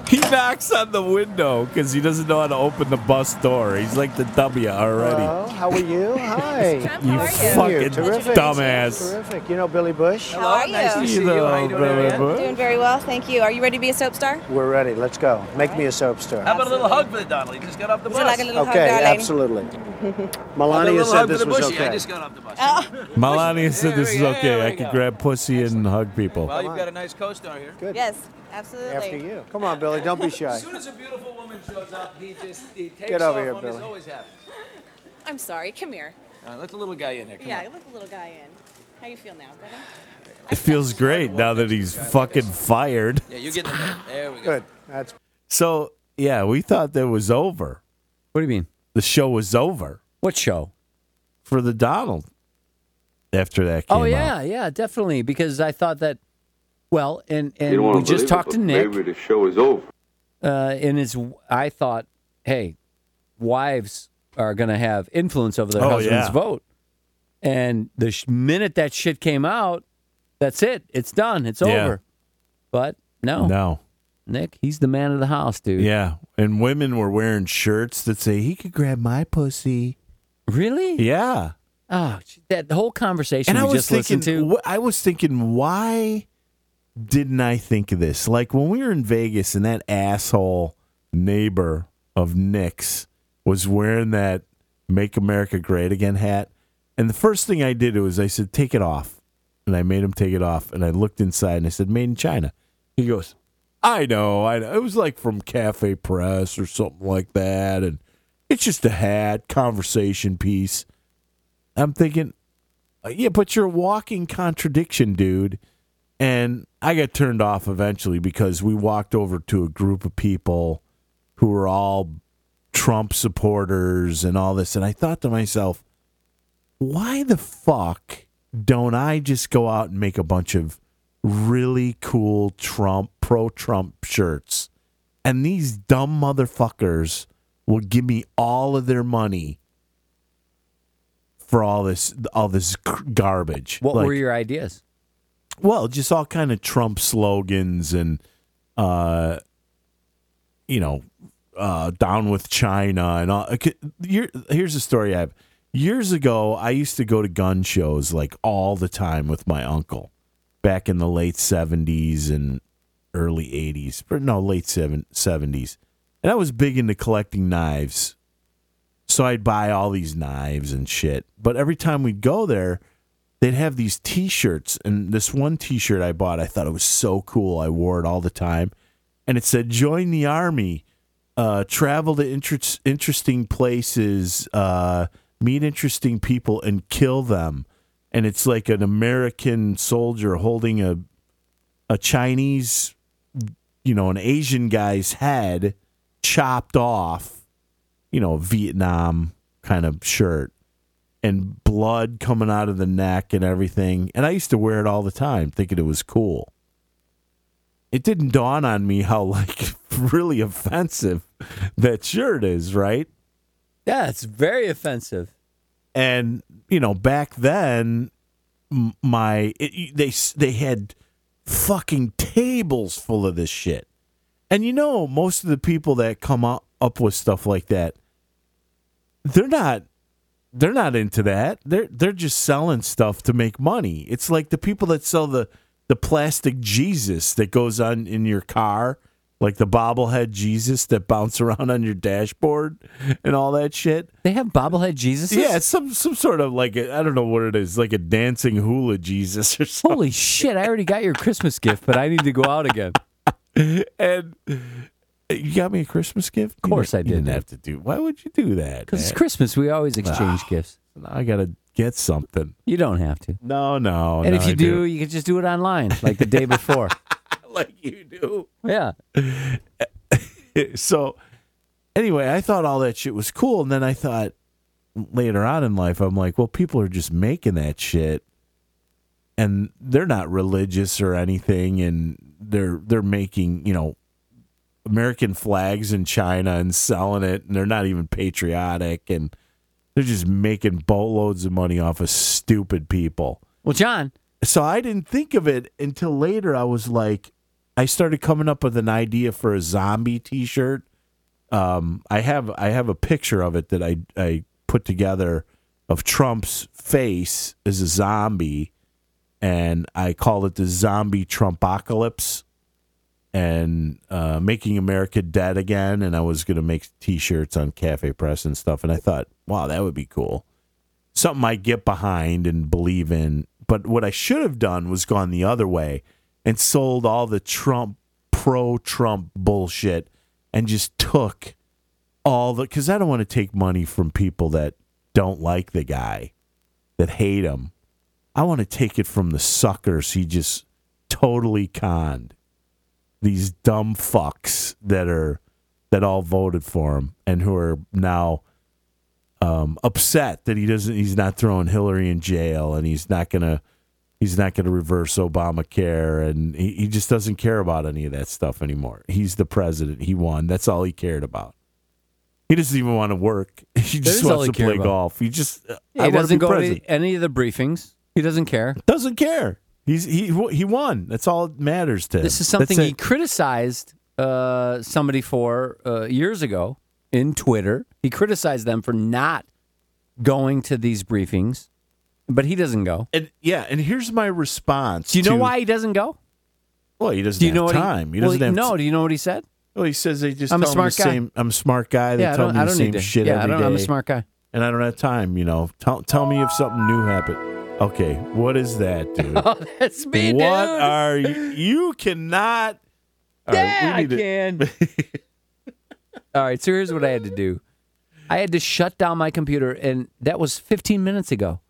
Speaker 1: He knocks on the window because he doesn't know how to open the bus door. He's like the W already.
Speaker 9: Hello, how are you? Hi.
Speaker 1: you fucking
Speaker 9: Terrific.
Speaker 1: dumbass.
Speaker 9: Terrific. You know Billy Bush?
Speaker 22: How are
Speaker 7: nice to
Speaker 22: you?
Speaker 7: see you. How you doing,
Speaker 1: Billy
Speaker 7: Ariane?
Speaker 1: Bush?
Speaker 22: Doing very well, thank you. Are you ready to be a soap star?
Speaker 9: We're ready. Let's go. Make me a soap star.
Speaker 7: How about a little hug for the Donald? He just got off the
Speaker 22: Is
Speaker 7: bus.
Speaker 22: it like a little hug,
Speaker 9: Okay,
Speaker 22: darling?
Speaker 9: absolutely.
Speaker 22: [LAUGHS]
Speaker 7: How about a
Speaker 9: Melania
Speaker 7: little
Speaker 9: said
Speaker 7: hug for
Speaker 9: this
Speaker 7: the
Speaker 9: was
Speaker 7: bushy? I
Speaker 9: okay.
Speaker 7: just got off the bus.
Speaker 1: [LAUGHS] Melania said
Speaker 7: There
Speaker 1: this
Speaker 7: we
Speaker 1: is
Speaker 7: go,
Speaker 1: okay.
Speaker 7: there
Speaker 1: I
Speaker 7: we
Speaker 1: could
Speaker 7: go.
Speaker 1: grab pussy and hug people.
Speaker 7: Well, you've got a nice co-star here.
Speaker 9: Good.
Speaker 22: Yes, absolutely.
Speaker 9: After you. Come on, Billy.
Speaker 7: [LAUGHS]
Speaker 9: Don't be shy.
Speaker 7: As soon as a beautiful woman shows up, he just he takes
Speaker 9: Get over
Speaker 7: off
Speaker 9: here,
Speaker 7: on
Speaker 9: Billy.
Speaker 7: this. Always happens.
Speaker 22: I'm sorry. Come here.
Speaker 7: All right, let the little guy in there. Come
Speaker 22: yeah,
Speaker 7: on.
Speaker 22: let the little guy in. How you feel now, brother?
Speaker 1: It feels great now that he's fucking fired.
Speaker 7: Yeah, you get in the middle. There we go.
Speaker 9: Good. That's
Speaker 1: So, yeah, we thought that was over.
Speaker 4: What do you mean?
Speaker 1: The show was over
Speaker 4: What show?
Speaker 1: for the Donald after that came
Speaker 4: Oh yeah,
Speaker 1: out.
Speaker 4: yeah, definitely. Because I thought that. Well, and
Speaker 23: You
Speaker 4: and
Speaker 23: don't wanna
Speaker 4: we just
Speaker 23: believe it,
Speaker 4: talked to
Speaker 23: but
Speaker 4: Nick.
Speaker 23: Maybe the show is
Speaker 4: [LAUGHS]
Speaker 23: over.
Speaker 4: uh, and it's I thought, hey, wives are going to have influence over their
Speaker 1: Oh,
Speaker 4: husband's
Speaker 1: yeah.
Speaker 4: vote. And the sh- minute that shit came out, that's it. It's done. It's
Speaker 1: Yeah.
Speaker 4: over. But no,
Speaker 1: No.
Speaker 4: Nick, he's the man of the house, dude.
Speaker 1: Yeah. And women were wearing shirts that say, he could grab my pussy.
Speaker 4: Really?
Speaker 1: Yeah.
Speaker 4: Oh, sh- that whole conversation we just listened to.
Speaker 1: wh- I was thinking, why didn't I think of this? Like when we were in Vegas and that asshole neighbor of Nick's was wearing that "Make America Great Again" hat, and the first thing I did was I said, "Take it off," and I made him take it off, and I looked inside and I said, "Made in China." He goes, "I know, I know." It was like from Cafe Press or something like that, and it's just a hat conversation piece. I'm thinking, uh, Yeah, but you're a walking contradiction, dude. And I got turned off eventually because we walked over to a group of people who were all Trump supporters and all this. And I thought to myself, why the fuck don't I just go out and make a bunch of really cool Trump, pro Trump shirts? And these dumb motherfuckers will give me all of their money for all this all this cr- garbage.
Speaker 4: what
Speaker 1: Like-
Speaker 4: were your ideas?
Speaker 1: well, just all kind of Trump slogans and uh you know, uh down with China and all okay, here- here's a story I have. Years ago, I used to go to gun shows like all the time with my uncle back in the late 70s and early 80s, or no, late seven- 70s. And I was big into collecting knives so I'd buy all these knives and shit. But every time we'd go there, they'd have these t shirts. And this one t shirt I bought, I thought it was so cool. I wore it all the time. And it said, Join the army, uh, travel to inter- interesting places, uh, meet interesting people, and kill them. And it's like an American soldier holding a, a Chinese, you know, an Asian guy's head chopped off you know, Vietnam kind of shirt and blood coming out of the neck and everything. And I used to wear it all the time thinking it was cool. It didn't dawn on me how like [LAUGHS] really offensive that shirt is, right?
Speaker 4: Yeah, it's very offensive.
Speaker 1: And, you know, back then m- my it, they s- they had fucking tables full of this shit. And you know, most of the people that come up, up with stuff like that, they're not they're not into that. They're they're just selling stuff to make money. It's like the people that sell the the plastic Jesus that goes on in your car, like the bobblehead Jesus that bounce around on your dashboard and all that shit.
Speaker 4: They have bobblehead Jesus.
Speaker 1: Yeah, [LAUGHS] it's some some sort of like I I don't know what it is, like a dancing hula Jesus or something.
Speaker 4: Holy shit! I already got your Christmas gift, but I need to go out again.
Speaker 1: [LAUGHS] and uh, you got me a Christmas gift. Of
Speaker 4: course I
Speaker 1: You didn't
Speaker 4: did.
Speaker 1: have to do. Why would you do that?
Speaker 4: Because it's
Speaker 1: man?
Speaker 4: Christmas. We always exchange gifts.
Speaker 1: I gotta get something.
Speaker 4: You don't have to.
Speaker 1: No, no.
Speaker 4: and
Speaker 1: no,
Speaker 4: if you
Speaker 1: I
Speaker 4: do, you can just do it online, like the day before.
Speaker 1: like you do.
Speaker 4: Yeah.
Speaker 1: [LAUGHS] so anyway, I thought all that shit was cool, and then I thought later on in life, I'm like, well, people are just making that shit, and they're not religious or anything, and they're they're making you know American flags in China and selling it, and they're not even patriotic, and they're just making boatloads of money off of stupid people.
Speaker 4: Well, John.
Speaker 1: So I didn't think of it until later. I was like, I started coming up with an idea for a zombie T-shirt. Um, I have I have a picture of it that I I put together of Trump's face as a zombie, and I call it the zombie Trumpocalypse and uh, making America dead again. And I was going to make T-shirts on Cafe Press and stuff. And I thought, wow, that would be cool, something I get behind and believe in. But what I should have done was gone the other way and sold all the Trump pro Trump bullshit and just took all the because I don't want to take money from people that don't like the guy that hate him. I want to take it from the suckers he just totally conned these dumb fucks that are that all voted for him and who are now um, upset that he doesn't he's not throwing Hillary in jail and he's not gonna he's not gonna reverse Obamacare and he, he just doesn't care about any of that stuff anymore. He's the president. He won. That's all he cared about. He doesn't even want to work. [LAUGHS] He just
Speaker 4: is all
Speaker 1: wants
Speaker 4: he
Speaker 1: to play
Speaker 4: cared about.
Speaker 1: golf. He just uh,
Speaker 4: He
Speaker 1: I want to
Speaker 4: doesn't
Speaker 1: be
Speaker 4: go
Speaker 1: president.
Speaker 4: to any of the briefings. He doesn't care.
Speaker 1: Doesn't care. He's he he won. [LAUGHS] That's all that matters to him.
Speaker 4: This is something
Speaker 1: That's
Speaker 4: he
Speaker 1: it.
Speaker 4: criticized uh, somebody for uh, years ago in Twitter. He criticized them for not going to these briefings, but he doesn't go.
Speaker 1: And yeah, and here's my response.
Speaker 4: Do you know
Speaker 1: to-
Speaker 4: why he doesn't go?
Speaker 1: Well, he doesn't
Speaker 4: Do you know
Speaker 1: have
Speaker 4: what
Speaker 1: time. He,
Speaker 4: well,
Speaker 1: doesn't have
Speaker 4: No, do you know what he said?
Speaker 1: Well, he says they just
Speaker 4: I'm a
Speaker 1: tell him
Speaker 4: smart
Speaker 1: the
Speaker 4: guy.
Speaker 1: same. I'm a smart guy. They
Speaker 4: Yeah, I
Speaker 1: tell
Speaker 4: don't-
Speaker 1: me
Speaker 4: I
Speaker 1: the
Speaker 4: don't
Speaker 1: same
Speaker 4: need to.
Speaker 1: shit
Speaker 4: Yeah, I
Speaker 1: every
Speaker 4: don't- I'm a
Speaker 1: day,
Speaker 4: smart guy.
Speaker 1: and I don't have time. You know, tell tell me if something new happened. Okay, what is that, dude?
Speaker 4: Oh, that's [LAUGHS] me, dude.
Speaker 1: What are you? You cannot. All right,
Speaker 4: Yeah,
Speaker 1: we
Speaker 4: I
Speaker 1: need to-
Speaker 4: can. [LAUGHS] All right, so here's what I had to do. I had to shut down my computer, and that was 15 minutes ago.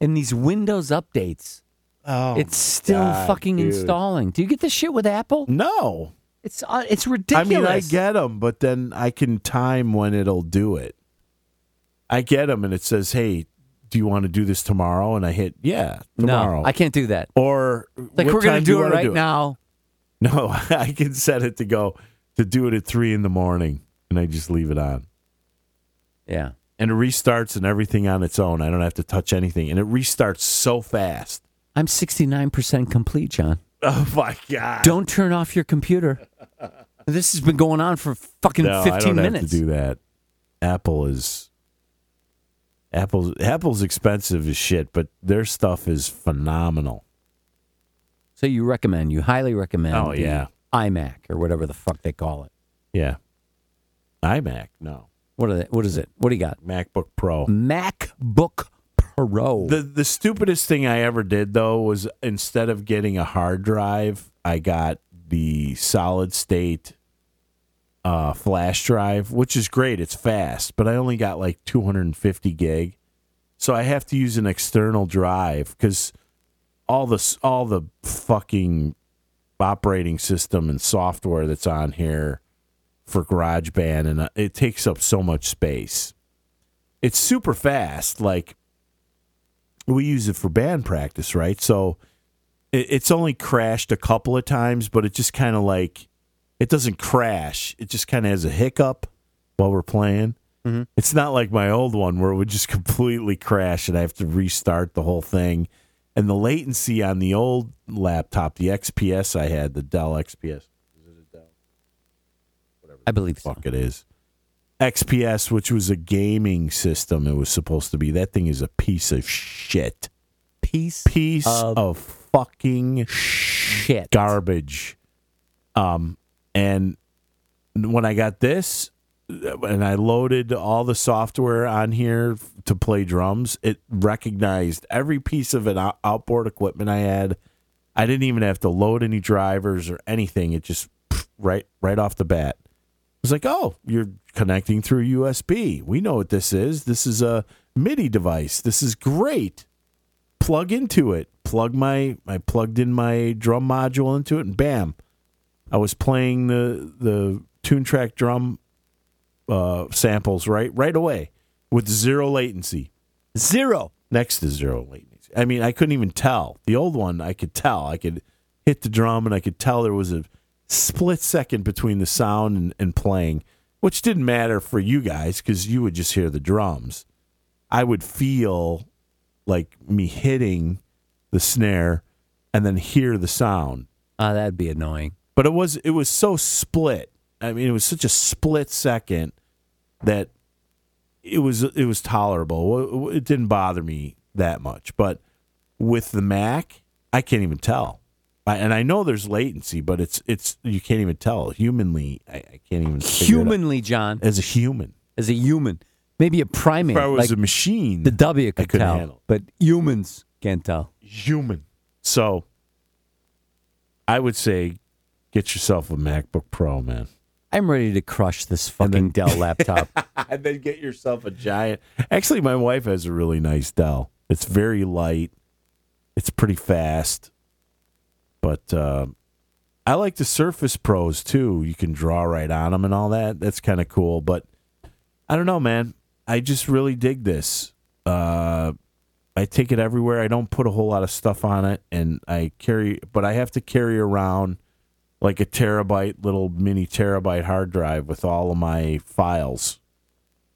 Speaker 4: And these Windows updates,
Speaker 1: Oh,
Speaker 4: it's still
Speaker 1: God,
Speaker 4: fucking
Speaker 1: dude.
Speaker 4: installing. Do you get this shit with Apple?
Speaker 1: No,
Speaker 4: It's uh, it's
Speaker 1: I
Speaker 4: ridiculous.
Speaker 1: mean I get them, but then I can time when it'll do it. I get them, and it says, "Hey, do you want to do this tomorrow?" And I hit, "Yeah, tomorrow."
Speaker 4: No, I can't do that.
Speaker 1: Or
Speaker 4: Like
Speaker 1: what
Speaker 4: we're gonna
Speaker 1: time do
Speaker 4: do
Speaker 1: you
Speaker 4: it
Speaker 1: wanna
Speaker 4: right
Speaker 1: do it?
Speaker 4: now.
Speaker 1: [LAUGHS] No, I can set it to go to do it at three in the morning, and I just leave it on.
Speaker 4: Yeah,
Speaker 1: and it restarts and everything on its own. I don't have to touch anything, and it restarts so fast. [LAUGHS]
Speaker 4: I'm 69% complete, John.
Speaker 1: Oh my god!
Speaker 4: Don't turn off your
Speaker 1: [LAUGHS]
Speaker 4: computer. This has been going on for fucking
Speaker 1: no,
Speaker 4: 15
Speaker 1: I don't
Speaker 4: minutes.
Speaker 1: have to do that. Apple is Apple's Apple's expensive as shit, but their stuff is phenomenal.
Speaker 4: So you recommend, you highly recommend.
Speaker 1: Oh,
Speaker 4: the
Speaker 1: yeah.
Speaker 4: iMac or whatever the fuck they call it.
Speaker 1: Yeah, iMac, no
Speaker 4: What are they, What is it? What do you got?
Speaker 1: MacBook Pro.
Speaker 4: MacBook Pro.
Speaker 1: The the stupidest thing I ever did though was instead of getting a hard drive, I got the solid state uh, flash drive, which is great. It's fast, but I only got like 250 gig, so I have to use an external drive because all the s- all the fucking operating system and software that's on here for GarageBand, and uh, it takes up so much space. It's super fast, like we use it for band practice, right? So it, it's only crashed a couple of times, but it just kind of like it doesn't crash. It just kind of has a hiccup while we're playing. [LAUGHS] It's not like my old one where it would just completely crash and I have to restart the whole thing. and the latency on the old laptop, the XPS I had, the Dell XPS,
Speaker 4: I believe
Speaker 1: fuck it is. XPS, which was a gaming system, it was supposed to be. That thing is a piece of shit.
Speaker 4: Piece
Speaker 1: piece of, fucking shit garbage. Um, and when I got this, and I loaded all the software on here to play drums, it recognized every piece of an out- outboard equipment I had. I didn't even have to load any drivers or anything. It just pff, right right off the bat. It was like, oh, you're connecting through USB. We know what this is. This is a MIDI device. This is great. Plug into it. Plug my I plugged in my drum module into it, and bam, I was playing the the tune track drum uh, samples right right away with zero latency.
Speaker 4: Zero.
Speaker 1: Next to zero latency. I mean, I couldn't even tell. The old one, I could tell. I could hit the drum and I could tell there was a split second between the sound and, and playing, which didn't matter for you guys because you would just hear the drums. I would feel like me hitting the snare and then hear the sound.
Speaker 4: Oh, that'd be annoying.
Speaker 1: But it was it was so split. I mean, it was such a split second that it was it was tolerable. It- It didn't bother me that much. But with the Mac, I can't even tell. I, and I know there's latency, but it's it's you can't even tell humanly. I, I can't even figure it out.
Speaker 4: Humanly, John.
Speaker 1: as a human.
Speaker 4: As a human. Maybe a primate.
Speaker 1: If I was
Speaker 4: like
Speaker 1: a machine,
Speaker 4: the W could
Speaker 1: couldn't
Speaker 4: tell.
Speaker 1: handle it.
Speaker 4: But humans can't tell.
Speaker 1: human. So I would say get yourself a MacBook Pro, man.
Speaker 4: I'm ready to crush this fucking Dell laptop.
Speaker 1: [LAUGHS] and then get yourself a giant. Actually, my wife has a really nice Dell. It's very light. It's pretty fast. But uh, I like the Surface Pros too. You can draw right on them and all that. That's kind of cool. But I don't know, man. I just really dig this. Uh, I take it everywhere. I don't put a whole lot of stuff on it, and I carry, but I have to carry around like a terabyte, little mini terabyte hard drive with all of my files,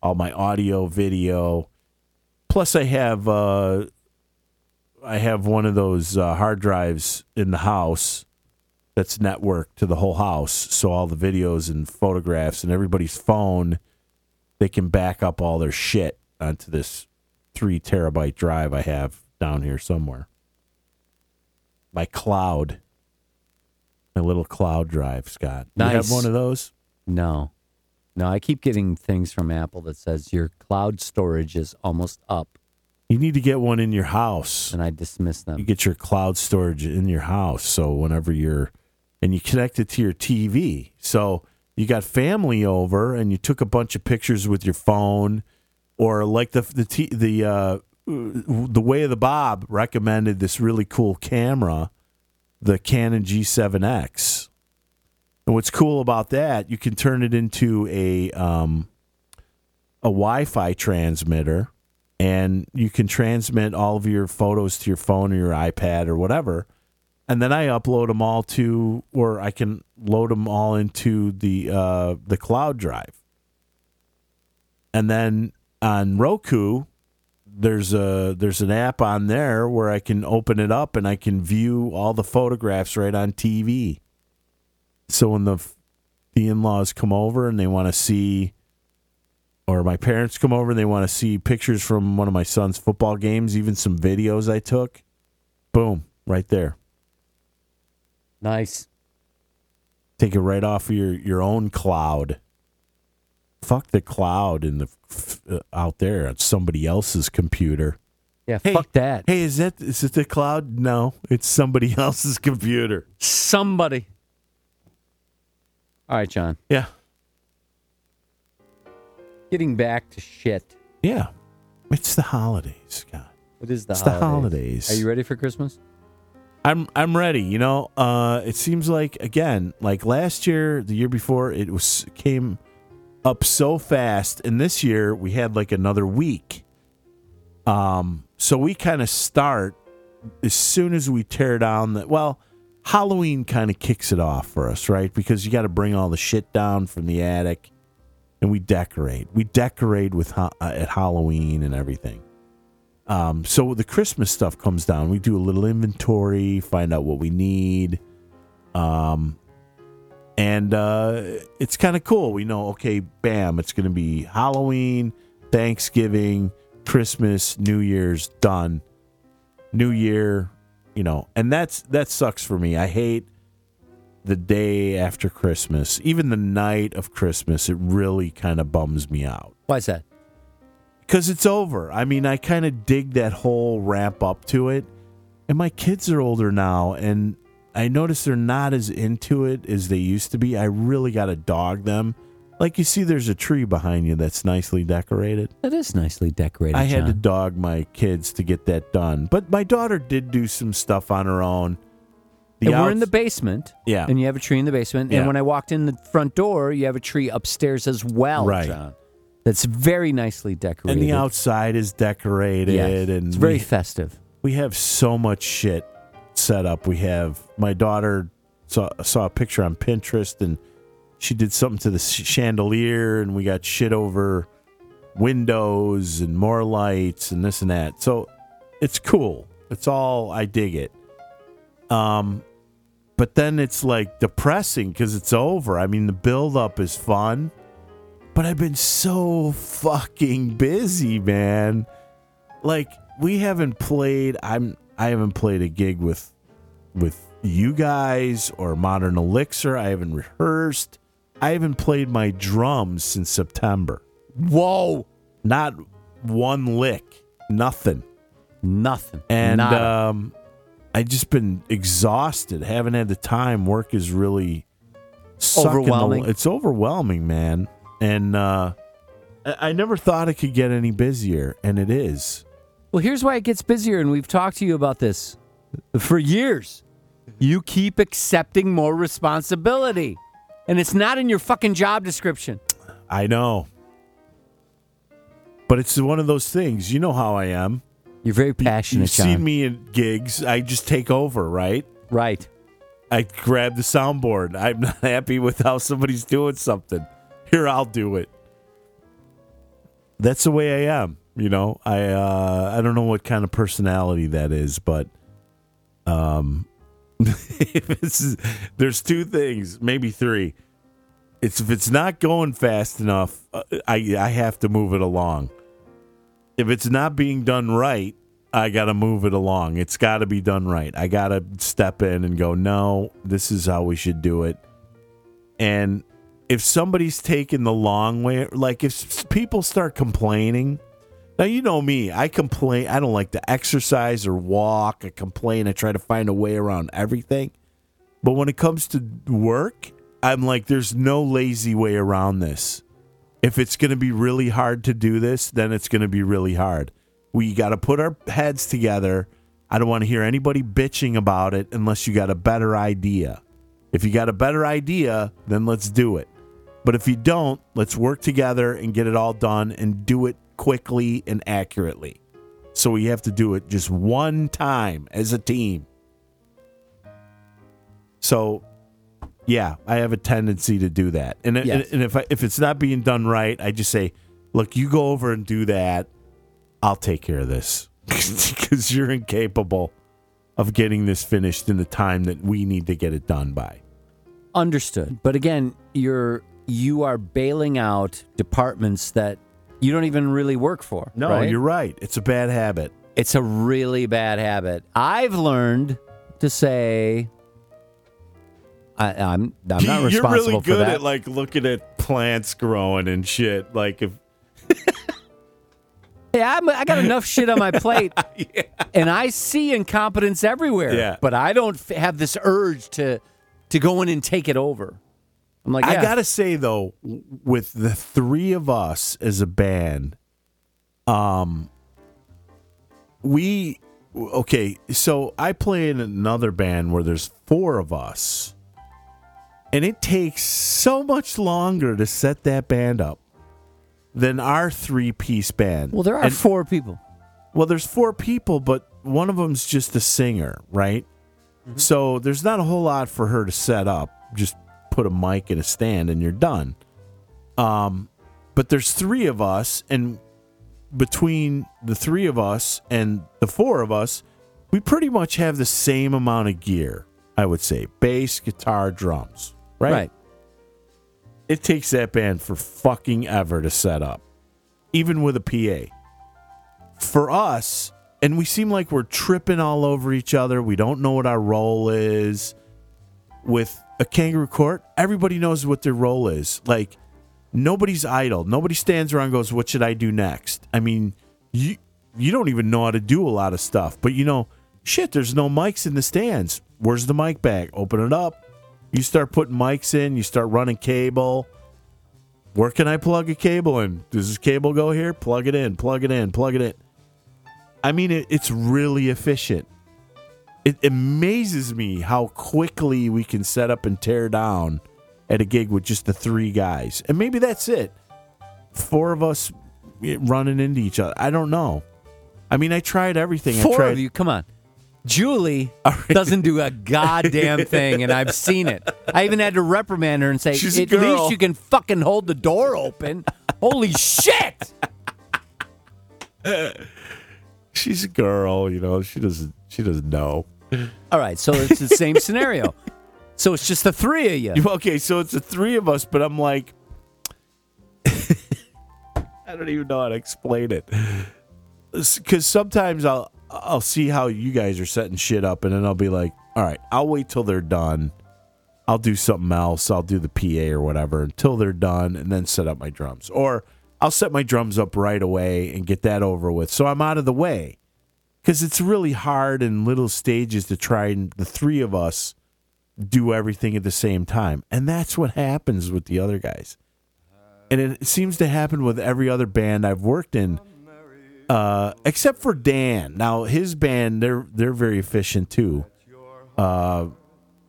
Speaker 1: all my audio, video. Plus, I have uh, I have one of those uh, hard drives in the house that's networked to the whole house, so all the videos and photographs and everybody's phone, they can back up all their shit onto this three terabyte drive I have down here somewhere. My cloud, my little cloud drive, Scott. You have
Speaker 4: Nice.
Speaker 1: one of those?
Speaker 4: No. No, I keep getting things from Apple that says your cloud storage is almost up,
Speaker 1: You need to get one in your house.
Speaker 4: and I dismiss them.
Speaker 1: you get your cloud storage in your house so whenever you're and you connect it to your tv so you got family over and you took a bunch of pictures with your phone or like the the t, the uh, the way of the bob recommended this really cool camera the canon g7x and what's cool about that you can turn it into a um, a wi-fi transmitter and you can transmit all of your photos to your phone or your iPad or whatever. And then I upload them all to, or I can load them all into the uh, the cloud drive. And then on Roku, there's a there's an app on there where I can open it up and I can view all the photographs right on TV. So when the the in-laws come over and they want to see or my parents come over and they want to see pictures from one of my son's football games, even some videos I took, boom, right there.
Speaker 4: Nice.
Speaker 1: Take it right off of your, your own cloud. Fuck the cloud in the f- uh, out there on somebody else's computer.
Speaker 4: Yeah, fuck that.
Speaker 1: Hey, is that is it the cloud? No, it's somebody [LAUGHS] else's computer.
Speaker 4: Somebody. All right, John.
Speaker 1: Yeah,
Speaker 4: Getting back to shit.
Speaker 1: yeah. It's the holidays, Scott.
Speaker 4: What is the
Speaker 1: It's the
Speaker 4: holidays?
Speaker 1: holidays.
Speaker 4: Are you ready for Christmas?
Speaker 1: I'm I'm ready. You know, uh, it seems like again, like last year, the year before, it was came up so fast, and this year we had like another week. Um, so we kind of start as soon as we tear down the well, Halloween kind of kicks it off for us, right? Because you got to bring all the shit down from the attic, and we decorate. We decorate with ha- uh, at Halloween and everything. Um, so the Christmas stuff comes down. We do a little inventory, find out what we need. Um, and uh, it's kind of cool. We know, okay, bam, it's going to be Halloween, Thanksgiving, Christmas, New Year's, done. New Year, you know, and that's that sucks for me. I hate the day after Christmas, even the night of Christmas. It really kind of bums me out.
Speaker 4: Why's that?
Speaker 1: Because it's over. I mean, I kind of dig that whole ramp up to it. And my kids are older now, and I notice they're not as into it as they used to be. I really got to dog them. Like you see, there's a tree behind you that's nicely decorated.
Speaker 4: That is nicely decorated.
Speaker 1: I had to
Speaker 4: John.
Speaker 1: dog my kids to get that done. But my daughter did do some stuff on her own.
Speaker 4: and we're in
Speaker 1: outs-
Speaker 4: the basement.
Speaker 1: Yeah.
Speaker 4: And you have a tree in the basement.
Speaker 1: Yeah.
Speaker 4: And when I walked in the front door, you have a tree upstairs as well,
Speaker 1: Right.
Speaker 4: John. That's very nicely decorated.
Speaker 1: and the outside is decorated
Speaker 4: Yes.
Speaker 1: and
Speaker 4: It's very
Speaker 1: we-
Speaker 4: festive.
Speaker 1: We have so much shit set up. We have my daughter saw saw a picture on Pinterest and she did something to the sh- chandelier and we got shit over windows and more lights and this and that. So it's cool. It's all I dig it. Um but then it's like depressing cuz it's over. I mean the build up is fun but I've been so fucking busy, man. Like we haven't played. I'm I haven't played a gig with with you guys or Modern Elixir. I haven't rehearsed. I haven't played my drums since September.
Speaker 4: Whoa!
Speaker 1: Not one lick. Nothing.
Speaker 4: Nothing.
Speaker 1: And
Speaker 4: Nada.
Speaker 1: um, I just been exhausted. Haven't had the time. Work is really sucking the-
Speaker 4: Overwhelming.
Speaker 1: it's overwhelming, man. And uh, I, I never thought it could get any busier, and it is.
Speaker 4: Well, here's why it gets busier, and we've talked to you about this for years. You keep accepting more responsibility, and it's not in your fucking job description.
Speaker 1: I know. But it's one of those things. You know how I am.
Speaker 4: You're very passionate.
Speaker 1: You've seen
Speaker 4: John.
Speaker 1: me in gigs. I just take over, right?
Speaker 4: Right.
Speaker 1: I grab the soundboard. I'm not happy with how somebody's doing something. Here, I'll do it. That's the way I am. You know, I uh, I don't know what kind of personality that is, but um, [LAUGHS] if it's, there's two things, maybe three. It's if it's not going fast enough, uh, I I have to move it along. If it's not being done right, I got to move it along. It's got to be done right. I got to step in and go, "No, this is how we should do it." And if somebody's taking the long way, like if s- people start complaining, now you know me, I complain, I don't like to exercise or walk, I complain, I try to find a way around everything. But when it comes to work, I'm like, there's no lazy way around this. If it's going to be really hard to do this, then it's going to be really hard. We got to put our heads together. I don't want to hear anybody bitching about it unless you got a better idea. If you got a better idea, then let's do it. But if you don't, let's work together and get it all done and do it quickly and accurately. So we have to do it just one time as a team. So, yeah, I have a tendency to do that, and and-
Speaker 4: Yes.
Speaker 1: and if I, if it's not being done right, I just say, "Look, you go over and do that. I'll take care of this [LAUGHS] because you're incapable of getting this finished in the time that we need to get it done by."
Speaker 4: Understood. But again, you're you are bailing out departments that you don't even really work for.
Speaker 1: No,
Speaker 4: right?
Speaker 1: you're right. It's a bad habit.
Speaker 4: It's a really bad habit. I've learned to say, I, I'm I'm not
Speaker 1: [LAUGHS] You're
Speaker 4: responsible
Speaker 1: really
Speaker 4: for
Speaker 1: good
Speaker 4: that.
Speaker 1: at like looking at plants growing and shit. Like if [LAUGHS]
Speaker 4: Yeah, I'm, I got enough shit
Speaker 1: [LAUGHS]
Speaker 4: on my plate, and I see incompetence everywhere.
Speaker 1: Yeah.
Speaker 4: but I don't f- have this urge to to go in and take it over. I'm like,
Speaker 1: I
Speaker 4: yeah.
Speaker 1: gotta say though, w- with the three of us as a band, um, we okay. So I play in another band where there's four of us, and it takes so much longer to set that band up than our three piece band.
Speaker 4: Well, there are
Speaker 1: And-
Speaker 4: four people.
Speaker 1: well, there's four people, but one of them's just a singer, right?
Speaker 4: Mm-hmm.
Speaker 1: So there's not a whole lot for her to set up. Just put a mic and a stand, and you're done. Um, but there's three of us, and between the three of us and the four of us, we pretty much have the same amount of gear, I would say bass, guitar, drums, right?
Speaker 4: Right.
Speaker 1: It takes that band for fucking ever to set up, even with a PA. For us, and we seem like we're tripping all over each other, we don't know what our role is. With a kangaroo court, everybody knows what their role is. Like, nobody's idle. Nobody stands around and goes, "What should I do next?" I mean, you you don't even know how to do a lot of stuff, but you know, shit, there's no mics in the stands. Where's the mic bag? Open it up. You start putting mics in, you start running cable. Where can I plug a cable in? Does this cable go here? Plug it in, plug it in, plug it in. I mean, it, it's really efficient. It amazes me how quickly we can set up and tear down at a gig with just the three guys. And maybe that's it. Four of us running into each other. I don't know. I mean, I tried everything. I
Speaker 4: Four
Speaker 1: tried,
Speaker 4: of you, come on.
Speaker 1: [LAUGHS]
Speaker 4: Julie doesn't do a goddamn thing, and I've seen it. I even had to reprimand her and say,
Speaker 1: She's a
Speaker 4: "At
Speaker 1: girl."
Speaker 4: least you can fucking hold the door open." Holy shit!
Speaker 1: She's a girl, you know. She doesn't. She doesn't know.
Speaker 4: All right, so it's the
Speaker 1: [LAUGHS]
Speaker 4: same scenario. So it's just the three of you.
Speaker 1: Okay, so it's the three of us, but I'm like, I don't even know how to explain it. Because sometimes I'll I'll see how you guys are setting shit up, and then I'll be like, all right, I'll wait till they're done. I'll do something else. I'll do the PA or whatever until they're done, and then set up my drums. Or I'll set my drums up right away and get that over with, so I'm out of the way. Because it's really hard in little stages to try and the three of us do everything at the same time. And that's what happens with the other guys. And it seems to happen with every other band I've worked in, uh, except for Dan. Now his band, they're they're very efficient too. Uh,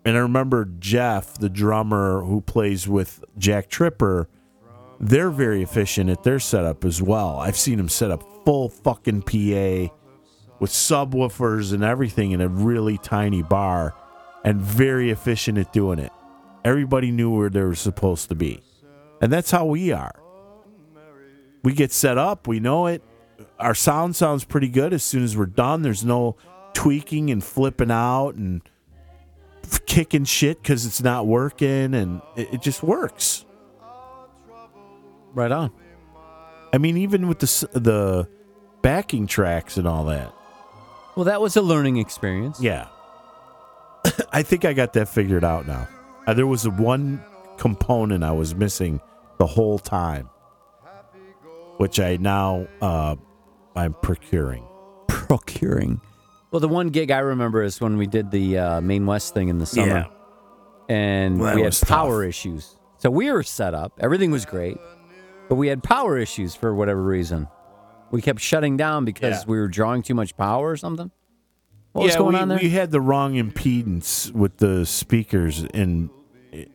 Speaker 1: and I remember Jeff, the drummer who plays with Jack Tripper, they're very efficient at their setup as well. I've seen them set up full fucking PA with subwoofers and everything in a really tiny bar and very efficient at doing it. Everybody knew where they were supposed to be. And that's how we are. We get set up, we know it. Our sound sounds pretty good as soon as we're done. There's no tweaking and flipping out and f- kicking shit because it's not working and it, it just works.
Speaker 4: Right on.
Speaker 1: I mean, even with the s- the backing tracks and all that.
Speaker 4: Well, that was a learning experience.
Speaker 1: Yeah. [COUGHS] I think I got that figured out now. Uh, there was one component I was missing the whole time, which I now uh, I'm procuring.
Speaker 4: Procuring. Well, the one gig I remember is when we did the uh, Main West thing in the summer, and
Speaker 1: Well, that
Speaker 4: we had
Speaker 1: was tough.
Speaker 4: power issues. So we were set up, everything was great, but we had power issues for whatever reason. We kept shutting down because
Speaker 1: Yeah.
Speaker 4: we were drawing too much power or something. What was
Speaker 1: yeah,
Speaker 4: going
Speaker 1: we,
Speaker 4: on there?
Speaker 1: we had the wrong impedance with the speakers in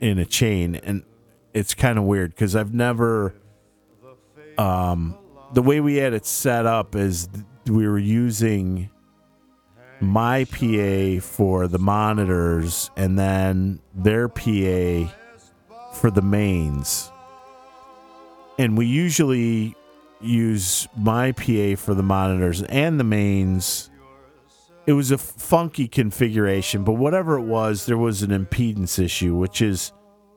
Speaker 1: in a chain, and it's kind of weird because I've never. Um, the way we had it set up is th- we were using my PA for the monitors and then their PA for the mains. And we usually use my PA for the monitors and the mains. It was a f- funky configuration, but whatever it was, there was an impedance issue, which is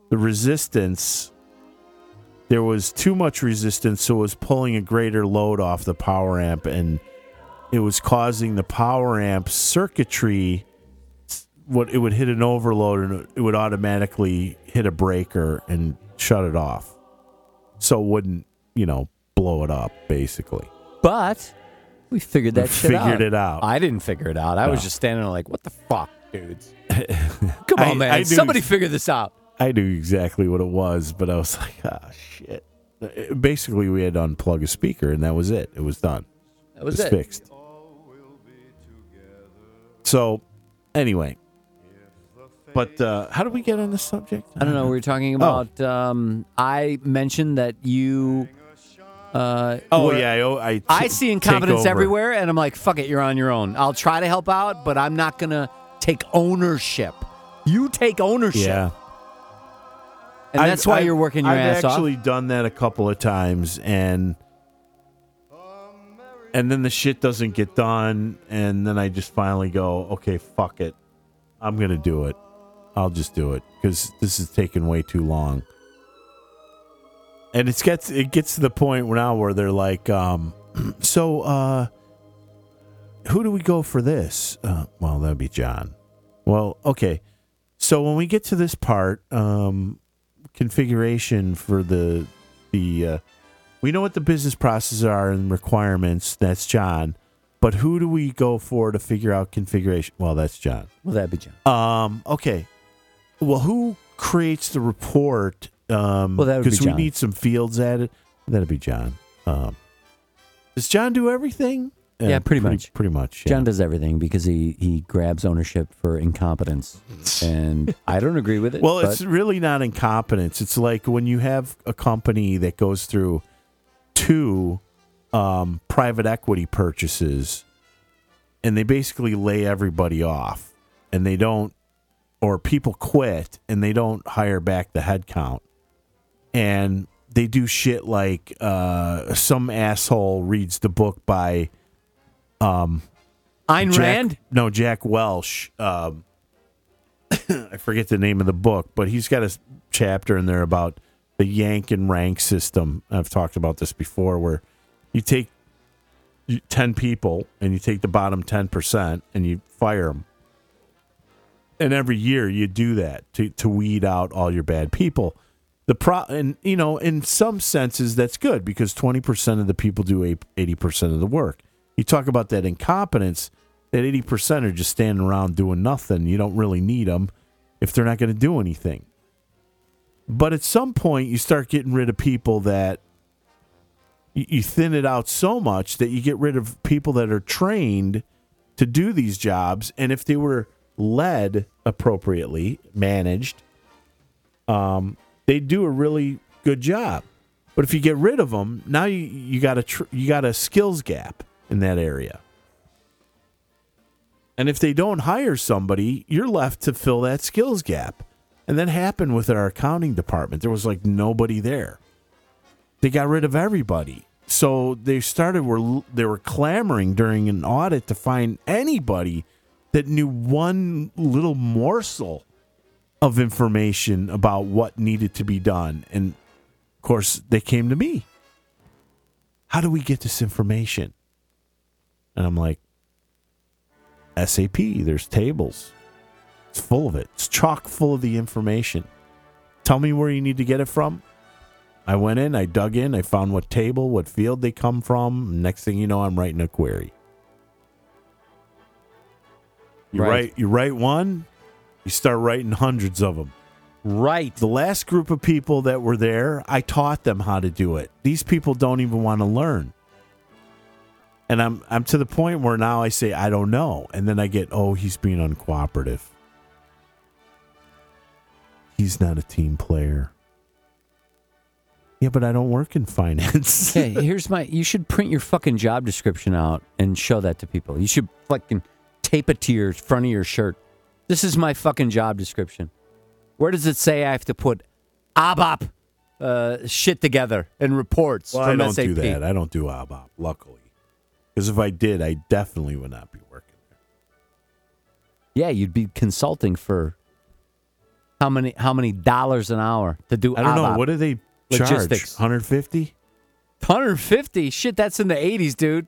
Speaker 1: the resistance. There was too much resistance, so it was pulling a greater load off the power amp, and it was causing the power amp circuitry what it would hit an overload and it would automatically hit a breaker and shut it off. So it wouldn't, you know, blow it up basically.
Speaker 4: But we figured that
Speaker 1: We
Speaker 4: shit out.
Speaker 1: figured it out.
Speaker 4: I didn't figure it out. I was
Speaker 1: No.
Speaker 4: just standing there like, what the fuck,
Speaker 1: [LAUGHS]
Speaker 4: dudes? Come on,
Speaker 1: I-
Speaker 4: man.
Speaker 1: I knew-
Speaker 4: Somebody figure this out.
Speaker 1: I knew exactly what it was, but I was [LAUGHS] like, ah, shit. It- basically, we had to unplug a speaker and that was it. It was done.
Speaker 4: That was
Speaker 1: It's
Speaker 4: it.
Speaker 1: fixed. So, anyway. But uh, how did we get on this subject? Oh.
Speaker 4: I don't know. We were talking about. Um, I mentioned that you. Uh,
Speaker 1: Oh,
Speaker 4: were-
Speaker 1: yeah. I, oh, I,
Speaker 4: I
Speaker 1: t-
Speaker 4: see
Speaker 1: take
Speaker 4: incompetence
Speaker 1: over.
Speaker 4: everywhere, and I'm like, fuck it, you're on your own. I'll try to help out, but I'm not gonna take ownership. You take ownership,
Speaker 1: Yeah.
Speaker 4: and
Speaker 1: I've-
Speaker 4: that's why
Speaker 1: I've-
Speaker 4: you're working your
Speaker 1: I've
Speaker 4: ass
Speaker 1: actually
Speaker 4: off.
Speaker 1: done that a couple of times, and and then the shit doesn't get done, and then I just finally go, okay, fuck it, I'm gonna do it. I'll just do it because this is taking way too long. And it gets it gets to the point now where they're like, um, [CLEARS THROAT] so uh, who do we go for this? Uh, well, that'd be John. Well, okay. So when we get to this part, um, configuration for the the uh, we know what the business processes are and requirements. That's John. But who do we go for to figure out configuration? Well, that's John.
Speaker 4: Well, that'd be John.
Speaker 1: Um, okay. Well, who creates the report? Um,
Speaker 4: Well, that would be
Speaker 1: because we
Speaker 4: John.
Speaker 1: need some fields added. That'd be John. Um, does John do everything? Uh,
Speaker 4: Yeah, pretty much.
Speaker 1: Pretty much. yeah.
Speaker 4: John does everything because he, he grabs ownership for
Speaker 1: [LAUGHS]
Speaker 4: incompetence, and I don't agree with it.
Speaker 1: Well,
Speaker 4: but
Speaker 1: it's really not incompetence. It's like when you have a company that goes through two um, private equity purchases, and they basically lay everybody off, and they don't, or people quit, and they don't hire back the headcount, and they do shit like uh, some asshole reads the book by. Um,
Speaker 4: Ayn
Speaker 1: Jack-
Speaker 4: Rand?
Speaker 1: No, Jack Welsh. Um, [COUGHS] I forget the name of the book, but he's got a s- chapter in there about the yank and rank system. I've talked about this before, where you take you- ten people and you take the bottom ten percent and you fire them. And every year you do that to to weed out all your bad people. The pro and you know in some senses that's good because twenty percent of the people do eighty percent of the work. You talk about that incompetence. That eighty percent are just standing around doing nothing. You don't really need them if they're not going to do anything. But at some point, you start getting rid of people that you, you thin it out so much that you get rid of people that are trained to do these jobs. And if they were led appropriately, managed, um, they do a really good job. But if you get rid of them, now you, you got a tr- you got a skills gap in that area. And if they don't hire somebody, you're left to fill that skills gap. And that happened with our accounting department. There was like nobody there. They got rid of everybody. So they started were they were clamoring during an audit to find anybody that knew one little morsel of information about what needed to be done. And of course, they came to me. How do we get this information? And I'm like, SAP. There's tables. It's full of it. It's chock full of the information. Tell me where you need to get it from. I went in, I dug in, I found what table, what field they come from. Next thing you know, I'm writing a query. You
Speaker 5: Right.
Speaker 1: write you write one, you start writing hundreds of them.
Speaker 4: Right.
Speaker 1: The last group of people that were there, I taught them how to do it. These people don't even want to learn and I'm I'm to the point where now I say I don't know, and then I get oh he's being uncooperative. He's not a team player. Yeah, but I don't work in [LAUGHS] finance.
Speaker 4: [LAUGHS] okay, here's my. You should print your fucking job description out and show that to people. You should fucking tape it to your front of your shirt. This is my fucking job description. Where does it say I have to put ABAP uh, shit together and reports
Speaker 1: Well, I
Speaker 4: from
Speaker 1: don't
Speaker 4: SAP?
Speaker 1: do that. I don't do ABAP, luckily, because if I did, I definitely would not be working.
Speaker 4: Yeah, you'd be consulting for how many how many dollars an hour to do?
Speaker 1: I don't know
Speaker 4: ABAP?
Speaker 1: what do they
Speaker 4: Logistics.
Speaker 1: charge. Hundred fifty.
Speaker 4: 150? Shit, that's in the 80s, dude.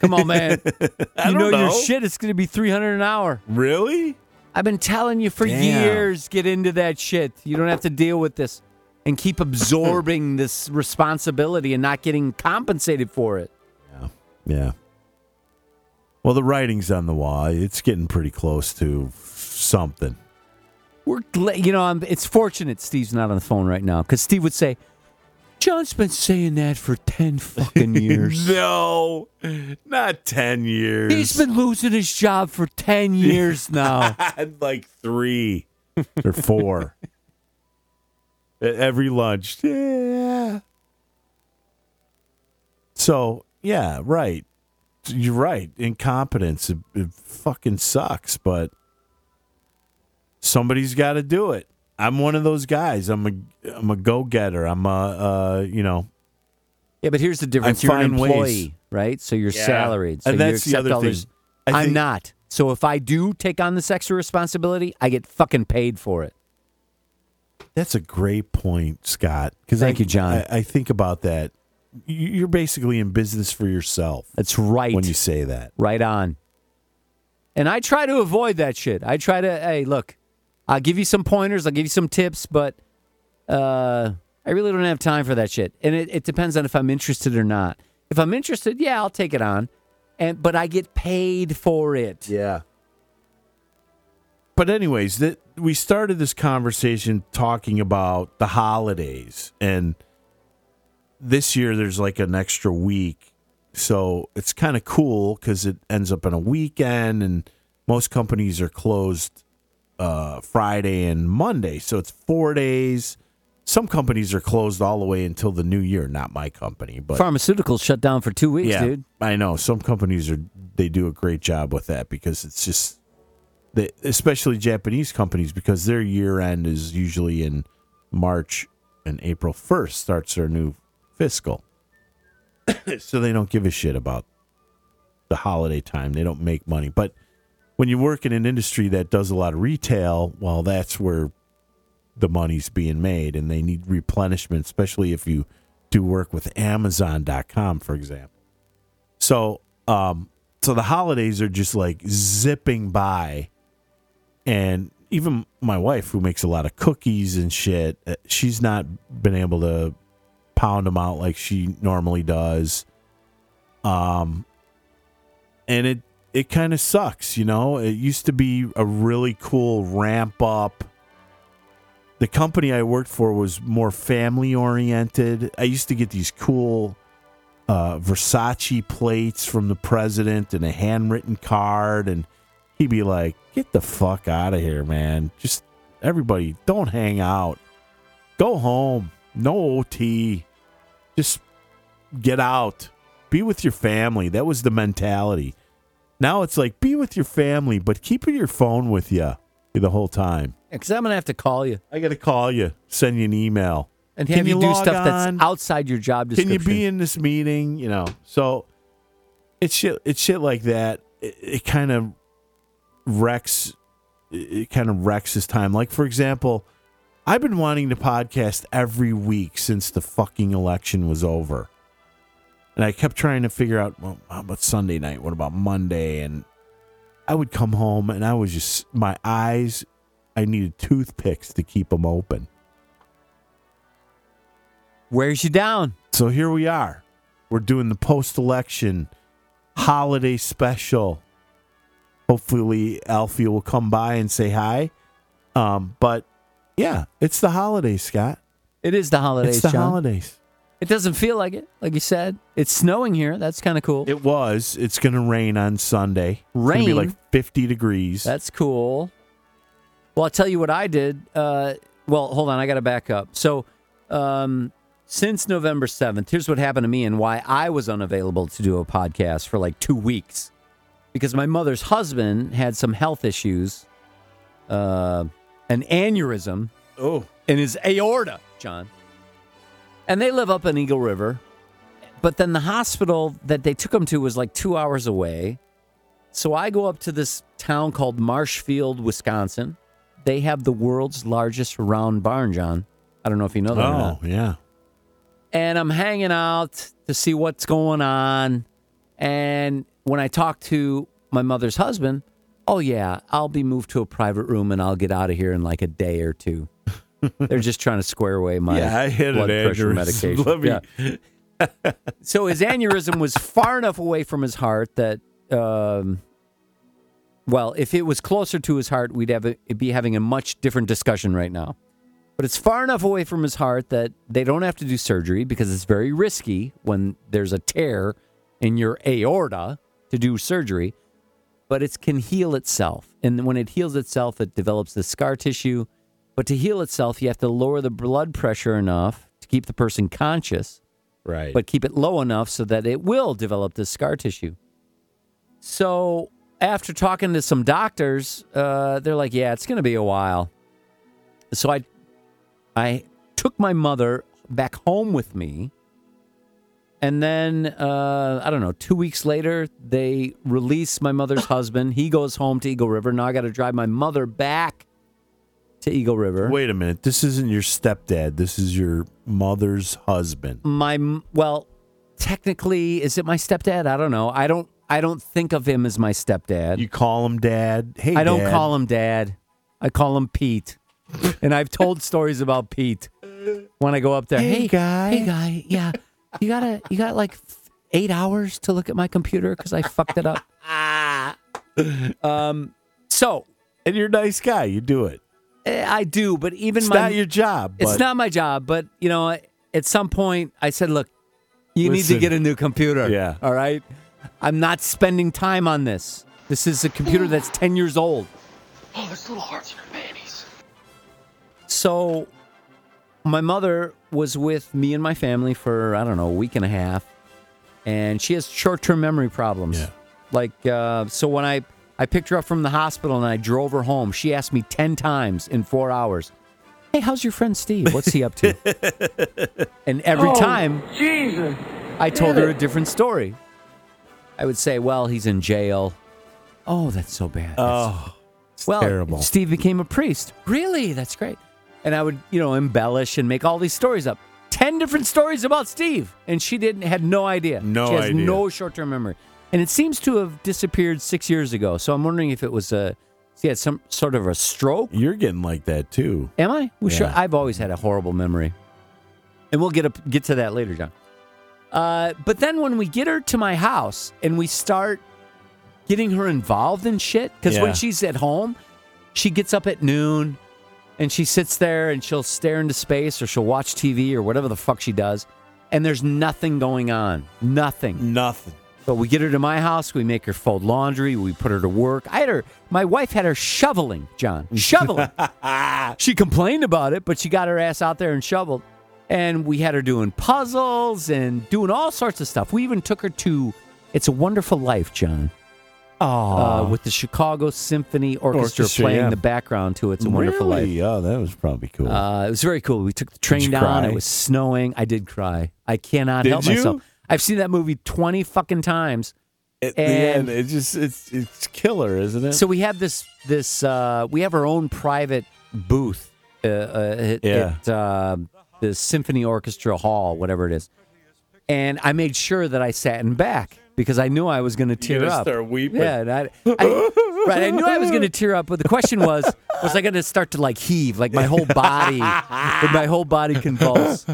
Speaker 4: Come on,
Speaker 1: [LAUGHS]
Speaker 4: man. you know,
Speaker 1: don't
Speaker 4: your
Speaker 1: know.
Speaker 4: shit is going to be 300 an hour.
Speaker 1: Really?
Speaker 4: I've been telling you for
Speaker 1: Damn.
Speaker 4: years get into that shit. You don't have to deal with this and keep
Speaker 1: [LAUGHS]
Speaker 4: absorbing this responsibility and not getting compensated for it.
Speaker 1: Yeah. Well, the writing's on the wall. It's getting pretty close to something.
Speaker 4: We're, gla- you know, I'm, it's fortunate Steve's not on the phone right now because Steve would say, John's been saying that for 10
Speaker 1: [LAUGHS]
Speaker 4: fucking years.
Speaker 1: no, not 10 years.
Speaker 4: He's been losing his job for 10
Speaker 1: [LAUGHS]
Speaker 4: years now.
Speaker 1: like three [LAUGHS] or four. At every lunch. Yeah. So, yeah, right. You're right. Incompetence, it, it fucking sucks, but somebody's got to do it. I'm one of those guys. I'm a I'm a go getter. I'm a uh, you know.
Speaker 4: Yeah, but here's the difference.
Speaker 1: I
Speaker 4: You're an
Speaker 1: find ways.
Speaker 4: employee. right? So you're
Speaker 1: Yeah.
Speaker 4: salaried. So
Speaker 1: And
Speaker 4: you
Speaker 1: that's the
Speaker 4: accept
Speaker 1: other
Speaker 4: all
Speaker 1: thing.
Speaker 4: this-
Speaker 1: I
Speaker 4: I'm
Speaker 1: think-
Speaker 4: not. So if I do take on this extra responsibility, I get fucking paid for it.
Speaker 1: That's a great point, Scott. Because
Speaker 4: Thank
Speaker 1: I,
Speaker 4: you, John.
Speaker 1: I, I think about that. You- You're basically in business for yourself.
Speaker 4: That's right.
Speaker 1: When you say that,
Speaker 4: Right on. And I try to avoid that shit. I try to, hey, look, I'll give you some pointers, I'll give you some tips, but uh, I really don't have time for that shit. And it, it depends on if I'm interested or not. If I'm interested, yeah, I'll take it on. And but I get paid for it.
Speaker 1: Yeah. But anyways, that we started this conversation talking about the holidays and this year there's like an extra week. So it's kind of cool cuz it ends up on a weekend and most companies are closed uh, Friday and Monday. So it's 4 days. Some companies are closed all the way until the new year, not my company, but
Speaker 4: Pharmaceuticals shut down for two weeks,
Speaker 1: yeah,
Speaker 4: dude.
Speaker 1: I know some companies are they do a great job with that because it's just they, especially Japanese companies because their year end is usually in March and April 1st starts their new fiscal. [COUGHS] so they don't give a shit about the holiday time. They don't make money. But when you work in an industry that does a lot of retail, well that's where the money's being made and they need replenishment especially if you do work with amazon.com for example. So, um, so the holidays are just like zipping by, and even my wife, who makes a lot of cookies and shit, uh, she's not been able to pound them out like she normally does. Um, and it it kind of sucks, you know. It used to be a really cool ramp up the company I worked for was more family oriented. I used to get these cool uh, Versace plates from the president and a handwritten card, and he'd be like, "Get the fuck out of here, man! Just everybody, don't hang out. Go home. No OT. Just get out. Be with your family." That was the mentality. Now it's like be with your family, but keep your phone with you the whole time.
Speaker 4: Because I'm gonna have to call you
Speaker 1: I got to call you, send you an email,
Speaker 4: and
Speaker 1: Can
Speaker 4: have you, do
Speaker 1: log
Speaker 4: stuff
Speaker 1: on?
Speaker 4: that's outside your job
Speaker 1: Can
Speaker 4: description.
Speaker 1: you be in this meeting? You know, so it's shit. It's shit like that. It, it kind of wrecks. It, it kind of wrecks his time. Like for example, I've been wanting to podcast every week since the fucking election was over, and I kept trying to figure out. Well, how about Sunday night? What about Monday? And I would come home and I was just my eyes. I needed toothpicks to keep them open.
Speaker 4: Wears you down.
Speaker 1: So here we are. We're doing the post-election holiday special. Hopefully, Alfie will come by and say hi. Um, but yeah, it's the holidays, Scott.
Speaker 4: It is the holidays.
Speaker 1: it's the
Speaker 4: John.
Speaker 1: holidays.
Speaker 4: It doesn't feel like it, like you said. It's snowing here. That's kind of cool.
Speaker 1: It was. It's going to rain on Sunday. It's going to be
Speaker 4: Rain?
Speaker 1: like 50 degrees.
Speaker 4: That's cool. Well, I'll tell you what I did. Uh, well, hold on. I got to back up. So, um, since November 7th, here's what happened to me and why I was unavailable to do a podcast for like two weeks because my mother's husband had some health issues, uh, an aneurysm
Speaker 1: oh.
Speaker 4: in his aorta, John. And they live up in Eagle River. But then the hospital that they took him to was like two hours away. So I go up to this town called Marshfield, Wisconsin. They have the world's largest round barn, John. I don't know if you know that or
Speaker 1: Oh,
Speaker 4: not.
Speaker 1: yeah.
Speaker 4: And I'm hanging out to see what's going on. And when I talk to my mother's husband, oh, yeah, I'll be moved to a private room and I'll get out of here in like a day or
Speaker 1: [LAUGHS]
Speaker 4: two. They're just trying to square away my
Speaker 1: yeah, I hit
Speaker 4: blood
Speaker 1: an
Speaker 4: pressure
Speaker 1: [LAUGHS] aneurysm.
Speaker 4: medication.
Speaker 1: Let me-
Speaker 4: Yeah so his aneurysm was far enough away from his heart that, um, well, if it was closer to his heart, we'd have a, be having a much different discussion right now. But it's far enough away from his heart that they don't have to do surgery because it's very risky when there's a tear in your aorta to do surgery. But it can heal itself. And when it heals itself, it develops the scar tissue. But to heal itself, you have to lower the blood pressure enough to keep the person conscious
Speaker 1: Right.
Speaker 4: but keep it low enough so that it will develop this scar tissue. So after talking to some doctors, uh, they're like, "Yeah, it's going to be a while." So I, I took my mother back home with me And then uh, I don't know. Two weeks later, they release my
Speaker 1: [COUGHS]
Speaker 4: mother's husband. He goes home to Eagle River. Now I got to drive my mother back to Eagle River.
Speaker 1: Wait a minute. This isn't your stepdad. This is your mother's husband.
Speaker 4: my m- well technically is it my stepdad i don't know i don't i don't think of him as my stepdad you
Speaker 1: call him dad hey
Speaker 4: i don't
Speaker 1: Dad.
Speaker 4: call him dad i call him
Speaker 1: [LAUGHS]
Speaker 4: pete and i've told stories about pete when i go up there hey,
Speaker 10: guy.
Speaker 4: hey guy yeah you gotta you got like f- eight hours to look at my computer because i fucked it up
Speaker 1: [LAUGHS]
Speaker 4: um so
Speaker 1: Ah. and you're a nice guy you do it
Speaker 4: eh, i do but even
Speaker 1: It's
Speaker 4: my
Speaker 1: not your job,
Speaker 4: it's
Speaker 1: but-
Speaker 4: not my job but you know at some point i said look you need
Speaker 1: Listen.
Speaker 4: to get a new computer.
Speaker 1: Yeah.
Speaker 4: All right. I'm not spending time on this. This is a computer that's 10 years old.
Speaker 5: [LAUGHS] Oh, there's little hearts in her panties.
Speaker 4: So my mother was with me and my family for, I don't know, a week and a half. And she has short term memory problems. Yeah. Like, uh, so when I, I picked her up from the hospital and I drove her home, she asked me 10 times in four hours, Hey, how's your friend Steve? What's he up to? and every
Speaker 12: Oh,
Speaker 4: time
Speaker 12: Jesus.
Speaker 4: I told her a
Speaker 12: Really?
Speaker 4: different story. I would say, well, he's in jail. Oh, that's so bad.
Speaker 1: Oh,
Speaker 4: well,
Speaker 1: terrible.
Speaker 4: Steve became a priest. Really? That's great. And I would, you know, embellish and make all these stories up. 10 different stories about Steve. And she didn't had no idea.
Speaker 1: No
Speaker 4: She has
Speaker 1: idea. [LAUGHS]
Speaker 4: no short-term memory. And it seems to have disappeared 6 years ago. So I'm wondering if it was a she had some sort of a stroke.
Speaker 1: You're getting like that too.
Speaker 4: Am I? Well, sure.
Speaker 1: Yeah.
Speaker 4: I've always had a horrible memory, and we'll get up, get to that later, John. Uh, but then when we get her to my house and we start getting her involved in shit, because
Speaker 1: Yeah.
Speaker 4: when she's at home, she gets up at noon and she sits there and she'll stare into space or she'll watch TV or whatever the fuck she does, and there's nothing going on, nothing,
Speaker 1: nothing.
Speaker 4: But we get her to my house. We make her fold laundry. We put her to work. I had her. My wife had her shoveling,
Speaker 1: [LAUGHS]
Speaker 4: John. Shoveling. she complained about it, but she got her ass out there and shoveled. And we had her doing puzzles and doing all sorts of stuff. We even took her to It's a Wonderful Life, John.
Speaker 1: Aw.
Speaker 4: Uh, with the Chicago Symphony Orchestra,
Speaker 1: Orchestra,
Speaker 4: playing
Speaker 1: yeah.
Speaker 4: the background to It's a Wonderful Life.
Speaker 1: really? Oh, that was probably cool.
Speaker 4: Uh, it was very cool. We took the train
Speaker 1: you
Speaker 4: down.
Speaker 1: cry?
Speaker 4: It was snowing. I did cry. I cannot
Speaker 1: Did
Speaker 4: help
Speaker 1: you?
Speaker 4: myself. I've seen that movie 20 fucking times.
Speaker 1: At the end, it just it's it's killer, isn't it?
Speaker 4: So
Speaker 1: [LAUGHS]
Speaker 4: we have this this uh, we have our own private booth uh, uh, at,
Speaker 1: Yeah.
Speaker 4: at uh, the Symphony Orchestra Hall, whatever it is. And I made sure that I sat in back because I knew I was going to tear
Speaker 1: gonna
Speaker 4: up.
Speaker 1: start weeping.
Speaker 4: Yeah,
Speaker 1: [LAUGHS]
Speaker 4: and I, I- right. I knew I was going to tear up, but the question was, was I going to start to like heave, like my whole body, would my whole body convulse?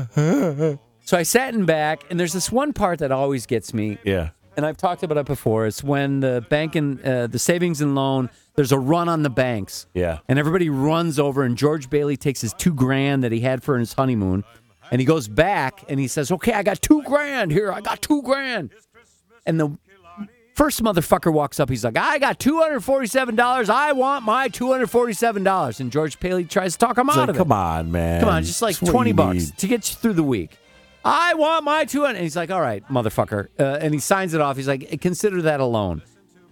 Speaker 4: So I sat in back, and there's this one part that always gets me.
Speaker 1: Yeah.
Speaker 4: And I've talked about it before. It's when the bank and uh, the savings and loan, there's a run on the banks.
Speaker 1: Yeah.
Speaker 4: And everybody runs over, and George Bailey takes his two grand that he had for his honeymoon, and he goes back and he says, "Okay, I got two grand here. I got two grand." And the first motherfucker walks up. He's like, "I got two hundred forty-seven dollars. I want my two hundred forty-seven [LAUGHS] dollars." And George Bailey tries to talk him
Speaker 1: It's
Speaker 4: out
Speaker 1: like,
Speaker 4: of it.
Speaker 1: come on, man.
Speaker 4: Come on, just like
Speaker 1: It's what
Speaker 4: twenty
Speaker 1: you
Speaker 4: bucks
Speaker 1: need.
Speaker 4: to get you through the week. I want my two hundred. And he's like, "All right, motherfucker," uh, and he signs it off. He's like, "Consider that a loan."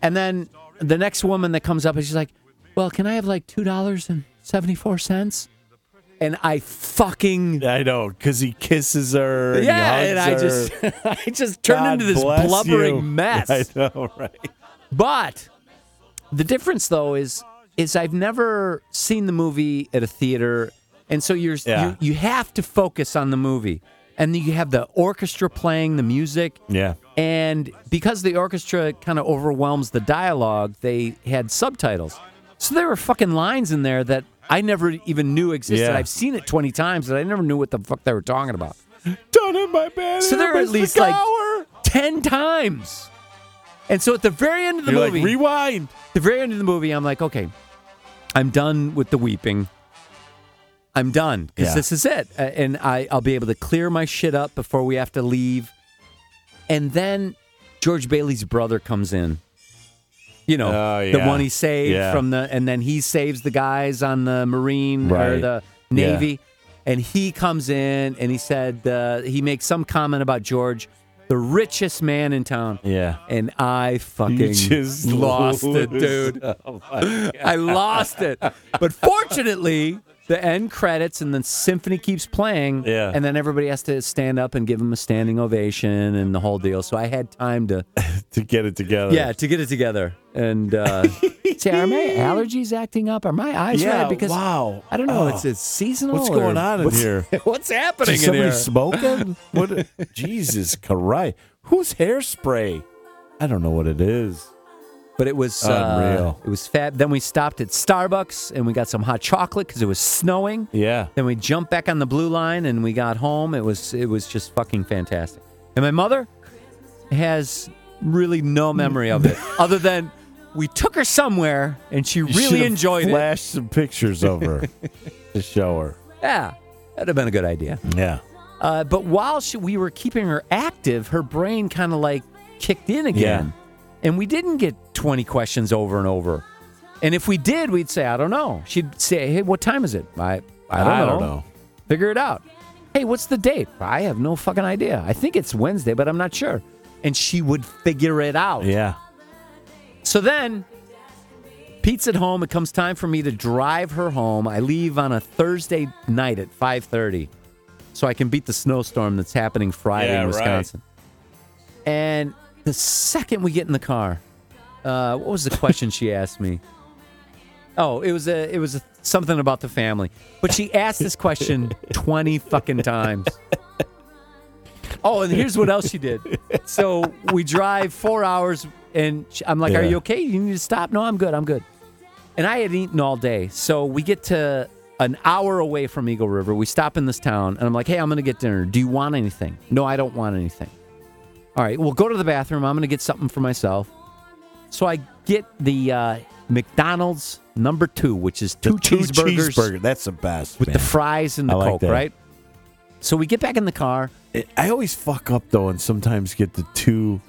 Speaker 4: And then the next woman that comes up, and she's like, "Well, can I have like two dollars and seventy-four
Speaker 1: [LAUGHS]
Speaker 4: cents?" And I fucking
Speaker 1: I know because he kisses her. And
Speaker 4: yeah,
Speaker 1: he
Speaker 4: and I
Speaker 1: hugs
Speaker 4: just
Speaker 1: her.
Speaker 4: I just turned
Speaker 1: God
Speaker 4: into this
Speaker 1: bless
Speaker 4: blubbering
Speaker 1: you. [LAUGHS]
Speaker 4: mess.
Speaker 1: I know, [LAUGHS] right?
Speaker 4: But the difference though is is I've never seen the movie at a theater, and so you're
Speaker 1: Yeah.
Speaker 4: you, you have to focus on the movie, and you have the orchestra playing the music.
Speaker 1: Yeah.
Speaker 4: And because the orchestra kind of overwhelms the dialogue, they had subtitles. So there were fucking lines in there that I never even knew existed.
Speaker 1: Yeah.
Speaker 4: I've seen it 20 times and I never knew what the fuck they were talking about.
Speaker 1: Done in my bed.
Speaker 4: So there were at least like 10 times. And so at the very end of the
Speaker 1: You're like,
Speaker 4: movie,
Speaker 1: rewind.
Speaker 4: The very end of the movie, I'm like, okay, I'm done with the weeping. I'm done because
Speaker 1: Yeah.
Speaker 4: this is it, A- and I I'll be able to clear my shit up before we have to leave. And then George Bailey's brother comes in. You know,
Speaker 1: Oh,
Speaker 4: the
Speaker 1: yeah.
Speaker 4: one he saved
Speaker 1: Yeah.
Speaker 4: from the, and then he saves the guys on the Marine or
Speaker 1: Right.
Speaker 4: the
Speaker 1: Yeah.
Speaker 4: Navy and he comes in and he said uh, he makes some comment about George, the richest man in town.
Speaker 1: Yeah.
Speaker 4: and I
Speaker 1: [LAUGHS]
Speaker 4: fucking
Speaker 23: [LAUGHS]
Speaker 1: just
Speaker 4: lost it,
Speaker 1: lose.
Speaker 4: dude.
Speaker 1: Oh, my God.
Speaker 4: I lost it, but fortunately, the end credits and the symphony keeps playing.
Speaker 8: Yeah.
Speaker 4: And then everybody has to stand up and give him a standing ovation and the whole deal. So I had time to
Speaker 1: [LAUGHS] to get it together.
Speaker 4: Yeah, to get it together. And
Speaker 1: [LAUGHS]
Speaker 4: uh, say, are my allergies acting up? Are my eyes
Speaker 1: Yeah,
Speaker 4: red? Because
Speaker 1: wow.
Speaker 4: I don't know.
Speaker 1: Oh.
Speaker 4: It's it's seasonal.
Speaker 1: What's going
Speaker 4: or-
Speaker 1: on in
Speaker 4: what's-
Speaker 1: here?
Speaker 4: [LAUGHS] What's happening
Speaker 1: Is
Speaker 4: in
Speaker 1: somebody
Speaker 4: here? [LAUGHS]
Speaker 1: smoking? what? Jesus Christ! Who's hairspray? I don't know what it is.
Speaker 4: But it was
Speaker 1: Unreal.
Speaker 4: Uh, it was fab. Then we stopped at Starbucks and we got some hot chocolate because it was snowing.
Speaker 1: Yeah.
Speaker 4: Then we jumped back on the blue line and we got home. It was it was just fucking fantastic. And my mother has really no memory of
Speaker 1: [LAUGHS]
Speaker 4: it other than we took her somewhere and she really enjoyed
Speaker 1: Flash some
Speaker 4: [LAUGHS]
Speaker 1: pictures over to show her.
Speaker 4: it. Yeah. That'd have been a good idea.
Speaker 1: Yeah.
Speaker 4: Uh, but while she, we were keeping her active, her brain kind of like kicked in again. And we didn't get 20 questions over and over. And if we did, we'd say, I don't know. She'd say, hey, what time is it? I, I, don't,
Speaker 1: I
Speaker 4: know.
Speaker 1: don't know.
Speaker 4: Figure it out. Hey, what's the date? I have no fucking idea. I think it's Wednesday, but I'm not sure. And she would figure it out.
Speaker 1: Yeah.
Speaker 4: So then Pete's at home. It comes time for me to drive her home. I leave on a Thursday night at 5:30 so I can beat the snowstorm that's happening Friday
Speaker 8: Yeah,
Speaker 4: in
Speaker 8: right.
Speaker 4: Wisconsin. And the second we get in the car, uh, what was the question she asked me? Oh, it was a it was a, something about the family. But she asked this question 20 fucking
Speaker 8: [LAUGHS]
Speaker 4: times. Oh, and here's what else she did. So we drive four hours, and sh I'm like, "Are
Speaker 8: Yeah.
Speaker 4: you okay? You need to stop." No, I'm good. I'm good. And I had eaten all day, so we get to an hour away from Eagle River. We stop in this town, and I'm like, "Hey, I'm gonna get dinner. Do you want anything?" No, I don't want anything. All right, well, go to the bathroom. I'm gonna get something for myself. So I get the uh, McDonald's number two, which is two, cheeseburgers
Speaker 1: cheeseburger. That's the best.
Speaker 4: with
Speaker 1: man.
Speaker 4: the fries and the
Speaker 1: I like
Speaker 4: coke,
Speaker 1: that.
Speaker 4: right? So we get back in the car.
Speaker 1: I always fuck up though, and sometimes get the two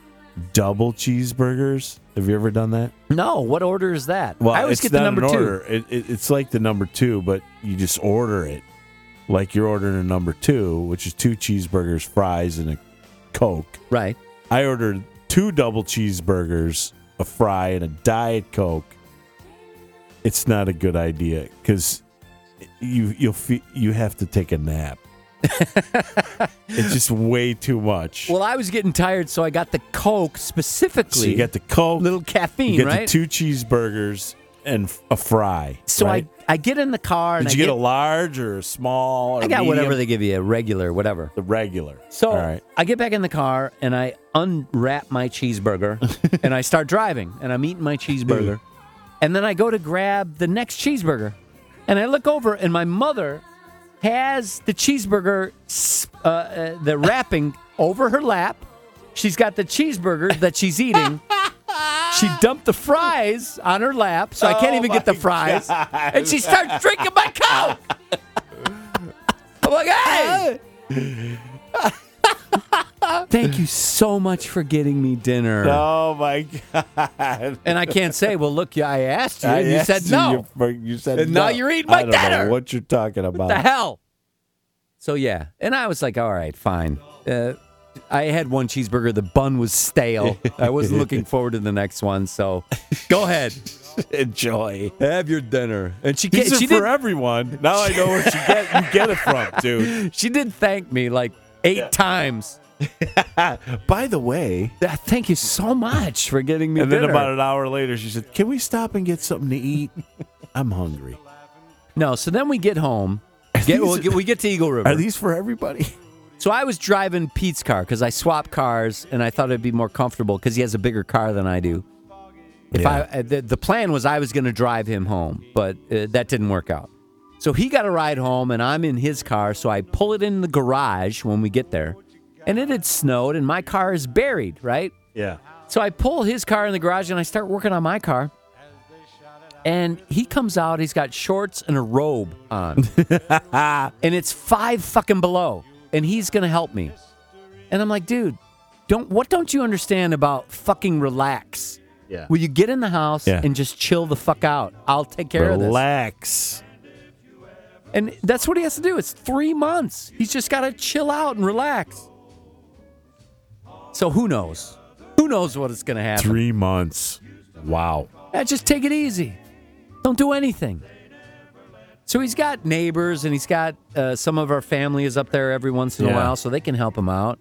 Speaker 1: double cheeseburgers. Have you ever done that?
Speaker 4: No, what order is that?
Speaker 1: Well,
Speaker 4: I always
Speaker 1: it's
Speaker 4: get the
Speaker 1: not
Speaker 4: number
Speaker 1: an
Speaker 4: two.
Speaker 1: order. It, it, it's like the number two, but you just order it like you're ordering a number two, which is two cheeseburgers, fries, and a coke.
Speaker 4: Right.
Speaker 1: I ordered two double cheeseburgers, a fry, and a diet coke. It's not a good idea because you you'll fe- you have to take
Speaker 4: [LAUGHS]
Speaker 1: a nap. it's just way too much.
Speaker 4: Well, I was getting tired, so I got the Coke specifically.
Speaker 1: So you got the coke,
Speaker 4: little caffeine,
Speaker 1: you get
Speaker 4: right?
Speaker 1: the two cheeseburgers and f- a fry.
Speaker 4: so
Speaker 1: right?
Speaker 4: I, I get in the car. and
Speaker 1: Did
Speaker 4: I
Speaker 1: you get, a large or a small? Or
Speaker 4: I got whatever
Speaker 1: medium?
Speaker 4: they give you, a regular, whatever.
Speaker 1: The regular.
Speaker 4: So
Speaker 1: All right.
Speaker 4: I get back in the car and I unwrap my
Speaker 1: [LAUGHS]
Speaker 4: cheeseburger and I start driving and I'm eating my cheeseburger. and then I go to grab the next cheeseburger and I look over and my mother has the cheeseburger, s- uh, uh, the wrapping over her lap. She's got the cheeseburger that she's
Speaker 1: [LAUGHS]
Speaker 4: eating. She dumped the fries on her lap, so I can't
Speaker 8: Oh
Speaker 4: even get the
Speaker 8: my
Speaker 4: fries.
Speaker 8: God.
Speaker 4: And she starts
Speaker 1: [LAUGHS]
Speaker 4: drinking my coke. I'm like, hey, Thank you so much for getting me dinner.
Speaker 1: Oh my god!
Speaker 4: [LAUGHS] And I can't say, well, look, yeah, I asked you,
Speaker 1: I
Speaker 4: and you
Speaker 1: asked
Speaker 4: said no.
Speaker 1: You, for- you said
Speaker 4: And now
Speaker 1: no.
Speaker 4: you're eating my
Speaker 1: I don't know
Speaker 4: dinner.
Speaker 1: what you're talking about?
Speaker 4: the hell? So yeah, and I was like, all right, fine. Uh, I had one cheeseburger. The bun was stale. I
Speaker 1: [LAUGHS]
Speaker 4: wasn't looking forward to the next one. So go ahead,
Speaker 1: enjoy,
Speaker 4: have your dinner. And she
Speaker 1: These
Speaker 4: ca-
Speaker 1: are
Speaker 4: she
Speaker 1: for
Speaker 4: did,
Speaker 1: everyone. Now I know where you get you get it
Speaker 4: [LAUGHS]
Speaker 1: from, dude.
Speaker 4: she did thank me like eight times.
Speaker 1: [LAUGHS] By the way,
Speaker 4: Uh, Thank you so much for getting me
Speaker 1: and
Speaker 4: dinner.
Speaker 1: then about an hour later, she said, "Can we stop and get something to eat? I'm hungry."
Speaker 4: no, so then we get home. Get,
Speaker 1: these-
Speaker 4: we get, we get to Eagle River.
Speaker 1: Are these for everybody?
Speaker 4: So I was driving Pete's car because I swapped cars and I thought it'd be more comfortable because he has a bigger car than I do. If
Speaker 1: Yeah.
Speaker 4: I uh, the, the plan was I was going to drive him home, but uh, that didn't work out. So he got a ride home and I'm in his car, so I pull it in the garage when we get there. And it had snowed and my car is buried, right?
Speaker 1: Yeah.
Speaker 4: So I pull his car in the garage and I start working on my car. And he comes out, he's got shorts and a robe
Speaker 1: [LAUGHS]
Speaker 4: on. and it's five fucking below. And he's gonna help me. And I'm like, dude, don't what don't you understand about fucking relax?
Speaker 1: Yeah.
Speaker 4: Will you get in the house
Speaker 1: Yeah.
Speaker 4: and just chill the fuck out? I'll take care of this.
Speaker 1: Relax.
Speaker 4: And that's what he has to do. It's three months. He's just got to chill out and relax. So who knows? Who knows what is going to happen?
Speaker 1: Three months. Wow.
Speaker 4: Yeah, just take it easy. Don't do anything. So he's got neighbors, and he's got uh, some of our family is up there every once in a
Speaker 8: Yeah.
Speaker 4: while, so they can help him out.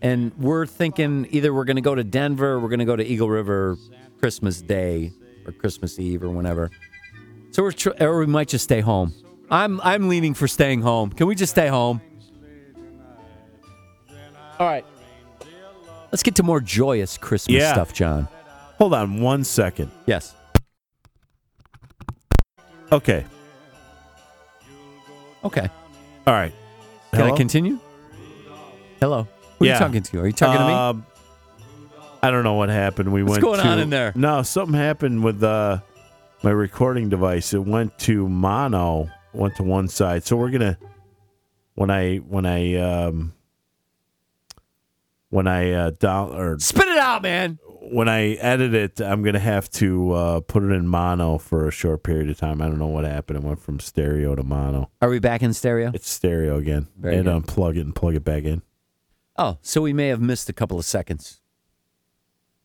Speaker 4: And we're thinking either we're going to go to Denver, we're going to go to Eagle River Christmas Day or Christmas Eve or whenever. So we're, tr- or we might just stay home. I'm I'm leaning for staying home. Can we just stay home? All right. Let's get to more joyous Christmas
Speaker 1: Yeah.
Speaker 4: stuff, John.
Speaker 1: Hold on one second.
Speaker 4: Yes.
Speaker 1: Okay.
Speaker 4: Okay.
Speaker 1: All right.
Speaker 4: Can
Speaker 1: Hello?
Speaker 4: I continue? Hello. Who
Speaker 1: Yeah.
Speaker 4: are you talking to? Are you talking to me?
Speaker 1: Um, I don't know what happened. We
Speaker 4: What's
Speaker 1: went.
Speaker 4: going
Speaker 1: to-
Speaker 4: on in there?
Speaker 1: No, something happened with uh, my recording device. It went to mono. Went to one side. So we're gonna when I when I um when I uh, down or
Speaker 4: spit it out, man.
Speaker 1: When I edit it, I'm gonna have to uh, put it in mono for a short period of time. I don't know what happened. It went from stereo to mono.
Speaker 4: Are we back in stereo?
Speaker 1: It's stereo again.
Speaker 4: Very
Speaker 1: and
Speaker 4: good.
Speaker 1: unplug it and plug it back in.
Speaker 4: Oh, so we may have missed a couple of seconds.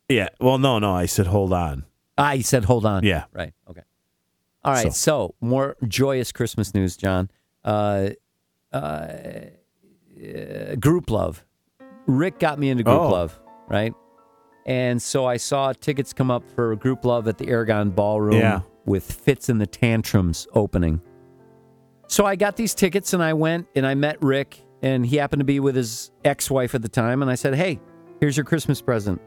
Speaker 1: Yeah. Well, no, no. I said hold on.
Speaker 4: Ah, you said hold on.
Speaker 1: Yeah.
Speaker 4: Right. Okay. All right. So, more joyous Christmas news, John. Uh, uh, uh, group love. Rick got me into group
Speaker 1: Oh.
Speaker 4: love, right? And so I saw tickets come up for group love at the Aragon Ballroom
Speaker 1: Yeah.
Speaker 4: with Fits in the Tantrums opening. So I got these tickets and I went and I met Rick and he happened to be with his ex-wife at the time and I said, "Hey, here's your Christmas present."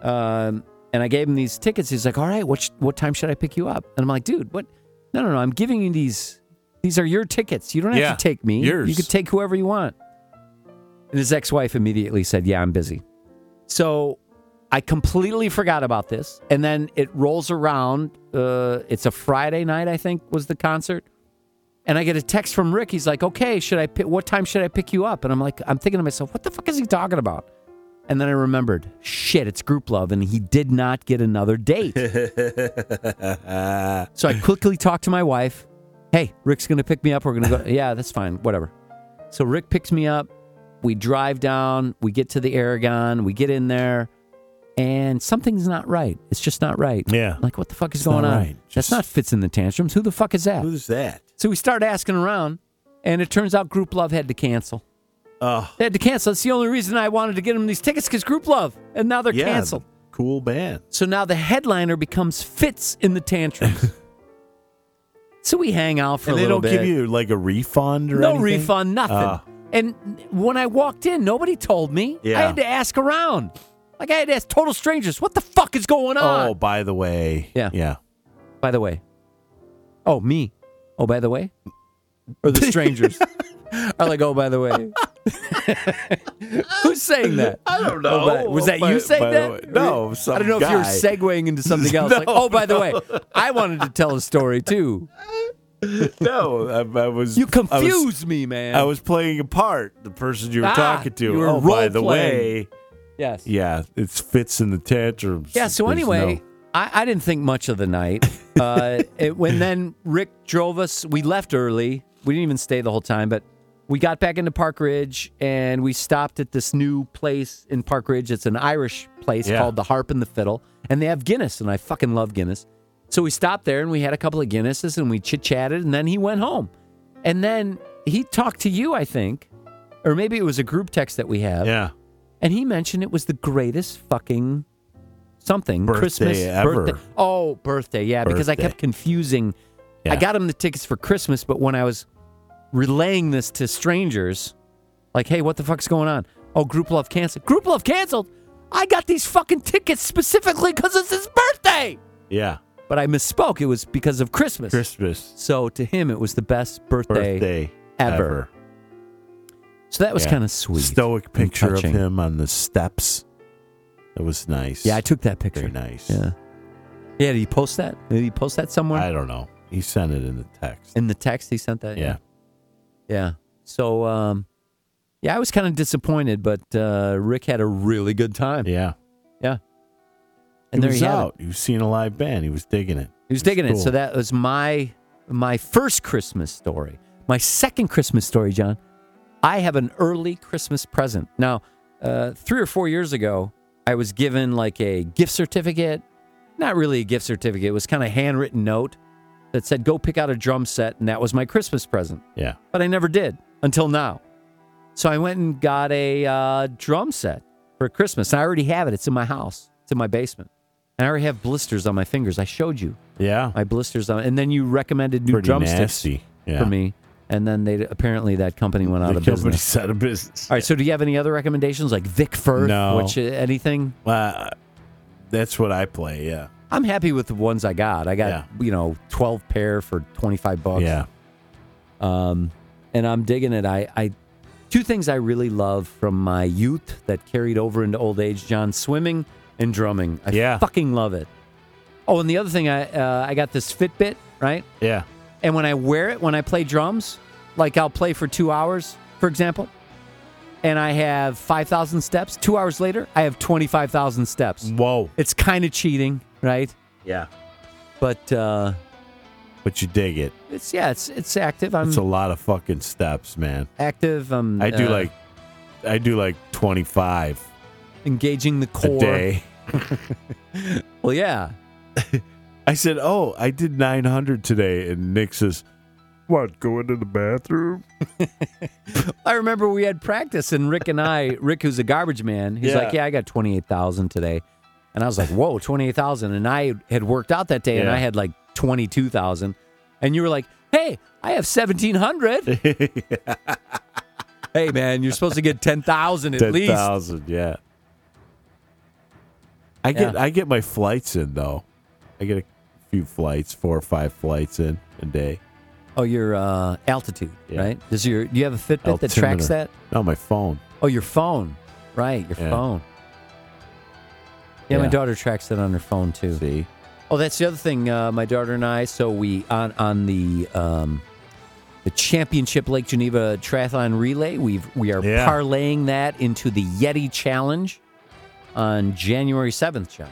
Speaker 4: Um, and I gave him these tickets. He's like, "All right, what sh- what time should I pick you up?" And I'm like, "Dude, what? No, no, no. I'm giving you these. These are your tickets. You don't have
Speaker 1: Yeah,
Speaker 4: to take me.
Speaker 1: yours.
Speaker 4: You could take whoever you want." And his ex-wife immediately said, "Yeah, I'm busy." So I completely forgot about this, and then it rolls around. Uh, it's a Friday night, I think, was the concert, and I get a text from Rick. He's like, "Okay, should I? Pick, what time should I pick you up?" And I'm like, I'm thinking to myself, "What the fuck is he talking about?" And then I remembered, shit, it's group love, and he did not get another
Speaker 1: [LAUGHS]
Speaker 4: date. so I quickly talked to my wife. Hey, Rick's gonna pick me up. We're gonna go. Yeah, that's fine. Whatever. So Rick picks me up. We drive down. We get to the Aragon. We get in there, and something's not right. It's just not right. Yeah. Like what the fuck is
Speaker 1: not
Speaker 4: going on?
Speaker 1: right.
Speaker 4: That's not fits in the tantrums. Who the fuck is that?
Speaker 1: Who's that?
Speaker 4: So we start asking around, and it turns out Group Love had to cancel.
Speaker 1: Oh.
Speaker 4: They had to cancel. That's the only reason I wanted to get them these tickets because Group Love, and now they're
Speaker 1: Yeah,
Speaker 4: canceled.
Speaker 1: Cool band.
Speaker 4: So now the headliner becomes Fits in the
Speaker 1: [LAUGHS]
Speaker 4: Tantrums. so we hang out for
Speaker 1: and
Speaker 4: a
Speaker 1: they
Speaker 4: little
Speaker 1: don't
Speaker 4: bit.
Speaker 1: give you like a refund or
Speaker 4: no
Speaker 1: anything?
Speaker 4: refund, nothing.
Speaker 1: Ah.
Speaker 4: and when I walked in, nobody told me. I
Speaker 1: Yeah.
Speaker 4: had to ask around. Like I had to ask total strangers, what the fuck is going on?
Speaker 1: oh, by the way.
Speaker 4: Yeah.
Speaker 1: Yeah.
Speaker 4: By the way. Oh, me. Oh, by the way. Or [LAUGHS] the strangers. are like, oh, by the way. Who's saying that?
Speaker 1: I don't
Speaker 4: Oh,
Speaker 1: know.
Speaker 4: by- was that
Speaker 1: By-
Speaker 4: you saying
Speaker 1: by the way-
Speaker 4: that?
Speaker 1: no, some
Speaker 4: I don't know
Speaker 1: guy.
Speaker 4: if you were segueing into
Speaker 1: [LAUGHS]
Speaker 4: something else. like,
Speaker 1: No,
Speaker 4: oh, by the
Speaker 1: no.
Speaker 4: way, I wanted to tell a story too.
Speaker 1: [LAUGHS] no, I, I was. You
Speaker 4: confuse me, man.
Speaker 1: I was playing a part, the person you were
Speaker 4: Ah,
Speaker 1: talking to.
Speaker 4: you were
Speaker 1: oh, by the
Speaker 4: role-playing.
Speaker 1: way.
Speaker 4: Yes.
Speaker 1: Yeah, it fits in the tantrums.
Speaker 4: Yeah. So
Speaker 1: There's
Speaker 4: anyway,
Speaker 1: no-
Speaker 4: I, I didn't think much of the
Speaker 1: [LAUGHS]
Speaker 4: night. Uh, it, when then Rick drove us, we left early. We didn't even stay the whole time, but we got back into Park Ridge and we stopped at this new place in Park Ridge. It's an Irish place
Speaker 1: Yeah.
Speaker 4: called the Harp and the Fiddle, and they have Guinness, and I fucking love Guinness. So we stopped there and we had a couple of Guinnesses and we chit chatted, and then he went home, and then he talked to you, I think, or maybe it was a group text that we have.
Speaker 1: Yeah.
Speaker 4: And he mentioned it was the greatest fucking something
Speaker 1: Birthday
Speaker 4: Christmas
Speaker 1: ever.
Speaker 4: birthday. Oh, birthday, yeah, because I
Speaker 1: Birthday.
Speaker 4: kept confusing. I got him the tickets for Christmas, but when I was relaying this to strangers, like, "Hey, what the fuck's going on?" Oh, Group Love canceled. Group Love canceled. I got these fucking tickets specifically because it's his birthday.
Speaker 1: Yeah.
Speaker 4: But I misspoke. It was because of Christmas.
Speaker 1: Christmas.
Speaker 4: So to him, it was the best birthday,
Speaker 1: Birthday
Speaker 4: ever.
Speaker 1: ever.
Speaker 4: So that was
Speaker 1: Yeah.
Speaker 4: kind of sweet.
Speaker 1: Stoic
Speaker 4: and
Speaker 1: picture of
Speaker 4: touching.
Speaker 1: him on the steps. That was nice.
Speaker 4: Yeah, I took that picture.
Speaker 1: Very nice.
Speaker 4: Yeah. Yeah, did he post that? Did he post that somewhere?
Speaker 1: I don't know. He sent it in the text.
Speaker 4: In the text he sent that?
Speaker 1: Yeah.
Speaker 4: Yeah. So, um, yeah, I was kind of disappointed, but uh, Rick had a really good time.
Speaker 1: Yeah.
Speaker 4: Yeah. And
Speaker 1: he
Speaker 4: there
Speaker 1: was
Speaker 4: he had it.
Speaker 1: out. He was seeing a live band. He was digging it.
Speaker 4: He was digging it.
Speaker 1: cool.
Speaker 4: So that was my my first Christmas story. My second Christmas story, John. I have an early Christmas present. Now, uh, three or four years ago, I was given like a gift certificate. Not really a gift certificate. It was kind of handwritten note that said, go pick out a drum set. And that was my Christmas present.
Speaker 1: Yeah.
Speaker 4: But I never did until now. So I went and got a uh, drum set for Christmas. I already have it. It's in my house, it's in my basement. And I already have blisters on my fingers. I showed you.
Speaker 1: Yeah.
Speaker 4: My blisters on. And then you recommended new
Speaker 1: Pretty
Speaker 4: drumsticks
Speaker 1: nasty. Yeah.
Speaker 4: for me. And then they apparently that company went out
Speaker 1: The
Speaker 4: of
Speaker 1: company's
Speaker 4: business.
Speaker 1: out of business.
Speaker 4: All right. So do you have any other recommendations like Vic Firth?
Speaker 1: No.
Speaker 4: Which uh, anything?
Speaker 1: Uh, that's what I play. Yeah.
Speaker 4: I'm happy with the ones I got. I got you know 12 pair for 25 bucks.
Speaker 1: Yeah.
Speaker 4: Um, and I'm digging it. I, I two things I really love from my youth that carried over into old age. John, swimming and drumming. I fucking love it. Oh, and the other thing I uh, I got this Fitbit right.
Speaker 1: Yeah.
Speaker 4: And when I wear it when I play drums, like I'll play for two hours, for example, and I have 5,000 steps. Two hours later, I have 25,000 steps.
Speaker 1: Whoa.
Speaker 4: It's kind of cheating, right?
Speaker 1: Yeah.
Speaker 4: But uh,
Speaker 1: but you dig it.
Speaker 4: It's, yeah, it's it's active. I'm
Speaker 1: It's a lot of fucking steps, man.
Speaker 4: active. I'm,
Speaker 1: I do
Speaker 4: uh,
Speaker 1: like, I do like twenty five
Speaker 4: engaging the core.
Speaker 1: a day.
Speaker 4: [LAUGHS]
Speaker 1: [LAUGHS]
Speaker 4: well, yeah.
Speaker 1: I said, "Oh, I did nine hundred today," and Nick says, "What? Going to the bathroom?" [LAUGHS]
Speaker 4: I remember we had practice, and Rick and
Speaker 1: [LAUGHS]
Speaker 4: I, Rick, who's a garbage man, he's
Speaker 1: Yeah.
Speaker 4: like, "Yeah, I got twenty eight thousand today," and I was like, "Whoa, twenty eight thousand!" And I had worked out that day, and
Speaker 1: Yeah.
Speaker 4: I had like twenty two thousand, and you were like, "Hey, I have seventeen
Speaker 1: [LAUGHS]
Speaker 4: hundred. [LAUGHS] hey, man, you're supposed to get ten thousand at
Speaker 1: Ten
Speaker 4: least."
Speaker 1: thousand, yeah. I get
Speaker 4: Yeah.
Speaker 1: I get my flights in though. I get a few flights, four or five flights in a day.
Speaker 4: Oh, your uh, altitude, right? Does your do you have a Fitbit that tracks
Speaker 1: Altimeter.
Speaker 4: that?
Speaker 1: No, my phone.
Speaker 4: Oh, your phone, right? Your
Speaker 1: Yeah.
Speaker 4: phone. Yeah, my
Speaker 1: Yeah.
Speaker 4: daughter tracks that on her phone too.
Speaker 1: See?
Speaker 4: Oh, that's the other thing. Uh, my daughter and I. So we on on the um, the championship Lake Geneva triathlon relay. We've we are
Speaker 1: Yeah.
Speaker 4: parlaying that into the Yeti Challenge on January seventh, John.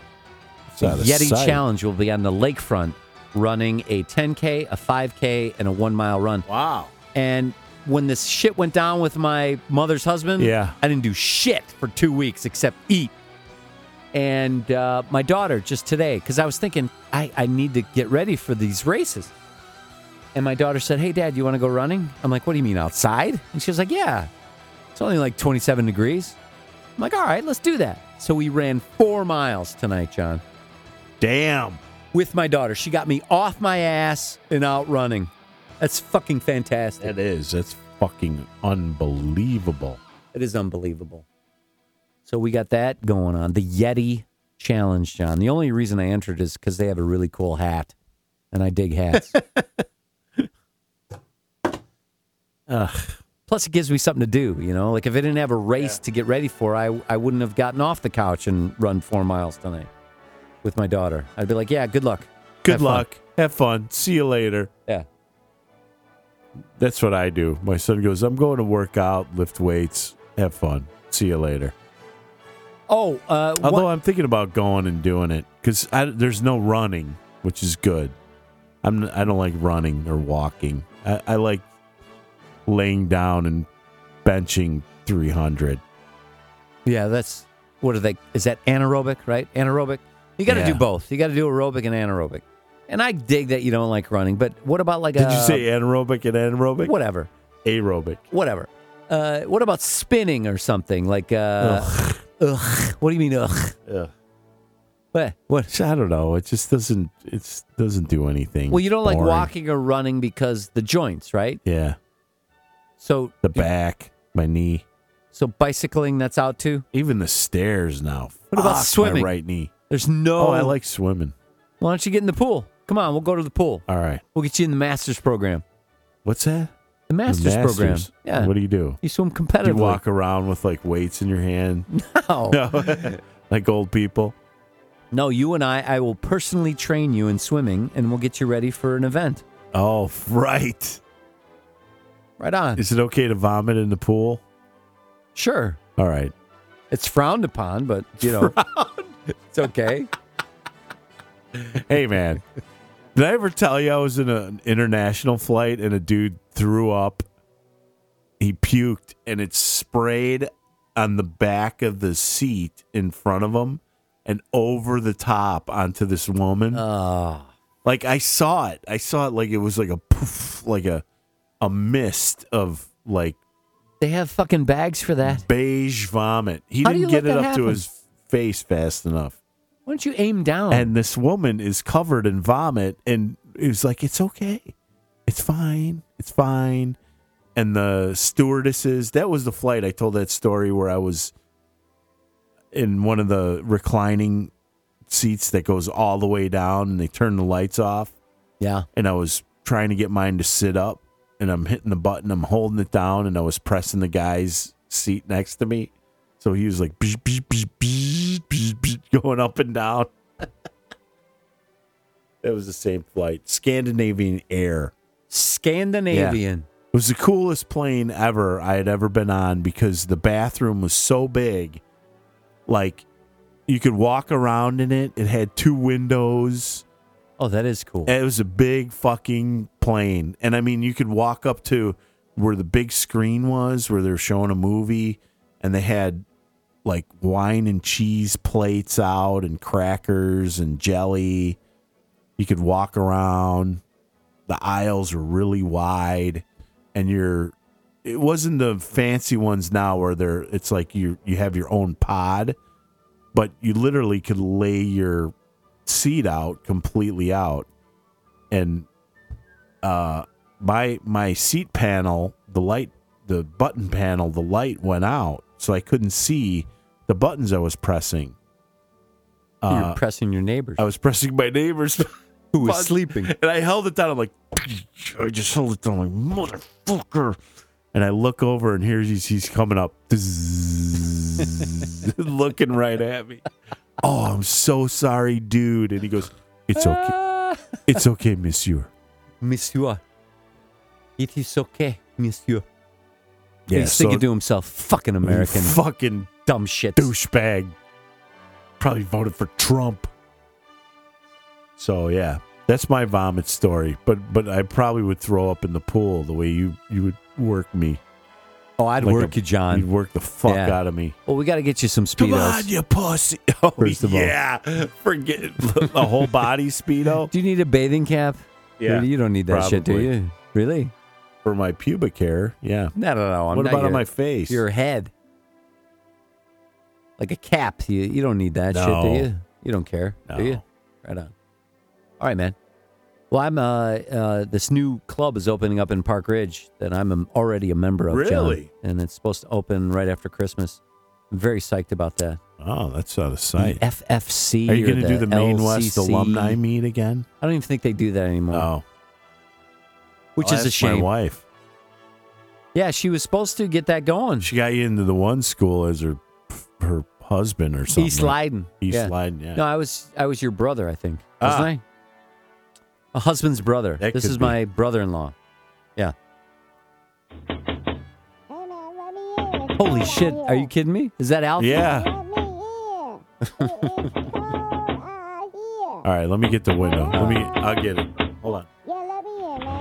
Speaker 1: It's
Speaker 4: The
Speaker 1: out of
Speaker 4: Yeti
Speaker 1: sight.
Speaker 4: Challenge will be on the lakefront running a 10K, a 5K, and a one mile run.
Speaker 1: Wow.
Speaker 4: And when this shit went down with my mother's husband,
Speaker 1: Yeah.
Speaker 4: I didn't do shit for two weeks except eat. And uh, my daughter just today, because I was thinking, I, I need to get ready for these races. And my daughter said, Hey, Dad, you want to go running? I'm like, What do you mean outside? And she was like, Yeah, it's only like 27 degrees. I'm like, All right, let's do that. So we ran four miles tonight, John.
Speaker 1: Damn.
Speaker 4: With my daughter. She got me off my ass and out running. That's fucking fantastic.
Speaker 1: That is. That's fucking unbelievable.
Speaker 4: It is unbelievable. So we got that going on. The Yeti challenge, John. The only reason I entered is because they have a really cool hat, and I dig hats. Ugh. Plus, it gives me something to do. You know, like if I didn't have a race to get ready for, I I wouldn't have gotten off the couch and run four miles tonight with my daughter. I'd be like, yeah, good luck.
Speaker 1: Good
Speaker 4: Have fun."
Speaker 1: luck. Have fun. See you later.
Speaker 4: Yeah.
Speaker 1: That's what I do. My son goes, I'm going to work out, lift weights, have fun. See you later.
Speaker 4: Oh, uh,
Speaker 1: Although
Speaker 4: what-
Speaker 1: I'm thinking about going and doing it because there's no running, which is good. I'm n- I don't like running or walking. I, I like laying down and benching 300.
Speaker 4: yeah, that's what are they? Is that anaerobic? Right, anaerobic. You got to
Speaker 1: Yeah.
Speaker 4: do both. You got to do aerobic and anaerobic. And I dig that you don't like running, but what about like
Speaker 1: Did
Speaker 4: a,
Speaker 1: you say anaerobic and anaerobic?
Speaker 4: Whatever.
Speaker 1: Aerobic.
Speaker 4: whatever? Uh, what about spinning or something like? Uh, ugh. What do you mean ugh?
Speaker 1: Ugh.
Speaker 4: What? What?
Speaker 1: I don't know. It just doesn't. It doesn't do anything.
Speaker 4: Well, you don't like
Speaker 1: Boring.
Speaker 4: walking or running because the joints, right?
Speaker 1: Yeah.
Speaker 4: So
Speaker 1: The back, my knee,
Speaker 4: so bicycling that's out too.
Speaker 1: even the stairs now.
Speaker 4: What about
Speaker 1: Fuck, Ah, my
Speaker 4: swimming?
Speaker 1: right knee.
Speaker 4: There's no.
Speaker 1: Oh, I like swimming.
Speaker 4: Why don't you get in the pool? Come on, we'll go to the pool.
Speaker 1: All right.
Speaker 4: We'll get you in the masters program.
Speaker 1: What's that?
Speaker 4: The masters, program.
Speaker 1: Masters.
Speaker 4: Yeah.
Speaker 1: What do you do?
Speaker 4: You swim
Speaker 1: Do you
Speaker 4: competitively.
Speaker 1: walk around with like weights in your hand?
Speaker 4: No.
Speaker 1: [LAUGHS] No. like old people?
Speaker 4: No, you and I, I will personally train you in swimming, and we'll get you ready for an event.
Speaker 1: Oh, right.
Speaker 4: [LAUGHS] Right on.
Speaker 1: Is it okay to vomit in the pool?
Speaker 4: Sure.
Speaker 1: All right.
Speaker 4: It's frowned upon, but you know, it's okay.
Speaker 1: Hey, man. Did I ever tell you I was in an international flight and a dude threw up? He puked and it sprayed on the back of the seat in front of him and over the top onto this woman.
Speaker 4: Oh,
Speaker 1: Like I saw it. I saw it like it was like a poof, like a a mist of like
Speaker 4: They have fucking bags for that.
Speaker 1: beige vomit. He
Speaker 4: How do
Speaker 1: didn't
Speaker 4: you
Speaker 1: get
Speaker 4: let
Speaker 1: it up
Speaker 4: that
Speaker 1: to
Speaker 4: happen?
Speaker 1: his face fast enough.
Speaker 4: Why don't you aim down?
Speaker 1: And this woman is covered in vomit and it was like, It's okay. It's fine. It's fine. And the stewardesses that was the flight I told that story where I was in one of the reclining seats that goes all the way down and they turn the lights off.
Speaker 4: Yeah.
Speaker 1: And I was trying to get mine to sit up and I'm hitting the button, I'm holding it down, and I was pressing the guy's seat next to me. So he was like "Bzz, bzz, bzz, bzz, bzz, bzz," [LAUGHS] going up and down. That was the same flight. Scandinavian Air.
Speaker 4: Scandinavian.
Speaker 1: Yeah. It was the coolest plane ever I had ever been on because the bathroom was so big. Like you could walk around in it. It had two windows.
Speaker 4: Oh, that is cool.
Speaker 1: It was a big fucking plane. And I mean, you could walk up to where the big screen was, where they were showing a movie, and they had like wine and cheese plates out and crackers and jelly. You could walk around. The aisles were really wide and you're it wasn't the fancy ones now where they're it's like you you have your own pod, but you literally could lay your seat out completely out. And uh my my seat panel, the light the button panel, the light went out, so I couldn't see the buttons I was pressing. Uh,
Speaker 4: You're pressing your neighbors.
Speaker 1: I was pressing my neighbors [LAUGHS] who
Speaker 4: was sleeping.
Speaker 1: and I held it down. I'm like, [LAUGHS] I just held it down, like motherfucker. And I look over, and here he's he's coming up, Zzzz, [LAUGHS] looking right at me. Oh, I'm so sorry, dude. And he goes, "It's okay, it's okay, Monsieur."
Speaker 4: Monsieur. It is okay, Monsieur.
Speaker 1: Yeah,
Speaker 4: He's thinking
Speaker 1: so-
Speaker 4: to himself, fucking American.
Speaker 1: fucking
Speaker 4: dumb shit.
Speaker 1: Douchebag. Probably voted for Trump. So yeah, that's my vomit story. But but I probably would throw up in the pool the way you you would work me.
Speaker 4: Oh, I'd
Speaker 1: Like
Speaker 4: work
Speaker 1: a-
Speaker 4: you, John.
Speaker 1: You'd work the fuck
Speaker 4: Yeah.
Speaker 1: out of me.
Speaker 4: Well, we got to get you some speedos.
Speaker 1: Come on, you pussy. [LAUGHS] Oh,
Speaker 4: First of all.
Speaker 1: yeah. Forget [LAUGHS] the whole body speedo.
Speaker 4: Do you need a bathing cap?
Speaker 1: Yeah,
Speaker 4: Or You don't need that shit, do
Speaker 1: probably.
Speaker 4: you? Really?
Speaker 1: For my pubic hair, yeah.
Speaker 4: No, no, no. I'm
Speaker 1: What
Speaker 4: not
Speaker 1: about on
Speaker 4: your-
Speaker 1: my face?
Speaker 4: Your head. Like a cap. You, you don't need that shit,
Speaker 1: No.
Speaker 4: do you? You don't care, do you?
Speaker 1: No.
Speaker 4: Right on. All right, man. Well, I'm uh, uh this new club is opening up in Park Ridge that I'm um, already a member of. John.
Speaker 1: Really?
Speaker 4: and it's supposed to open right after Christmas. I'm very psyched about that.
Speaker 1: Oh, that's out of sight.
Speaker 4: The FFC.
Speaker 1: Are you
Speaker 4: or
Speaker 1: going to do the Main West
Speaker 4: LCC.
Speaker 1: alumni meet again?
Speaker 4: I don't even think they do that anymore.
Speaker 1: Oh,
Speaker 4: Which
Speaker 1: I'll
Speaker 4: is a
Speaker 1: ask my
Speaker 4: shame.
Speaker 1: wife.
Speaker 4: Yeah, she was supposed to get that going.
Speaker 1: She got you into the one school as her her husband or something.
Speaker 4: East Leiden.
Speaker 1: East
Speaker 4: yeah.
Speaker 1: Leiden, yeah.
Speaker 4: No, I was I was your brother, I think.
Speaker 1: Ah.
Speaker 4: Wasn't I? A husband's brother.
Speaker 1: That
Speaker 4: this
Speaker 1: could
Speaker 4: is
Speaker 1: be.
Speaker 4: my brother in law. Yeah. Holy shit, are you kidding me? Is that Alfie?
Speaker 1: Yeah. All right, let me get the window. Let me. I'll get it. Hold on.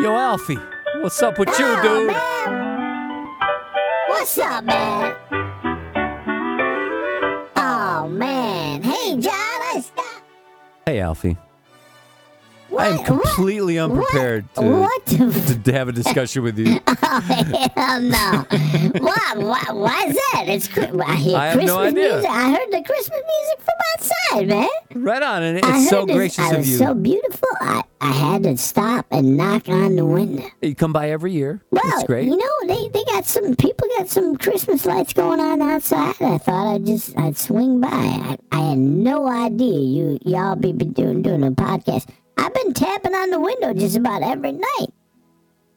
Speaker 4: Yo, Alfie, what's up with you, dude?
Speaker 8: What's up, man? Oh man, hey John, I stopped.
Speaker 4: [LAUGHS] Hey, Alfie.
Speaker 8: What,
Speaker 4: I am completely unprepared to,
Speaker 8: what
Speaker 4: to, to have a discussion with
Speaker 8: [LAUGHS]
Speaker 4: you.
Speaker 8: Oh hell no! why, why? Why is that? It's cr- I hear
Speaker 4: I have no
Speaker 8: Christmas
Speaker 4: idea.
Speaker 8: music. I heard the Christmas music from outside, man.
Speaker 4: Right on, and
Speaker 8: I
Speaker 4: it's so
Speaker 8: heard this-
Speaker 4: gracious
Speaker 8: I
Speaker 4: of
Speaker 8: was
Speaker 4: you.
Speaker 8: So beautiful. I, I had to stop and knock on the window.
Speaker 4: You come by every year.
Speaker 8: Well,
Speaker 4: That's great.
Speaker 8: you know, they, they got some people got some Christmas lights going on outside. I thought I'd just I'd swing by. I, I had no idea you y'all be, be doing doing a podcast. I've been tapping on the window just about every night,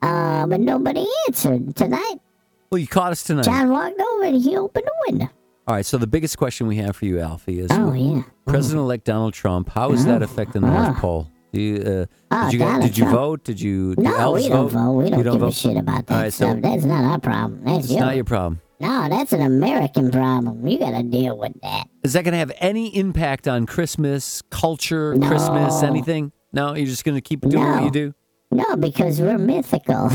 Speaker 8: uh, but nobody answered tonight.
Speaker 4: well, you caught us tonight.
Speaker 8: John walked over and he opened the window.
Speaker 4: All right, so the biggest question we have for you, Alfie, is
Speaker 8: Oh yeah.
Speaker 4: President-elect Donald Trump. How is that affecting the North Pole? Do you, uh,
Speaker 8: Oh,
Speaker 4: did you, go-
Speaker 8: Donald
Speaker 4: did you
Speaker 8: Trump.
Speaker 4: vote? Did you? did
Speaker 8: No,
Speaker 4: Elvis
Speaker 8: we don't vote. We don't,
Speaker 4: You
Speaker 8: give a
Speaker 4: vote?
Speaker 8: shit about that
Speaker 4: All right,
Speaker 8: stuff.
Speaker 4: so
Speaker 8: that's not our problem. That's
Speaker 4: it's
Speaker 8: your.
Speaker 4: not your problem.
Speaker 8: No, that's an American problem. You got to deal with that.
Speaker 4: Is that going to have any impact on Christmas culture,
Speaker 8: No.
Speaker 4: Christmas, anything? No, you're just going to keep doing what
Speaker 8: No.
Speaker 4: you do.
Speaker 8: No, because we're mythical.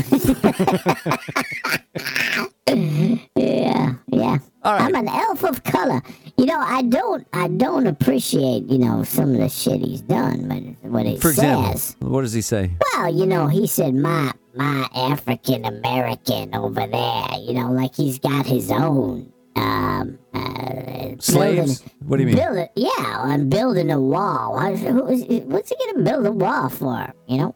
Speaker 8: [LAUGHS] yeah, yeah. I'm an elf of color. You know, I don't, I don't appreciate, you know, some of the shit he's done, but what he
Speaker 4: For example,
Speaker 8: says.
Speaker 4: what does he say?
Speaker 8: Well, you know, he said my my African American over there. You know, like he's got his own um, uh,
Speaker 4: Slaves?
Speaker 8: building-
Speaker 4: What do you mean?
Speaker 8: Build a- yeah, I'm building a wall. Why- who is- What's he gonna build a wall for? You know.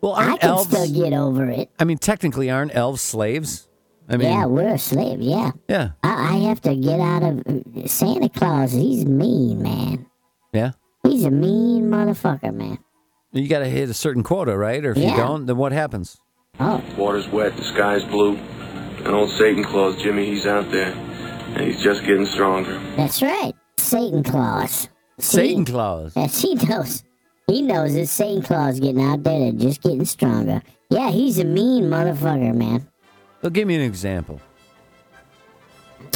Speaker 4: Well,
Speaker 8: I
Speaker 4: aren't
Speaker 8: can
Speaker 4: elves-
Speaker 8: still get over it.
Speaker 4: I mean, technically, aren't elves slaves? I mean,
Speaker 8: yeah, we're a slave. Yeah.
Speaker 4: Yeah.
Speaker 8: I, I have to get out of Santa Claus. He's mean, man.
Speaker 4: yeah.
Speaker 8: He's a mean motherfucker, man.
Speaker 4: You got to hit a certain quota, right? Or if
Speaker 8: Yeah.
Speaker 4: you don't, then what happens?
Speaker 11: Water's wet, the sky's blue, and old Satan Claus Jimmy, he's out there, and he's just getting stronger.
Speaker 8: That's right. Satan Claus.
Speaker 11: Satan
Speaker 4: Claus.
Speaker 8: Yes, he knows. He knows it's Satan Claus getting out there and just getting stronger. Yeah, he's a mean motherfucker, man.
Speaker 4: Well, give me an example.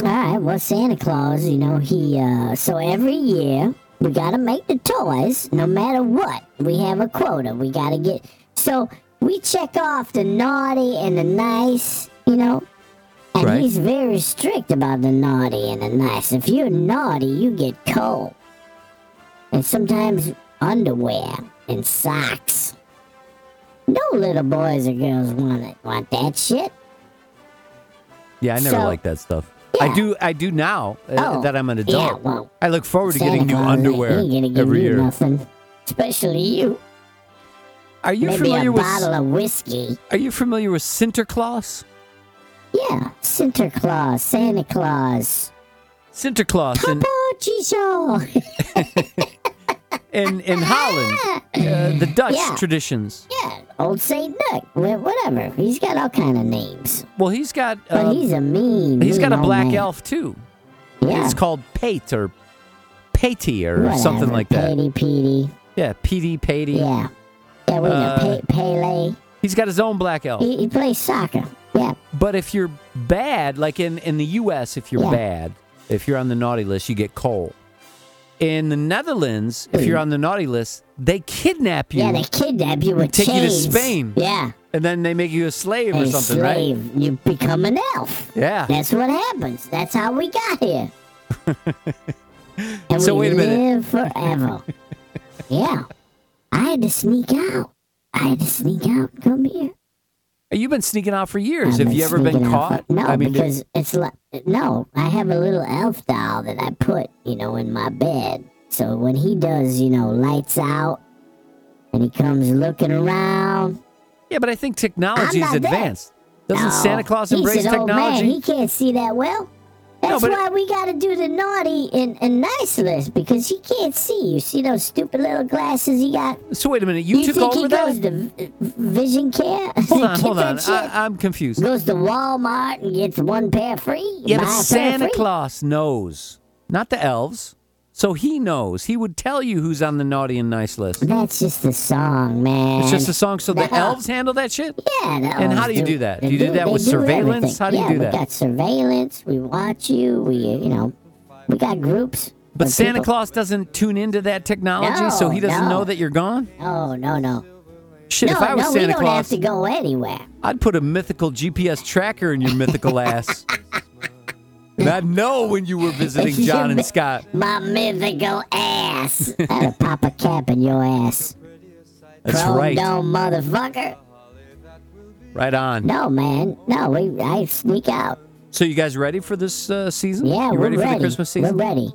Speaker 8: All right, well, Santa Claus, you know, he, uh, so every year we gotta make the toys no matter what. We have a quota. We gotta get, so we check off the naughty and the nice, you know, and
Speaker 13: Right.
Speaker 8: he's very strict about the naughty and the nice. If you're naughty, you get cold. And sometimes underwear and socks. No little boys or girls want it, want that shit.
Speaker 4: Yeah, I never
Speaker 8: So-
Speaker 4: liked that stuff. I do. I do now uh,
Speaker 8: Oh,
Speaker 4: that I'm an
Speaker 8: yeah,
Speaker 4: adult.
Speaker 8: well,
Speaker 4: I look forward to
Speaker 8: Santa
Speaker 4: getting new
Speaker 8: Claus ain't-
Speaker 4: underwear
Speaker 8: ain't gonna give
Speaker 4: every
Speaker 8: you
Speaker 4: year.
Speaker 8: Nothing, especially you.
Speaker 4: Are you
Speaker 8: Maybe
Speaker 4: familiar
Speaker 8: a
Speaker 4: with
Speaker 8: bottle of whiskey?
Speaker 4: Are you familiar with Sinterklaas?
Speaker 8: Yeah, Santa Claus, Santa Claus,
Speaker 4: Sinterklaas in,
Speaker 8: Pochisho.
Speaker 4: [LAUGHS] in, in
Speaker 8: [LAUGHS]
Speaker 4: Holland, uh, the Dutch
Speaker 8: Yeah.
Speaker 4: traditions.
Speaker 8: Yeah, old Saint Nick, wha- whatever. He's got all kind of names.
Speaker 4: Well, he's got. uh,
Speaker 8: But he's a mean,
Speaker 4: He's got
Speaker 8: mean
Speaker 4: a
Speaker 8: old
Speaker 4: black
Speaker 8: man.
Speaker 4: elf too.
Speaker 8: Yeah.
Speaker 4: It's called Pate or Patey or
Speaker 8: Whatever,
Speaker 4: something like that.
Speaker 8: Petey, Petey.
Speaker 4: Yeah, Petey, Patey.
Speaker 8: Yeah. Yeah, we
Speaker 4: Uh,
Speaker 8: know Pe- Pele.
Speaker 4: He's got his own black elf.
Speaker 8: He, he plays soccer. Yeah,
Speaker 4: But if you're bad, like in, in the U.S., if you're
Speaker 8: Yeah.
Speaker 4: bad, if you're on the naughty list, you get coal. In the Netherlands, if you're on the naughty list, they kidnap you.
Speaker 8: Hmm. yeah, they kidnap you with
Speaker 4: and take
Speaker 8: chains.
Speaker 4: you to Spain.
Speaker 8: Yeah,
Speaker 4: and then they make you a slave or
Speaker 8: a
Speaker 4: something, right?
Speaker 8: slave. You become an elf.
Speaker 4: Yeah.
Speaker 8: That's what happens. That's how we
Speaker 4: [LAUGHS]
Speaker 8: got here. and
Speaker 4: So
Speaker 8: we
Speaker 4: wait a minute. [LAUGHS]
Speaker 8: live forever. yeah, I had to sneak out. I had to sneak out. and Come here.
Speaker 4: You've been sneaking out for years.
Speaker 8: I've
Speaker 4: Have you ever been
Speaker 8: sneaking out
Speaker 4: caught?
Speaker 8: for- no,
Speaker 4: I mean,
Speaker 8: because it's like no. I have a little elf doll that I put, you know, in my bed. So when he does, you know, lights out, and he comes looking around.
Speaker 4: yeah, but I think technology
Speaker 8: I'm
Speaker 4: is
Speaker 8: not there.
Speaker 4: advanced. Doesn't
Speaker 8: No,
Speaker 4: Santa Claus embrace
Speaker 8: he's an Old
Speaker 4: technology?
Speaker 8: man. He can't see that well. That's
Speaker 4: but-
Speaker 8: why we got to do the naughty and, and nice list because he can't see. You see those stupid little glasses he got?
Speaker 4: So wait a minute, you took
Speaker 8: think
Speaker 4: over
Speaker 8: he
Speaker 4: that?
Speaker 8: goes to v- vision care? [LAUGHS]
Speaker 4: Hold on,
Speaker 8: Get
Speaker 4: hold
Speaker 8: that
Speaker 4: on.
Speaker 8: shit?
Speaker 4: I, I'm confused.
Speaker 8: goes to Walmart and gets one pair free.
Speaker 4: Yeah,
Speaker 8: buy
Speaker 4: but
Speaker 8: a pair
Speaker 4: Santa
Speaker 8: free.
Speaker 4: Claus knows, not the elves. So he knows. He would tell you who's on the naughty and nice list.
Speaker 8: That's just the song, man.
Speaker 4: It's just a song. So the
Speaker 8: No.
Speaker 4: elves handle that shit.
Speaker 8: Yeah. the
Speaker 4: And how
Speaker 8: elves
Speaker 4: do you do that?
Speaker 8: they
Speaker 4: Do you do that
Speaker 8: they
Speaker 4: with surveillance?
Speaker 8: everything.
Speaker 4: How do you
Speaker 8: yeah,
Speaker 4: do
Speaker 8: we
Speaker 4: that?
Speaker 8: got surveillance. We watch you. We, uh, you know, we got groups.
Speaker 4: But
Speaker 8: of
Speaker 4: Santa
Speaker 8: people.
Speaker 4: Claus doesn't tune into that technology,
Speaker 8: No,
Speaker 4: so he doesn't
Speaker 8: no.
Speaker 4: know that you're gone.
Speaker 8: No, no, no.
Speaker 4: Shit,
Speaker 8: no,
Speaker 4: if I was
Speaker 8: no, we
Speaker 4: Santa
Speaker 8: don't have
Speaker 4: Claus,
Speaker 8: to go anywhere. [LAUGHS]
Speaker 4: I'd put a mythical GPS tracker in your mythical ass, and I'd know when you were visiting
Speaker 8: It's your
Speaker 4: John and
Speaker 8: mi-
Speaker 4: Scott.
Speaker 8: My mythical ass. [LAUGHS] That'll pop a cap in your ass.
Speaker 4: That's
Speaker 8: Chrome
Speaker 4: right.
Speaker 8: dome motherfucker.
Speaker 4: Right on.
Speaker 8: No, man. No, we. I sneak out.
Speaker 4: So you guys ready for this uh, season?
Speaker 8: Yeah,
Speaker 4: you
Speaker 8: we're
Speaker 4: ready,
Speaker 8: ready.
Speaker 4: for the Christmas season?
Speaker 8: We're ready.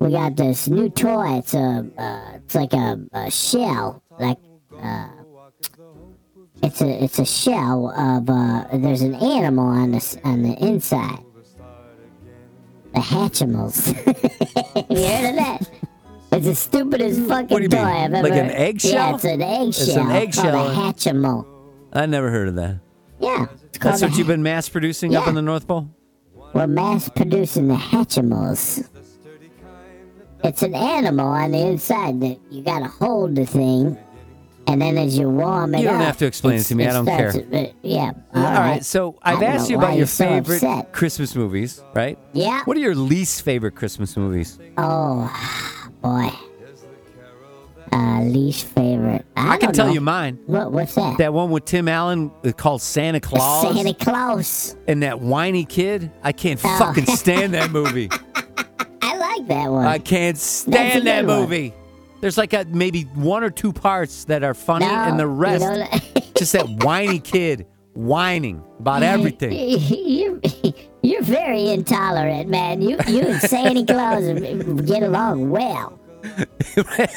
Speaker 8: We got this new toy. It's a, uh, it's like a, a shell. Like, uh, it's a, it's a shell of. Uh, there's an animal on the s- on the inside. The Hatchimals. [LAUGHS] you heard of that? It's the stupidest fucking
Speaker 4: What do you
Speaker 8: toy
Speaker 4: mean?
Speaker 8: I've ever.
Speaker 4: Like an eggshell?
Speaker 8: Yeah, it's an eggshell.
Speaker 4: It's an eggshell.
Speaker 8: Called a Hatchimal.
Speaker 4: I never heard of that.
Speaker 8: Yeah. It's called
Speaker 4: That's
Speaker 8: a
Speaker 4: what you've been mass producing up in the North Pole?
Speaker 8: We're mass producing the Hatchimals. It's an animal on the inside that you gotta hold the thing, and then as you warm it
Speaker 4: You don't
Speaker 8: up,
Speaker 4: have to explain it
Speaker 8: it's-
Speaker 4: to me, I don't
Speaker 8: starts-
Speaker 4: care.
Speaker 8: uh, yeah.
Speaker 4: All right. so I've
Speaker 8: I don't
Speaker 4: asked
Speaker 8: know
Speaker 4: you
Speaker 8: why
Speaker 4: about your
Speaker 8: you're so
Speaker 4: favorite
Speaker 8: upset.
Speaker 4: Christmas movies, right?
Speaker 8: Yeah.
Speaker 4: What are
Speaker 8: [SIGHS]
Speaker 4: your least favorite Christmas movies?
Speaker 8: Oh, boy. Oh, uh, least favorite. I,
Speaker 4: I can
Speaker 8: don't
Speaker 4: tell
Speaker 8: know.
Speaker 4: you mine.
Speaker 8: What, what's that?
Speaker 4: That one with Tim Allen uh, called Santa Claus.
Speaker 8: Santa Claus. Oh.
Speaker 4: And that whiny kid. I can't fucking stand
Speaker 8: [LAUGHS]
Speaker 4: that movie.
Speaker 8: I like that one.
Speaker 4: I can't
Speaker 8: That's a
Speaker 4: stand that
Speaker 8: good one.
Speaker 4: movie. There's like a, maybe one or two parts that are funny,
Speaker 8: No,
Speaker 4: and the
Speaker 8: you
Speaker 4: rest
Speaker 8: know
Speaker 4: [LAUGHS] just that whiny kid whining
Speaker 8: [LAUGHS]
Speaker 4: about everything.
Speaker 8: You're, you're very intolerant, man. You, you and Santa Claus [LAUGHS] get along well.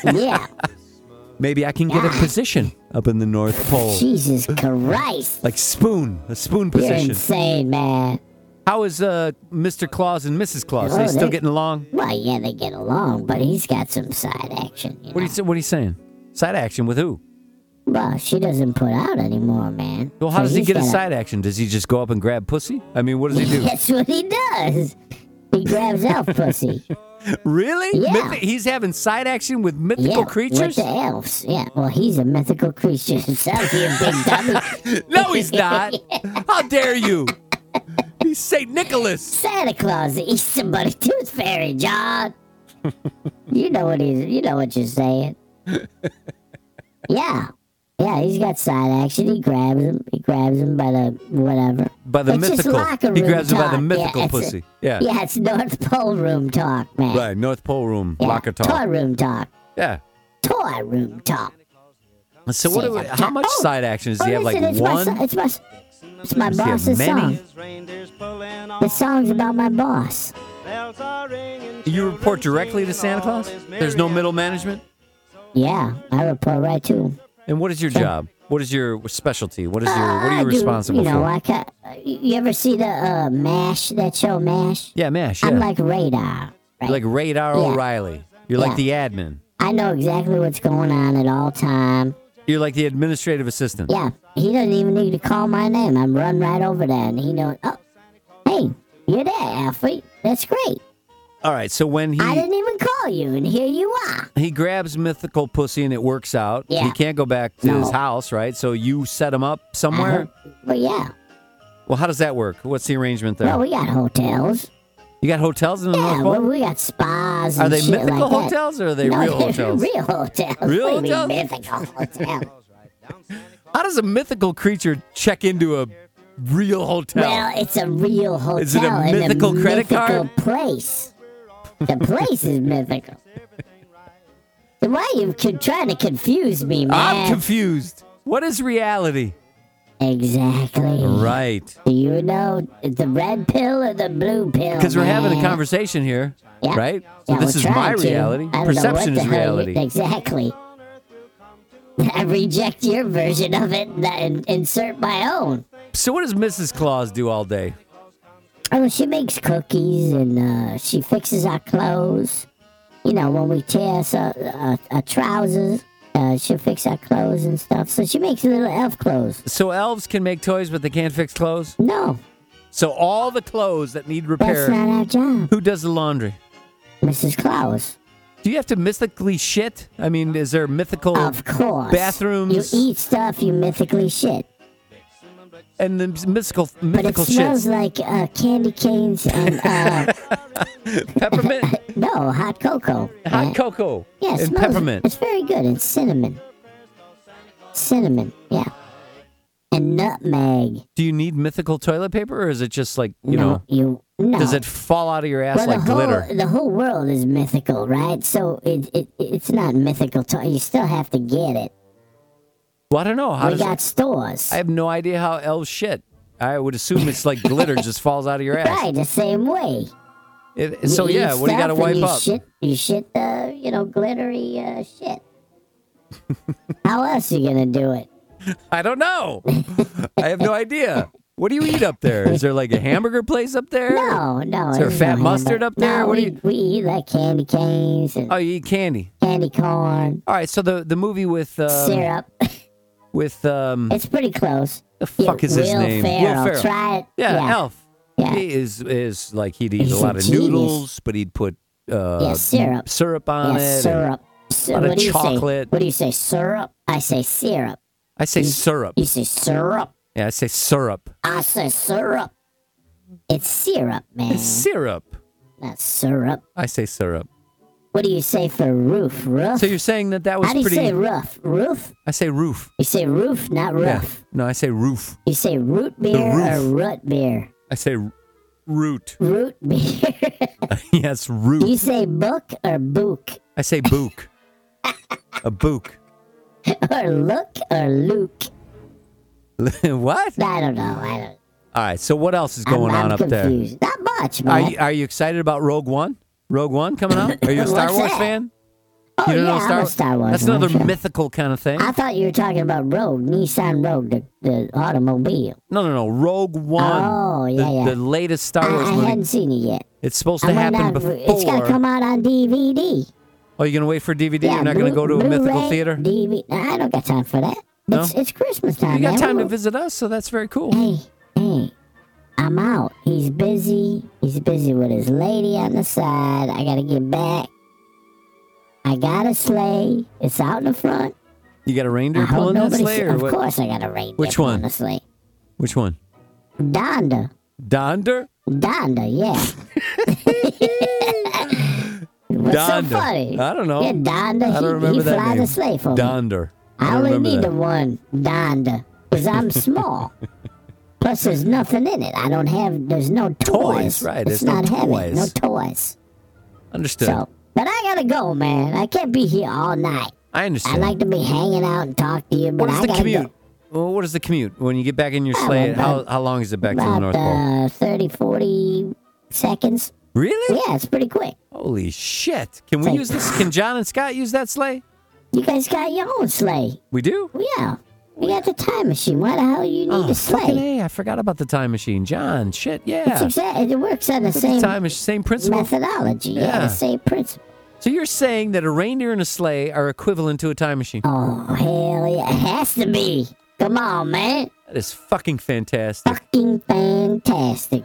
Speaker 8: yeah.
Speaker 4: [LAUGHS] Maybe I can get a position up in the North Pole.
Speaker 8: Jesus Christ.
Speaker 4: Like spoon, a spoon
Speaker 8: You're
Speaker 4: position.
Speaker 8: insane, man.
Speaker 4: How is uh, Mr. Claus and Mrs. Claus?
Speaker 8: Oh,
Speaker 4: they still
Speaker 8: they-
Speaker 4: getting along?
Speaker 8: Well, yeah, they get along, but he's got some side action. You
Speaker 4: Oh, What are you, sa- what are you saying? Side action with who?
Speaker 8: Well, she doesn't put out anymore, man.
Speaker 4: Well, how
Speaker 8: So
Speaker 4: does he
Speaker 8: he's
Speaker 4: get a
Speaker 8: gotta-
Speaker 4: side action? Does he just go up and grab pussy? I mean, what does he do?
Speaker 8: [LAUGHS] That's what he does. He grabs elf
Speaker 4: [LAUGHS]
Speaker 8: pussy.
Speaker 4: really?
Speaker 8: Yeah.
Speaker 4: Mythi- he's having side action with mythical
Speaker 8: yeah,
Speaker 4: creatures?
Speaker 8: With the elves. Yeah. Well, he's a mythical creature himself. He a big
Speaker 4: [LAUGHS]
Speaker 8: dummy.
Speaker 4: [LAUGHS] no, he's
Speaker 8: [LAUGHS]
Speaker 4: not. How dare you? He's St. Nicholas.
Speaker 8: Santa Claus. He's somebody tooth fairy, John. you know what he's. You know what
Speaker 4: [LAUGHS]
Speaker 8: you're saying. Yeah. Yeah, he's got side action. He grabs him. He grabs him by the whatever.
Speaker 4: By the
Speaker 8: It's just
Speaker 4: mythical.
Speaker 8: locker
Speaker 4: He
Speaker 8: room
Speaker 4: grabs him by the
Speaker 8: talk.
Speaker 4: mythical
Speaker 8: yeah, it's-
Speaker 4: pussy. Yeah.
Speaker 8: Yeah, it's North Pole room talk, man.
Speaker 4: Right, North Pole room,
Speaker 8: Yeah,
Speaker 4: locker talk.
Speaker 8: Toy room talk.
Speaker 4: Yeah.
Speaker 8: Toy room talk.
Speaker 4: So what? do- how much
Speaker 8: Oh,
Speaker 4: side action does
Speaker 8: oh,
Speaker 4: he have?
Speaker 8: listen,
Speaker 4: Like
Speaker 8: it's
Speaker 4: one?
Speaker 8: My, so- it's my, it's my
Speaker 4: Does he have
Speaker 8: boss's
Speaker 4: many?
Speaker 8: song. The song's about my boss.
Speaker 4: You report directly to Santa Claus? There's no middle management?
Speaker 8: Yeah, I report right to him.
Speaker 4: And what is your job? What is your specialty? What is your what are
Speaker 8: Uh, I
Speaker 4: you
Speaker 8: do-
Speaker 4: responsible
Speaker 8: You know,
Speaker 4: for?
Speaker 8: I ca- you ever see the uh, MASH, that show MASH?
Speaker 4: yeah, Mash. Yeah.
Speaker 8: I'm like radar.
Speaker 4: You're like Radar
Speaker 8: Yeah.
Speaker 4: O'Reilly. You're like the admin.
Speaker 8: I know exactly what's going on at all time.
Speaker 4: You're like the administrative assistant.
Speaker 8: Yeah, he doesn't even need to call my name. I'm run right over there, and he knows. Oh, hey, you're there, Alfred. That's great.
Speaker 4: All right. So when
Speaker 8: I
Speaker 4: he
Speaker 8: didn't even call you, and here you are.
Speaker 4: he grabs mythical pussy and it works out,
Speaker 8: Yeah.
Speaker 4: he can't go back to
Speaker 8: No. Uh-huh.
Speaker 4: his house, right? So you set him up somewhere.
Speaker 8: But yeah,
Speaker 4: Well, how does that work? What's the arrangement there?
Speaker 8: well, we got hotels.
Speaker 4: you got hotels in the
Speaker 8: Yeah,
Speaker 4: North
Speaker 8: well,
Speaker 4: Pole?
Speaker 8: we got spas.
Speaker 4: Are
Speaker 8: and
Speaker 4: they
Speaker 8: shit
Speaker 4: mythical
Speaker 8: like that.
Speaker 4: hotels or are they
Speaker 8: no,
Speaker 4: real
Speaker 8: they're
Speaker 4: hotels?
Speaker 8: Real hotels.
Speaker 4: Real
Speaker 8: What do you
Speaker 4: hotels?
Speaker 8: mean mythical
Speaker 4: [LAUGHS]
Speaker 8: hotel.
Speaker 4: How does a mythical creature check into a real hotel?
Speaker 8: well, it's a real hotel.
Speaker 4: Is it a
Speaker 8: in
Speaker 4: mythical credit
Speaker 8: mythical
Speaker 4: card?
Speaker 8: Place. The place is mythical. So Why you con- trying to confuse me, man?
Speaker 4: I'm confused. What is reality?
Speaker 8: Exactly.
Speaker 4: Right.
Speaker 8: Do you know the red pill or the blue pill?
Speaker 4: Because we're having a
Speaker 8: man?
Speaker 4: conversation here,
Speaker 8: Yeah.
Speaker 4: right? So
Speaker 8: Yeah,
Speaker 4: this
Speaker 8: we're
Speaker 4: is my
Speaker 8: trying to.
Speaker 4: reality.
Speaker 8: I don't know what
Speaker 4: Perception
Speaker 8: the
Speaker 4: is
Speaker 8: hell you-
Speaker 4: reality.
Speaker 8: exactly. I reject your version of it and I in- insert my own.
Speaker 4: So what does Mrs. Claus do all day?
Speaker 8: Oh, she makes cookies and uh, she fixes our clothes. You know, when we tear us our, our, our trousers, uh, she'll fix our clothes and stuff. So she makes little elf clothes.
Speaker 4: So elves can make toys, but they can't fix clothes.
Speaker 8: No,
Speaker 4: So all the clothes that need
Speaker 8: that's
Speaker 4: repair,
Speaker 8: not our job.
Speaker 4: who does the laundry?
Speaker 8: Mrs. Claus.
Speaker 4: Do you have to mythically shit? I mean, is there mythical
Speaker 8: Of course.
Speaker 4: bathrooms
Speaker 8: You eat stuff, you mythically shit.
Speaker 4: and the mystical
Speaker 8: But it
Speaker 4: mythical
Speaker 8: smells
Speaker 4: shit?
Speaker 8: like uh, candy canes and uh,
Speaker 4: [LAUGHS] peppermint,
Speaker 8: [LAUGHS] no hot cocoa.
Speaker 4: hot
Speaker 8: Uh,
Speaker 4: cocoa,
Speaker 8: yeah, it
Speaker 4: and
Speaker 8: smells-
Speaker 4: peppermint.
Speaker 8: It's very good and cinnamon. Cinnamon, yeah, and nutmeg.
Speaker 4: Do you need mythical toilet paper, or is it just like you
Speaker 8: no,
Speaker 4: know?
Speaker 8: you no.
Speaker 4: Does it fall out of your ass
Speaker 8: well,
Speaker 4: like
Speaker 8: the whole
Speaker 4: glitter?
Speaker 8: the whole world is mythical, right? So it, it it's not mythical. To- you still have to get it.
Speaker 4: Well, I don't know. How
Speaker 8: we
Speaker 4: does
Speaker 8: got
Speaker 4: it,
Speaker 8: stores,
Speaker 4: I have no idea how elves shit. I would assume it's like glitter just falls out of your ass.
Speaker 8: right? The same way.
Speaker 4: It, so
Speaker 8: You eat
Speaker 4: yeah, what do you got to
Speaker 8: stuff
Speaker 4: wipe
Speaker 8: and you
Speaker 4: up?
Speaker 8: Shit, you shit the you know glittery uh,
Speaker 4: [LAUGHS]
Speaker 8: shit. How else you gonna do it?
Speaker 4: I don't know. I have no idea. What do you eat up there? Is there like a hamburger place up there?
Speaker 8: No, no.
Speaker 4: Is there
Speaker 8: it's
Speaker 4: fat
Speaker 8: not
Speaker 4: mustard
Speaker 8: hamburger.
Speaker 4: up there?
Speaker 8: No,
Speaker 4: What do
Speaker 8: we,
Speaker 4: you-
Speaker 8: we eat like candy canes and
Speaker 4: Oh, you eat candy.
Speaker 8: candy corn
Speaker 4: All right. So the the movie with um,
Speaker 8: syrup.
Speaker 4: with um
Speaker 8: It's pretty close.
Speaker 4: the fuck is his
Speaker 8: Will
Speaker 4: name?
Speaker 8: Ferrell.
Speaker 4: Will Ferrell.
Speaker 8: Try it.
Speaker 4: Yeah,
Speaker 8: yeah.
Speaker 4: Elf.
Speaker 8: Yeah.
Speaker 4: He is is like he'd eat
Speaker 8: He's
Speaker 4: a
Speaker 8: a
Speaker 4: lot of
Speaker 8: genius.
Speaker 4: noodles, but he'd put uh
Speaker 8: Yeah, syrup.
Speaker 4: syrup on
Speaker 8: yeah,
Speaker 4: it. and-
Speaker 8: syrup. Sy-
Speaker 4: lot of
Speaker 8: what do you
Speaker 4: chocolate.
Speaker 8: say? What do you say? Syrup. I say syrup.
Speaker 4: I say syrup.
Speaker 8: You say syrup.
Speaker 4: Yeah, I say syrup.
Speaker 8: I say syrup. It's syrup, man.
Speaker 4: It's syrup.
Speaker 8: Not syrup.
Speaker 4: I say syrup.
Speaker 8: What do you say for roof? Roof?
Speaker 4: So you're saying that that was
Speaker 8: How do you
Speaker 4: pretty.
Speaker 8: say roof? Roof?
Speaker 4: I say roof.
Speaker 8: You say roof, not roof.
Speaker 4: Yeah. No, I say roof.
Speaker 8: You say root beer or
Speaker 4: roof.
Speaker 8: root beer?
Speaker 4: I say r- root.
Speaker 8: Root beer.
Speaker 4: [LAUGHS] yes, root.
Speaker 8: You say book or book
Speaker 4: I say book. a book.
Speaker 8: [LAUGHS] or look or Luke?
Speaker 4: [LAUGHS] what?
Speaker 8: I don't know. Oh, I don't.
Speaker 4: All right. So what else is going
Speaker 8: I'm
Speaker 4: on up
Speaker 8: confused. there? Not much,
Speaker 4: Are
Speaker 8: man.
Speaker 4: you, are you excited about Rogue One? Rogue One coming out?
Speaker 8: [LAUGHS]
Speaker 4: Are you a Star
Speaker 8: What's
Speaker 4: Wars
Speaker 8: that?
Speaker 4: fan?
Speaker 8: Oh,
Speaker 4: you don't
Speaker 8: yeah,
Speaker 4: know Star
Speaker 8: I'm a
Speaker 4: Wa-
Speaker 8: Star Wars
Speaker 4: That's another
Speaker 8: fan, sure.
Speaker 4: mythical kind of thing.
Speaker 8: I thought you were talking about Rogue, Nissan Rogue, the, the automobile.
Speaker 4: No, no, no. Rogue One.
Speaker 8: Oh,
Speaker 4: the-
Speaker 8: yeah, yeah.
Speaker 4: The latest Star Wars
Speaker 8: I
Speaker 4: movie.
Speaker 8: hadn't seen it yet.
Speaker 4: It's supposed to
Speaker 8: I went
Speaker 4: happen
Speaker 8: out-
Speaker 4: before.
Speaker 8: It's got to come out on DVD.
Speaker 4: Oh, you're going to wait for DVD?
Speaker 8: Yeah,
Speaker 4: you're not going to
Speaker 8: Blu-
Speaker 4: go to a mythical
Speaker 8: Blu-ray,
Speaker 4: theater?
Speaker 8: DVD. No, I don't got time for that.
Speaker 4: No?
Speaker 8: It's, it's Christmas time.
Speaker 4: You got
Speaker 8: man.
Speaker 4: time
Speaker 8: We-
Speaker 4: to visit us, so that's very cool.
Speaker 8: Hey, hey, I'm out. He's busy. He's busy with his lady on the side. I gotta get back. I got a sleigh. It's out in the front.
Speaker 4: You got a
Speaker 8: I
Speaker 4: reindeer
Speaker 8: hope
Speaker 4: pulling that
Speaker 8: nobody
Speaker 4: sleigh?
Speaker 8: see-
Speaker 4: Or
Speaker 8: of
Speaker 4: what?
Speaker 8: course, I got a reindeer.
Speaker 4: Which one?
Speaker 8: Honestly,
Speaker 4: Which one?
Speaker 8: Donda,
Speaker 4: Donder?
Speaker 8: Donda, yeah.
Speaker 4: [LAUGHS]
Speaker 8: What's so
Speaker 4: Donda.
Speaker 8: funny?
Speaker 4: I don't know.
Speaker 8: Yeah, Donda.
Speaker 4: I
Speaker 8: he,
Speaker 4: don't remember
Speaker 8: he
Speaker 4: that
Speaker 8: flies
Speaker 4: name.
Speaker 8: a sleigh for me.
Speaker 4: Donder.
Speaker 8: I
Speaker 4: don't
Speaker 8: only
Speaker 4: remember
Speaker 8: need
Speaker 4: that.
Speaker 8: the one Donda because
Speaker 4: [LAUGHS]
Speaker 8: I'm small. Plus, there's nothing in it. I don't have. There's no toys.
Speaker 4: Toys, right,
Speaker 8: It's
Speaker 4: there's no
Speaker 8: not heavy. No
Speaker 4: toys.
Speaker 8: toys.
Speaker 4: Understood.
Speaker 8: So, but I gotta go, man. I can't be here all night.
Speaker 4: I
Speaker 8: I
Speaker 4: understand.
Speaker 8: like to be hanging out and talk to you, but
Speaker 4: what is
Speaker 8: I
Speaker 4: the
Speaker 8: gotta
Speaker 4: commute?
Speaker 8: go.
Speaker 4: Well, what is the commute? When you get back in your
Speaker 8: Ah,
Speaker 4: sleigh, how, how long is it back to the
Speaker 8: About
Speaker 4: North Pole?
Speaker 8: uh, 30, 40 seconds.
Speaker 4: Really?
Speaker 8: Yeah, it's pretty quick.
Speaker 4: Holy shit. Can we
Speaker 8: Say-
Speaker 4: use this? Can John and Scott use that sleigh?
Speaker 8: You guys got your own sleigh.
Speaker 4: We do?
Speaker 8: Yeah, we got the time machine. Why the hell you need
Speaker 4: Oh,
Speaker 8: a
Speaker 4: fucking
Speaker 8: sleigh?
Speaker 4: A, I forgot about the time machine. John, shit, yeah.
Speaker 8: It's exact. It works on the
Speaker 4: But
Speaker 8: same
Speaker 4: time is same principle.
Speaker 8: methodology. Yeah.
Speaker 4: Yeah.
Speaker 8: the same principle.
Speaker 4: So you're saying that a reindeer and a sleigh are equivalent to a time machine?
Speaker 8: Oh, hell yeah. It has to be. Come on, man.
Speaker 4: That is fucking fantastic.
Speaker 8: Fucking fantastic.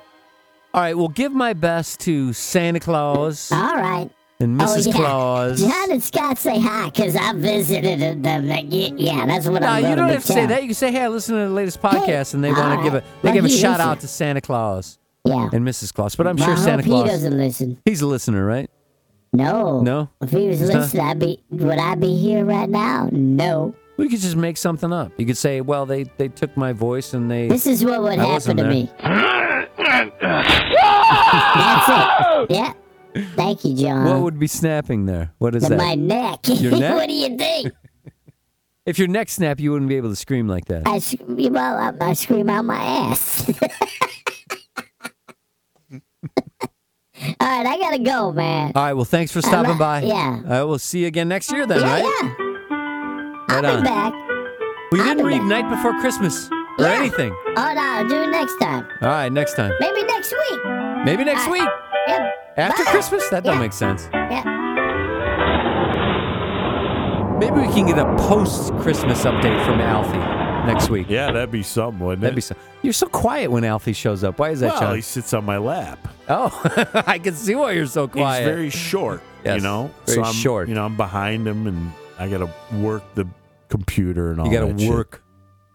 Speaker 4: All right, well, give my best to Santa Claus
Speaker 8: All right.
Speaker 4: and Mrs.
Speaker 8: oh, yeah.
Speaker 4: Claus.
Speaker 8: [LAUGHS] John and Scott say hi because I visited them. Like, yeah, yeah, that's what
Speaker 4: No, you
Speaker 8: I'm gonna
Speaker 4: don't
Speaker 8: be
Speaker 4: have to say
Speaker 8: telling.
Speaker 4: that. You can say, "Hey, I listened to the latest podcast, and they want to
Speaker 8: all
Speaker 4: give a
Speaker 8: right.
Speaker 4: they
Speaker 8: Well,
Speaker 4: give a
Speaker 8: he
Speaker 4: shout out
Speaker 8: listened.
Speaker 4: to Santa Claus
Speaker 8: Yeah.
Speaker 4: and Mrs. Claus." But I'm
Speaker 8: Well,
Speaker 4: sure
Speaker 8: I
Speaker 4: Santa
Speaker 8: hope
Speaker 4: Claus
Speaker 8: He doesn't listen.
Speaker 4: he's a listener, right?
Speaker 8: No.
Speaker 4: No,
Speaker 8: If he was
Speaker 4: He's not?
Speaker 8: listening, I'd be, would I be here right now? No. [LAUGHS]
Speaker 4: We could just make something up. You could say, "Well, they they took my voice and they."
Speaker 8: This is what would
Speaker 4: I
Speaker 8: happen
Speaker 4: wasn't
Speaker 8: to
Speaker 4: there. [LAUGHS]
Speaker 8: me. That's it. [LAUGHS] Yeah. Thank you, John.
Speaker 4: What would be snapping there? What is
Speaker 8: To
Speaker 4: that?
Speaker 8: my neck. [LAUGHS]
Speaker 4: Your neck?
Speaker 8: what do you
Speaker 4: [LAUGHS]
Speaker 8: think?
Speaker 4: If your neck snapped, you wouldn't be able to scream like that.
Speaker 8: I, sc- you know, I, I scream out my ass. [LAUGHS] All right, I gotta go, man.
Speaker 4: All right. Well, thanks for stopping
Speaker 8: li-
Speaker 4: by.
Speaker 8: yeah.
Speaker 4: I will see you again next year then,
Speaker 8: yeah,
Speaker 4: right?
Speaker 8: yeah.
Speaker 4: Right
Speaker 8: I'll
Speaker 4: on.
Speaker 8: be back.
Speaker 4: Well, you
Speaker 8: I'll
Speaker 4: didn't
Speaker 8: be
Speaker 4: read
Speaker 8: back.
Speaker 4: Night Before Christmas or
Speaker 8: Yeah.
Speaker 4: anything.
Speaker 8: Oh no, I'll do it next time.
Speaker 4: All right, next time.
Speaker 8: Maybe next week.
Speaker 4: Maybe next
Speaker 8: I-
Speaker 4: week.
Speaker 8: Yep.
Speaker 4: After
Speaker 8: Bye.
Speaker 4: Christmas? That don't
Speaker 8: Yeah.
Speaker 4: make sense.
Speaker 8: Yeah.
Speaker 4: Maybe we can get a post Christmas update from Alfie next week.
Speaker 1: Yeah, that'd be something, wouldn't
Speaker 4: That'd
Speaker 1: it?
Speaker 4: be so. You're so quiet when Alfie shows up. Why is that,
Speaker 1: well,
Speaker 4: John?
Speaker 1: he sits on my lap.
Speaker 4: Oh, [LAUGHS] I can see why you're so quiet.
Speaker 1: He's
Speaker 4: [LAUGHS]
Speaker 1: very short,
Speaker 4: Yes,
Speaker 1: you know.
Speaker 4: very
Speaker 1: I'm,
Speaker 4: short.
Speaker 1: You know, I'm behind him, and I got to work the computer and all.
Speaker 4: you got
Speaker 1: that shit.
Speaker 4: to work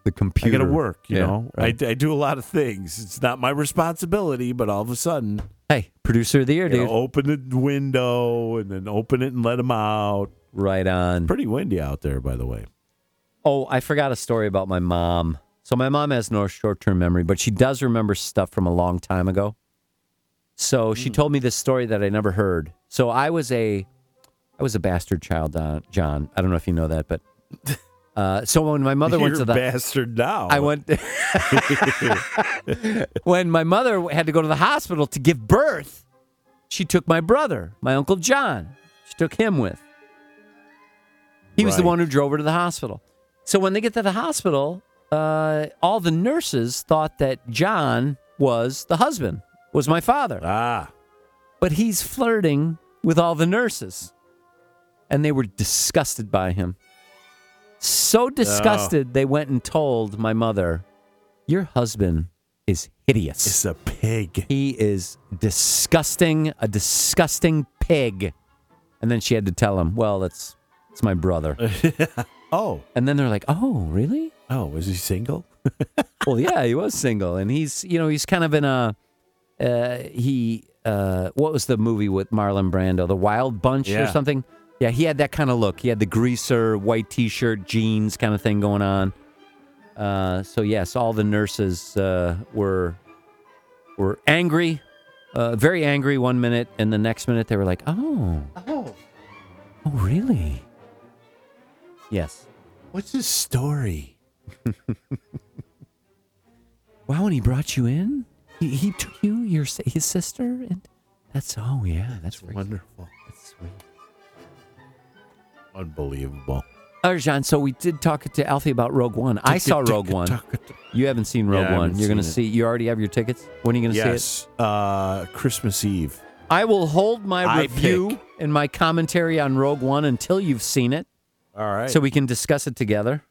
Speaker 4: the
Speaker 1: I
Speaker 4: computer.
Speaker 1: got to work. You
Speaker 4: Yeah,
Speaker 1: know,
Speaker 4: right.
Speaker 1: I, I do a lot of things. It's not my responsibility, but all of a sudden,
Speaker 4: hey, producer of the year,
Speaker 1: you know,
Speaker 4: dude.
Speaker 1: open the window and then open it and let him out.
Speaker 4: Right on.
Speaker 1: Pretty windy out there, by the way.
Speaker 4: Oh, I forgot a story about my mom. So my mom has no short-term memory, but she does remember stuff from a long time ago. So
Speaker 1: Hmm.
Speaker 4: she told me this story that I never heard. So I was a, I was a bastard child, uh, John. I don't know if you know that,
Speaker 1: [LAUGHS]
Speaker 4: but uh, so when my mother went
Speaker 1: You're
Speaker 4: to the,
Speaker 1: a bastard now.
Speaker 4: I
Speaker 1: [LAUGHS]
Speaker 4: went [LAUGHS] when my mother had to go to the hospital to give birth. She took my brother, my uncle John. She took him with. He was the
Speaker 1: Right.
Speaker 4: one who drove her to the hospital. So when they get to the hospital, uh, all the nurses thought that John was the husband, was my father.
Speaker 1: Ah,
Speaker 4: But he's flirting with all the nurses. And they were disgusted by him. So
Speaker 1: Oh.
Speaker 4: disgusted, they went and told my mother, Your husband is hideous.
Speaker 1: it's a pig.
Speaker 4: He is disgusting, a disgusting pig. And then she had to tell him, Well, that's, it's my brother.
Speaker 1: [LAUGHS] Oh,
Speaker 4: And then they're like, Oh, really?
Speaker 1: oh, is he single? [LAUGHS]
Speaker 4: well, yeah, he was single, and he's you know he's kind of in a uh, he uh, what was the movie with Marlon Brando? The Wild Bunch or
Speaker 2: Yeah.
Speaker 4: something? Yeah, he had that kind of look. He had the greaser, white t-shirt, jeans kind of thing going on. Uh, so yes, all the nurses uh, were were angry, uh, very angry one minute, and the next minute they were like, "Oh,
Speaker 10: Oh,
Speaker 4: oh, really? Yes."
Speaker 10: what's his story?
Speaker 4: Wow, when he brought you in, he, he took you, your si- his sister, and that's oh yeah, that's wonderful. That's sweet.
Speaker 1: Unbelievable.
Speaker 4: Arjan, so we did talk to Alfie about Rogue One. I saw Rogue One. You haven't seen Rogue
Speaker 1: Yeah, I haven't
Speaker 4: One. You're going to
Speaker 1: seen it.
Speaker 4: see. You already have your tickets. When are you going to see
Speaker 1: Yes, uh, Christmas Eve.
Speaker 4: it? I will hold my
Speaker 1: I
Speaker 4: review and my commentary on Rogue One until you've seen it,
Speaker 1: All right.
Speaker 4: so we can discuss it together.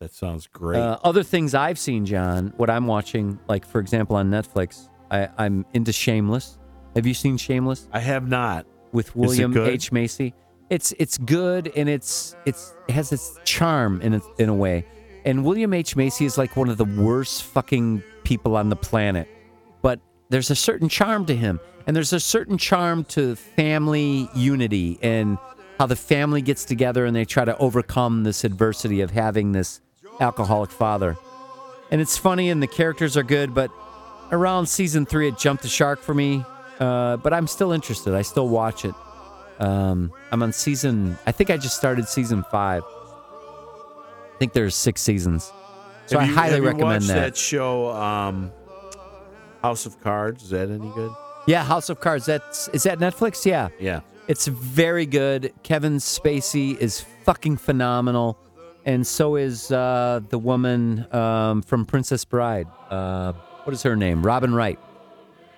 Speaker 1: That sounds great.
Speaker 4: Uh, other things I've seen, John. What I'm watching, like for example on Netflix, I, I'm into Shameless. Have you seen Shameless?
Speaker 1: I have not.
Speaker 4: With William H Macy. It's it's good and it's it's it has its charm in a, in a way. And William H Macy is like one of the worst fucking people on the planet, but there's a certain charm to him, and there's a certain charm to family unity and how the family gets together and they try to overcome this adversity of having this alcoholic father. And it's funny and the characters are good, but around season three, it jumped the shark for me. Uh, but I'm still interested. I still watch it. Um, I'm on season, I think I just started season five. I think there's six seasons. So I
Speaker 1: Have you-
Speaker 4: highly
Speaker 1: have you
Speaker 4: recommend
Speaker 1: watched
Speaker 4: that.
Speaker 1: that show, um, House of Cards. Is that any good?
Speaker 4: Yeah, House of Cards. That's is that Netflix? Yeah.
Speaker 1: Yeah.
Speaker 4: It's very good. Kevin Spacey is fucking phenomenal, and so is uh, the woman um, from Princess Bride. Uh, what is her name? Robin Wright.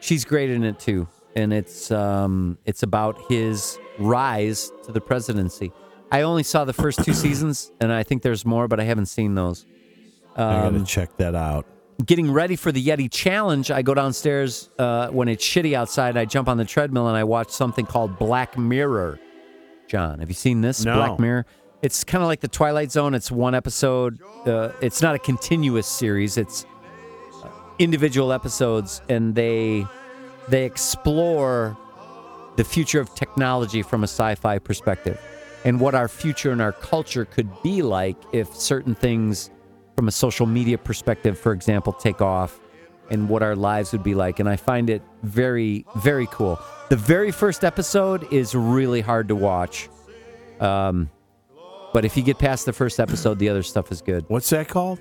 Speaker 4: She's great in it too, and it's um, it's about his rise to the
Speaker 1: [COUGHS]
Speaker 4: presidency. I only saw the first two seasons, and I think there's more, but I haven't seen those.
Speaker 1: I
Speaker 4: Um,
Speaker 1: gotta check that out.
Speaker 4: getting ready for the Yeti challenge, I go downstairs uh, when it's shitty outside. I jump on the treadmill and I watch something called Black Mirror. John, have you seen this
Speaker 1: No.
Speaker 4: Black Mirror? It's kind of like the Twilight Zone. It's one episode. Uh, it's not a continuous series. It's uh, individual episodes, and they they explore the future of technology from a sci-fi perspective and what our future and our culture could be like if certain things from a social media perspective for example take off and what our lives would be like and i find it very very cool the very first episode is really hard to watch um, but if you get past the first episode the other stuff is good
Speaker 1: what's that called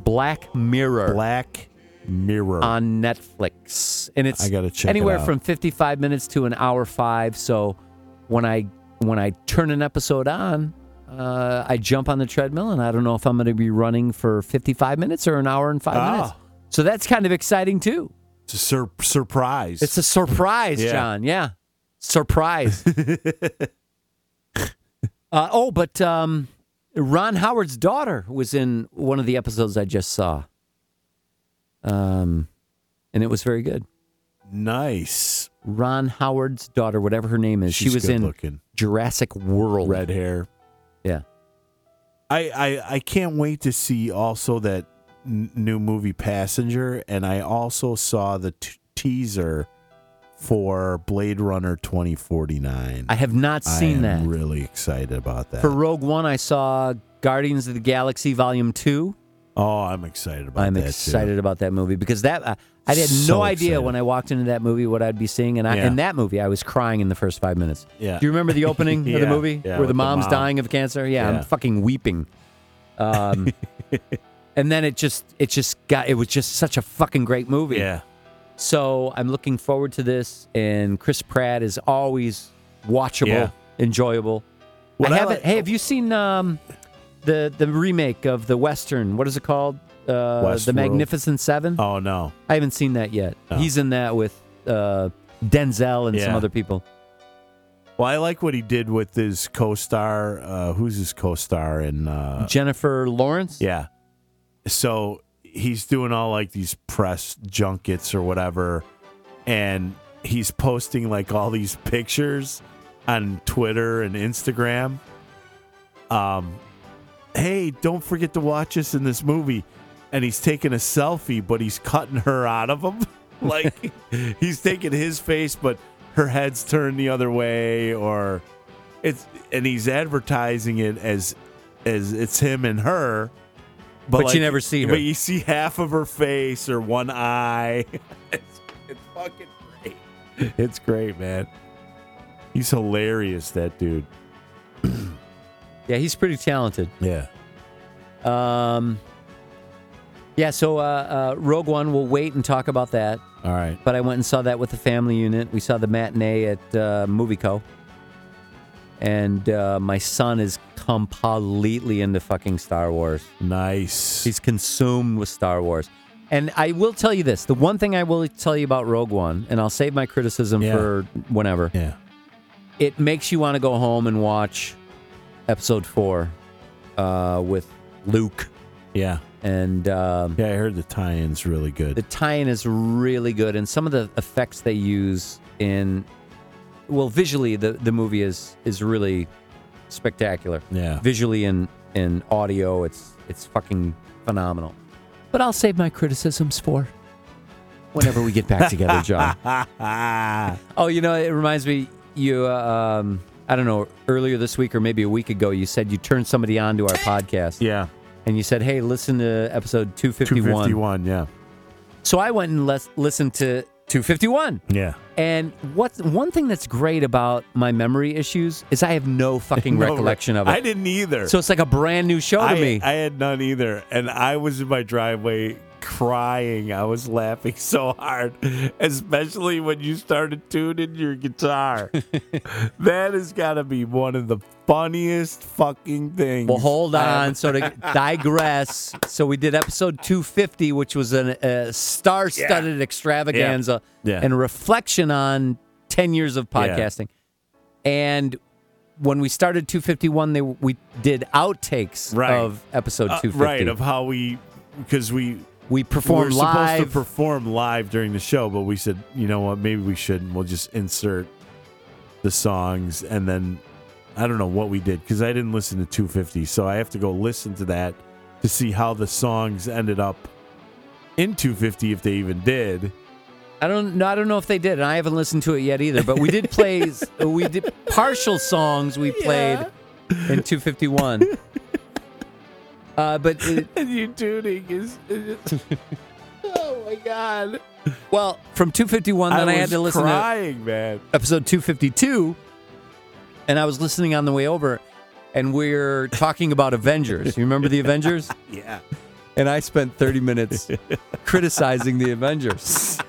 Speaker 4: black mirror
Speaker 1: black mirror
Speaker 4: on netflix and it's
Speaker 1: I gotta check it
Speaker 4: anywhere
Speaker 1: out.
Speaker 4: from 55 minutes to an hour five so when i when i turn an episode on uh, i jump on the treadmill and i don't know if i'm going to be running for 55 minutes or an hour and five
Speaker 1: Ah.
Speaker 4: minutes so that's kind of exciting too
Speaker 1: It's a sur- surprise.
Speaker 4: it's a surprise
Speaker 1: Yeah.
Speaker 4: john yeah
Speaker 1: [LAUGHS]
Speaker 4: surprise uh, oh but um, ron howard's daughter was in one of the episodes i just saw um, and it was very good
Speaker 1: nice
Speaker 4: ron howard's daughter whatever her name is she
Speaker 1: She's
Speaker 4: was in
Speaker 1: good-looking.
Speaker 4: jurassic world
Speaker 1: red hair.
Speaker 4: yeah
Speaker 1: I, I I can't wait to see also that n- new movie Passenger, and I also saw the t- teaser for Blade Runner twenty forty nine.
Speaker 4: I have not seen
Speaker 1: I am
Speaker 4: that.
Speaker 1: Really excited about that.
Speaker 4: For Rogue One, I saw Guardians of the Galaxy Volume Two.
Speaker 1: oh, I'm excited about
Speaker 4: I'm
Speaker 1: that. too.
Speaker 4: excited about that movie because that uh, I had
Speaker 1: So
Speaker 4: no idea
Speaker 1: excited.
Speaker 4: when I walked into that movie what I'd be seeing, and I,
Speaker 1: Yeah.
Speaker 4: in that movie I was crying in the first five minutes.
Speaker 1: Yeah.
Speaker 4: Do you remember the
Speaker 1: [LAUGHS]
Speaker 4: opening of the
Speaker 1: Yeah,
Speaker 4: movie
Speaker 1: yeah,
Speaker 4: where
Speaker 1: with
Speaker 4: the
Speaker 1: the
Speaker 4: mom's
Speaker 1: mom.
Speaker 4: dying of cancer? Yeah,
Speaker 1: Yeah.
Speaker 4: I'm fucking weeping.
Speaker 1: [LAUGHS]
Speaker 4: Um, and then it just it just got it was just such a fucking great movie.
Speaker 1: Yeah.
Speaker 4: So I'm looking forward to this, and Chris Pratt is always watchable,
Speaker 1: Yeah.
Speaker 4: enjoyable.
Speaker 1: What
Speaker 4: I
Speaker 1: I
Speaker 4: haven't.
Speaker 1: like-
Speaker 4: hey, have you seen um, the the remake of the Western? What is it called? Uh, the
Speaker 1: Westworld.
Speaker 4: Magnificent Seven.
Speaker 1: Oh no,
Speaker 4: I haven't seen that yet.
Speaker 1: No.
Speaker 4: He's in that with uh, Denzel and some
Speaker 1: Yeah.
Speaker 4: other people.
Speaker 1: Well, I like what he did with his co-star. Uh, who's his co-star? And uh,
Speaker 4: Jennifer Lawrence.
Speaker 1: yeah, so he's doing all like these press junkets or whatever, and he's posting like all these pictures on Twitter and Instagram. Um, hey, don't forget to watch us in this movie. And he's taking a selfie, but he's cutting her out of him. [LAUGHS]
Speaker 4: [LAUGHS]
Speaker 1: like he's taking his face, but her head's turned the other way, or it's and he's advertising it as as it's him and her.
Speaker 4: But
Speaker 1: But,
Speaker 4: you
Speaker 1: like,
Speaker 4: never see her.
Speaker 1: But you see half of her face or one eye. [LAUGHS] it's, it's fucking great. It's great, man. He's hilarious, that dude.
Speaker 4: yeah, he's pretty talented.
Speaker 1: Yeah.
Speaker 4: Um. Yeah, so uh, uh, Rogue One, we'll wait and talk about that.
Speaker 1: All right.
Speaker 4: But I went and saw that with the family unit. We saw the matinee at uh, MovieCo. And uh, my son is completely into fucking Star Wars.
Speaker 1: Nice.
Speaker 4: He's consumed with Star Wars. And I will tell you this the one thing I will tell you about Rogue One, and I'll save my criticism
Speaker 1: Yeah.
Speaker 4: for whenever.
Speaker 1: Yeah.
Speaker 4: It makes you want to go home and watch episode four uh, with Luke.
Speaker 1: Yeah.
Speaker 4: And um,
Speaker 1: yeah, I heard the tie-in's really good.
Speaker 4: The tie-in is really good, and some of the effects they use in, well, visually the the movie is is really spectacular.
Speaker 1: Yeah.
Speaker 4: visually and and audio, it's it's fucking phenomenal. But I'll save my criticisms for whenever we get back together, John.
Speaker 1: [LAUGHS]
Speaker 4: oh, you know, it reminds me. You, uh, um, I don't know, earlier this week or maybe a week ago, you said you turned somebody on to our podcast.
Speaker 1: Yeah.
Speaker 4: And you said, hey, listen to episode 251.
Speaker 1: 251, yeah.
Speaker 4: So I went and les- listened to 251.
Speaker 1: Yeah.
Speaker 4: And what's one thing that's great about my memory issues is I have no fucking
Speaker 1: [LAUGHS] No,
Speaker 4: recollection of it.
Speaker 1: I didn't either.
Speaker 4: So it's like a brand new show to
Speaker 1: I,
Speaker 4: me.
Speaker 1: I had none either. And I was in my driveway crying. I was laughing [LAUGHS] so hard, especially when you started tuning
Speaker 4: [LAUGHS]
Speaker 1: your guitar. that has got to be one of the funniest fucking things.
Speaker 4: Well, hold
Speaker 1: I've-
Speaker 4: on. So
Speaker 1: [LAUGHS]
Speaker 4: to digress, so we did episode 250, which was an- a star-studded extravaganza
Speaker 1: Yeah. Yeah.
Speaker 4: and a reflection on 10 years of
Speaker 1: Yeah.
Speaker 4: podcasting. And when we started 251, they, we did outtakes
Speaker 1: Right.
Speaker 4: of episode
Speaker 1: Uh,
Speaker 4: 250.
Speaker 1: right, of how we, because we.
Speaker 4: We performed
Speaker 1: were supposed
Speaker 4: live.
Speaker 1: to perform live during the show, but we said, you know what, maybe we shouldn't. We'll just insert the songs and then I don't know what we did because I didn't listen to 250. So I have to go listen to that to see how the songs ended up in 250 if they even did.
Speaker 4: I don't know. I don't know if they did, and I haven't listened to it yet either. But we did play.
Speaker 1: [LAUGHS]
Speaker 4: we did partial songs. We played in
Speaker 1: [LAUGHS]
Speaker 4: 251. Uh, but it,
Speaker 1: [LAUGHS] And you tuning is. is [LAUGHS] oh my God.
Speaker 4: well, from 251, then I, had
Speaker 1: was
Speaker 4: to listen
Speaker 1: crying, man.
Speaker 4: to episode 252, and I was listening on the way over, and
Speaker 1: [LAUGHS]
Speaker 4: we're talking about Avengers. You remember the Avengers?
Speaker 1: Yeah.
Speaker 4: And I spent 30
Speaker 1: [LAUGHS]
Speaker 4: minutes criticizing the Avengers.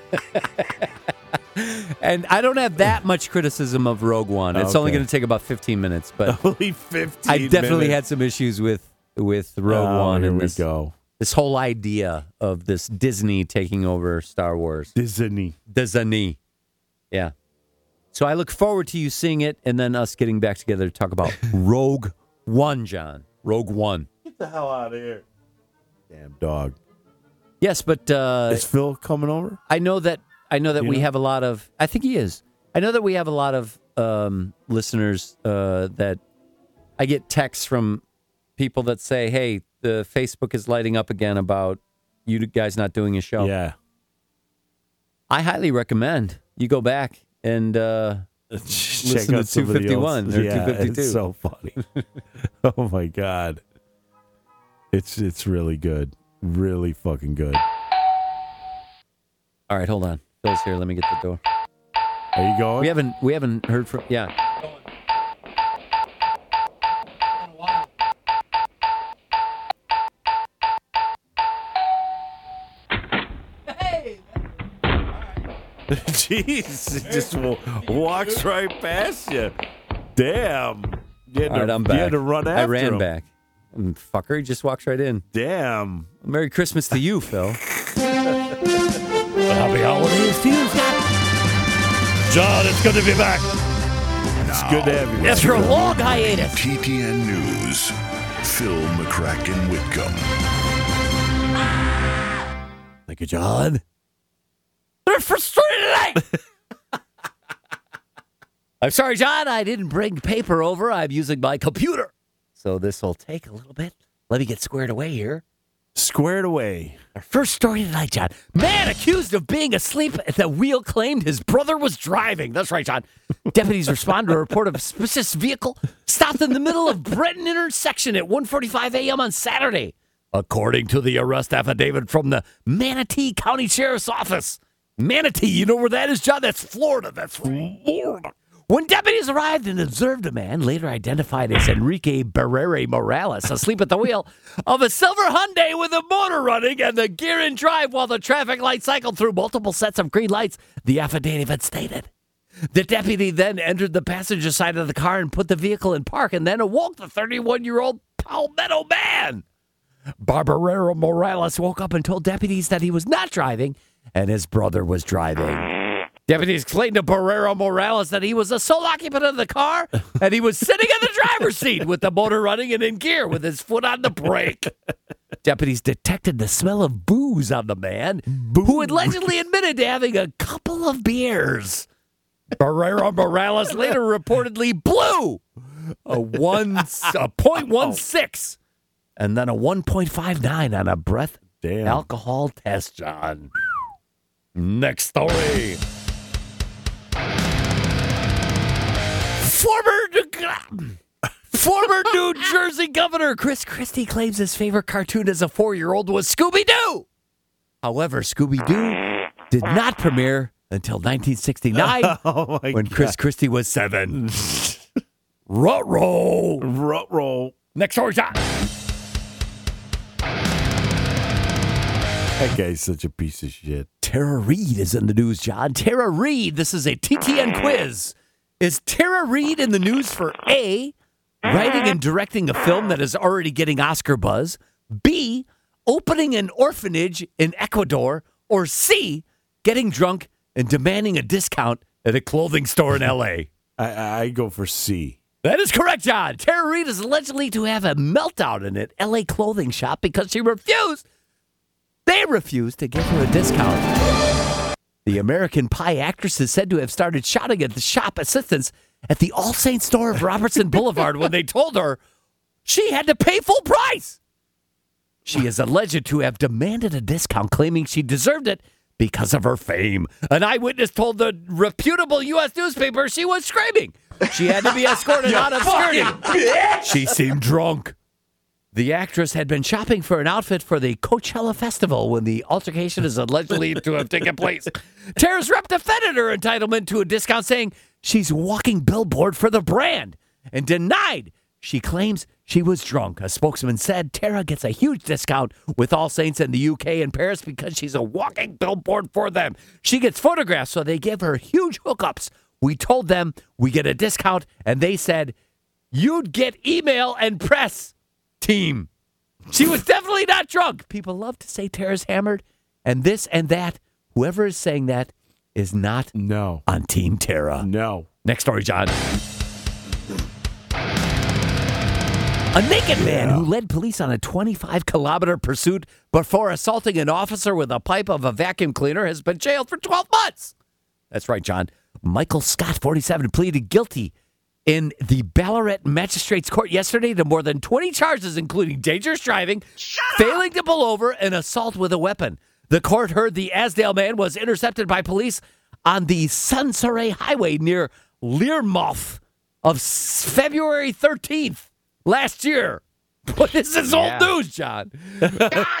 Speaker 4: and I don't have that much criticism of Rogue One. It's only
Speaker 1: Okay.
Speaker 4: going to take about 15 minutes,
Speaker 1: [LAUGHS]
Speaker 4: but
Speaker 1: Only 15
Speaker 4: I definitely
Speaker 1: minutes.
Speaker 4: had some issues with with Rogue
Speaker 1: Oh,
Speaker 4: One
Speaker 1: here
Speaker 4: and
Speaker 1: we
Speaker 4: this
Speaker 1: go.
Speaker 4: this whole idea of this Disney taking over Star Wars.
Speaker 1: Disney.
Speaker 4: Disney. Yeah. So I look forward to you seeing it and then us getting back together to talk
Speaker 1: [LAUGHS]
Speaker 4: about Rogue One, John. Rogue One.
Speaker 1: Get the hell out of here. Damn dog.
Speaker 4: Yes, but uh,
Speaker 1: Is Phil coming over?
Speaker 4: I know that I know that
Speaker 1: You
Speaker 4: we
Speaker 1: know?
Speaker 4: have a lot of. I think he is. I know that we have a lot of um, listeners uh, that I get texts from people that say, "Hey, the Facebook is lighting up again about you guys not doing a show."
Speaker 1: Yeah.
Speaker 4: I highly recommend you go back and uh,
Speaker 1: [LAUGHS] Check
Speaker 4: listen to
Speaker 1: out somebody
Speaker 4: 251
Speaker 1: else.
Speaker 4: or
Speaker 1: yeah,
Speaker 4: 252.
Speaker 1: It's so funny. [LAUGHS] oh my god. It's it's really good. Really fucking good.
Speaker 4: All right, hold on. Phil's here. Let me get the door.
Speaker 1: Are you going?
Speaker 4: We haven't we haven't heard from. Yeah.
Speaker 1: [LAUGHS] Jeez, it just wa- walks right past you. Damn. You had,
Speaker 4: All right,
Speaker 1: to,
Speaker 4: I'm
Speaker 1: you
Speaker 4: back.
Speaker 1: had to run after
Speaker 4: I ran
Speaker 1: him.
Speaker 4: back. And fucker, he just walks right in.
Speaker 1: Damn.
Speaker 4: Merry Christmas to you, Phil.
Speaker 1: Happy holidays to you,
Speaker 10: John, it's good to be back.
Speaker 1: It's good to have you.
Speaker 10: After a long hiatus. TTN News. Phil McCracken Whitcomb.
Speaker 1: Thank you, John.
Speaker 10: They're frustrated.
Speaker 1: [LAUGHS]
Speaker 4: I'm sorry, John. I didn't bring paper over. I'm using my computer. So this will take a little bit. Let me get squared away here.
Speaker 1: Squared away.
Speaker 2: Our first story tonight, John. Man accused of being asleep at the wheel claimed his brother was driving. That's right, John. Deputies respond to a report of a suspicious vehicle stopped in the middle of Breton intersection at 1:45 a.m. on Saturday, according to the arrest affidavit from the Manatee County Sheriff's Office. Manatee, you know where that is, John? That's Florida. That's Florida. When deputies arrived and observed a man, later identified as Enrique Barrere Morales, asleep at the wheel of a silver Hyundai with a motor running and the gear in drive while the traffic light cycled through multiple sets of green lights, the affidavit stated. The deputy then entered the passenger side of the car and put the vehicle in park and then awoke the 31 year old Palmetto man. Barbarero Morales woke up and told deputies that he was not driving and his brother was driving. Deputies claimed to Barrero Morales that he was the sole occupant of the car and he was sitting in the driver's seat with the motor running and in gear with his foot on the brake. Deputies detected the smell of booze on the man, who allegedly admitted to having a couple of beers. Barrera Morales later reportedly blew a one a point one six and then a one point five nine on a breath alcohol test, John. Next story. Former
Speaker 1: [LAUGHS]
Speaker 2: former New Jersey Governor Chris Christie claims his favorite cartoon as a four-year-old was Scooby Doo. However, Scooby Doo did not premiere until
Speaker 1: [LAUGHS]
Speaker 2: 1969
Speaker 1: Oh
Speaker 2: when Chris Christie was seven. Rut roll.
Speaker 1: Rut roll.
Speaker 2: Next story, John.
Speaker 1: That guy's such a piece of shit.
Speaker 2: Tara Reid is in the news, John. Tara Reid, this is a TTN quiz. Is Tara Reid in the news for A, writing and directing a film that is already getting Oscar buzz, B, opening an orphanage in Ecuador, or C, getting drunk and demanding a discount at a clothing store in
Speaker 1: [LAUGHS]
Speaker 2: LA?
Speaker 1: I, I go for C.
Speaker 2: That is correct, John. Tara Reid is allegedly to have a meltdown in an LA clothing shop because she refused they refused to give her a discount. The American Pie actress is said to have started shouting at the shop assistants at the All Saints store of Robertson Boulevard when they told her she had to pay full price. She is alleged to have demanded a discount, claiming she deserved it because of her fame. An eyewitness told the reputable U.S. newspaper she was screaming. She had to be escorted out of skirting. She seemed drunk. The actress had been shopping for an outfit for the Coachella Festival when the altercation is allegedly to have taken place. Tara's rep defended her entitlement to a discount, saying she's walking billboard for the brand and denied she claims she was drunk. A spokesman said Tara gets a huge discount with All Saints in the UK and Paris because she's a walking billboard for them. She gets photographed, so they give her huge hookups. We told them we get a discount, and they said, You'd get email and press team. She was definitely not drunk. People love to say Tara's hammered and this and that. Whoever is saying that is not
Speaker 1: no
Speaker 2: on Team Tara.
Speaker 1: No.
Speaker 2: Next story, John. A naked man who led police on a 25 kilometer pursuit before assaulting an officer with a pipe of a vacuum cleaner has been jailed for 12 months. That's right, John. Michael Scott, 47, pleaded guilty in the Ballarat Magistrates Court yesterday to more than 20 charges, including dangerous driving, failing to pull over, and assault with a weapon. The court heard the Asdale man was intercepted by police on the Sunsuray Highway near Learmouth of s- February 13th last year. [LAUGHS] But this is old
Speaker 7: Yeah.
Speaker 2: news, John.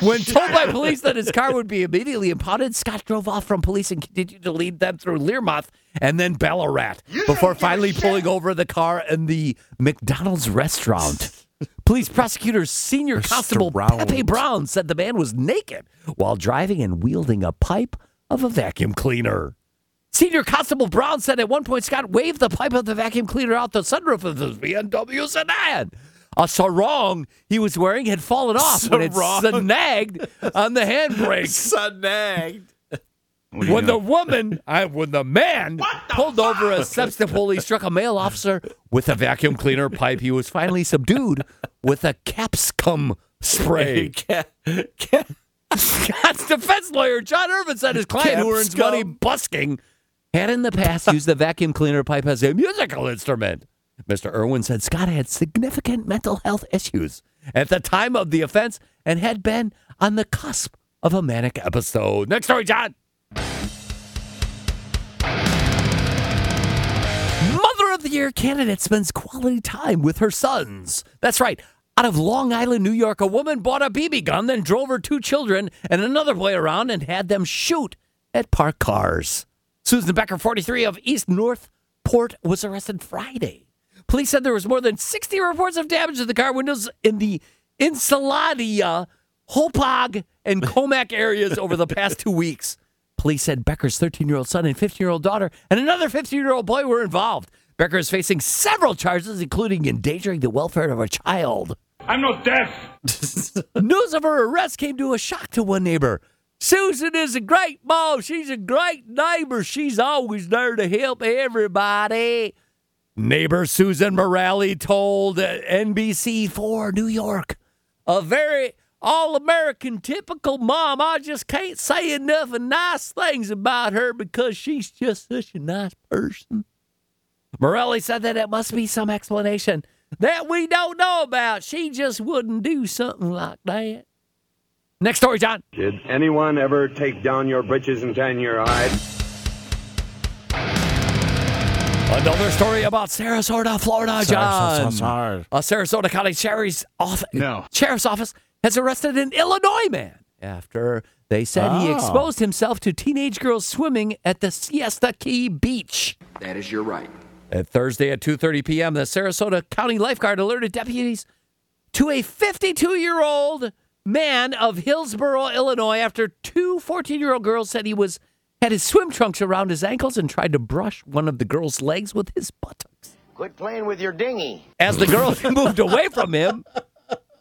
Speaker 2: when told by police that his car would be immediately impounded, Scott drove off from police and continued to lead them through Learmouth and then Ballarat before finally pulling over the car in the McDonald's restaurant. Police prosecutor's senior constable Pepe Brown said the man was naked while driving and wielding a pipe of a vacuum cleaner. Senior Constable Brown said at one point Scott waved the pipe of the vacuum cleaner out the sunroof of his BMW sedan. A sarong he was wearing had fallen off when it
Speaker 7: Sarong.
Speaker 2: snagged on the handbrake.
Speaker 1: snagged.
Speaker 2: When the woman, I, when the man pulled over a substitute, he struck a male officer with a vacuum cleaner pipe. He was
Speaker 4: [LAUGHS]
Speaker 2: finally subdued with a capsicum
Speaker 1: [LAUGHS]
Speaker 2: spray. Scott's defense lawyer, John Irvin, said his client who earns money busking had in the past used the vacuum cleaner pipe as a musical instrument. Mr. Irwin said Scott had significant mental health issues at the time of the offense and had been on the cusp of a manic episode. Next story, John. Mother of the Year candidate spends quality time with her sons. That's right. Out of Long Island, New York, a woman bought a BB gun, then drove her two children and another boy around and had them shoot at parked cars. Susan Becker, 43, of East Northport, was arrested Friday. Police said there was more than 60 reports of damage to the car windows in the Ensaladilla, Hopog, and Comac areas over the past two weeks. Police said Becker's 13 year old son and 15 year old daughter and another 15 year old boy were involved. Becker is facing several charges, including endangering the welfare of a child.
Speaker 24: I'm not deaf.
Speaker 2: [LAUGHS] News of her arrest came to a shock to one neighbor. Susan is a great mom. She's a great neighbor. She's always there to help everybody. Neighbor Susan Morale told NBC4 New York, a very all American typical mom. I just can't say enough nice things about her because she's just such a nice person. Morelli said that it must be some explanation that we don't know about. She just wouldn't do something like that. Next story, John.
Speaker 7: Did anyone ever take down your britches and tan your hide?
Speaker 2: Another story about Sarasota, Florida, John. A Sarasota County Sheriff's office, Sheriff's office has arrested an Illinois man after they said he
Speaker 4: Oh.
Speaker 2: exposed himself to teenage girls swimming at the Siesta Key Beach.
Speaker 4: That is your right.
Speaker 2: At Thursday at 2:30 p.m., the Sarasota County lifeguard alerted deputies to a 52-year-old man of Hillsboro, Illinois, after two 14-year-old girls said he was had his swim trunks around his ankles and tried to brush one of the girl's legs with his buttocks.
Speaker 9: Quit playing with your dinghy.
Speaker 2: As the girls moved away from him,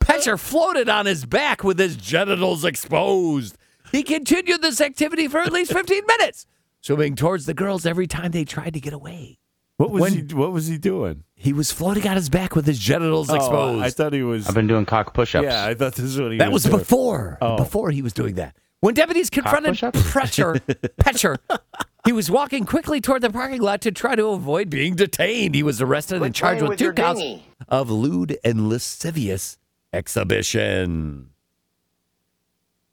Speaker 2: Petcher floated on his back with his genitals exposed. He continued this activity for at least 15 minutes, swimming towards the girls every time they tried to get away.
Speaker 10: What was he? What was he doing?
Speaker 2: He was floating on his back with his genitals
Speaker 10: Oh,
Speaker 2: exposed.
Speaker 10: I thought he was.
Speaker 9: I've been doing cock push-ups.
Speaker 10: Yeah, I thought this is what he
Speaker 2: that
Speaker 10: was.
Speaker 2: was
Speaker 10: doing.
Speaker 2: before. Before he was doing that. When deputies confronted [LAUGHS] [LAUGHS] Pressure, Petcher, he was walking quickly toward the parking lot to try to avoid being detained. He was arrested and charged
Speaker 9: playing
Speaker 2: with,
Speaker 9: with
Speaker 2: two
Speaker 9: your
Speaker 2: counts
Speaker 9: dinghy.
Speaker 2: of lewd and lascivious exhibition.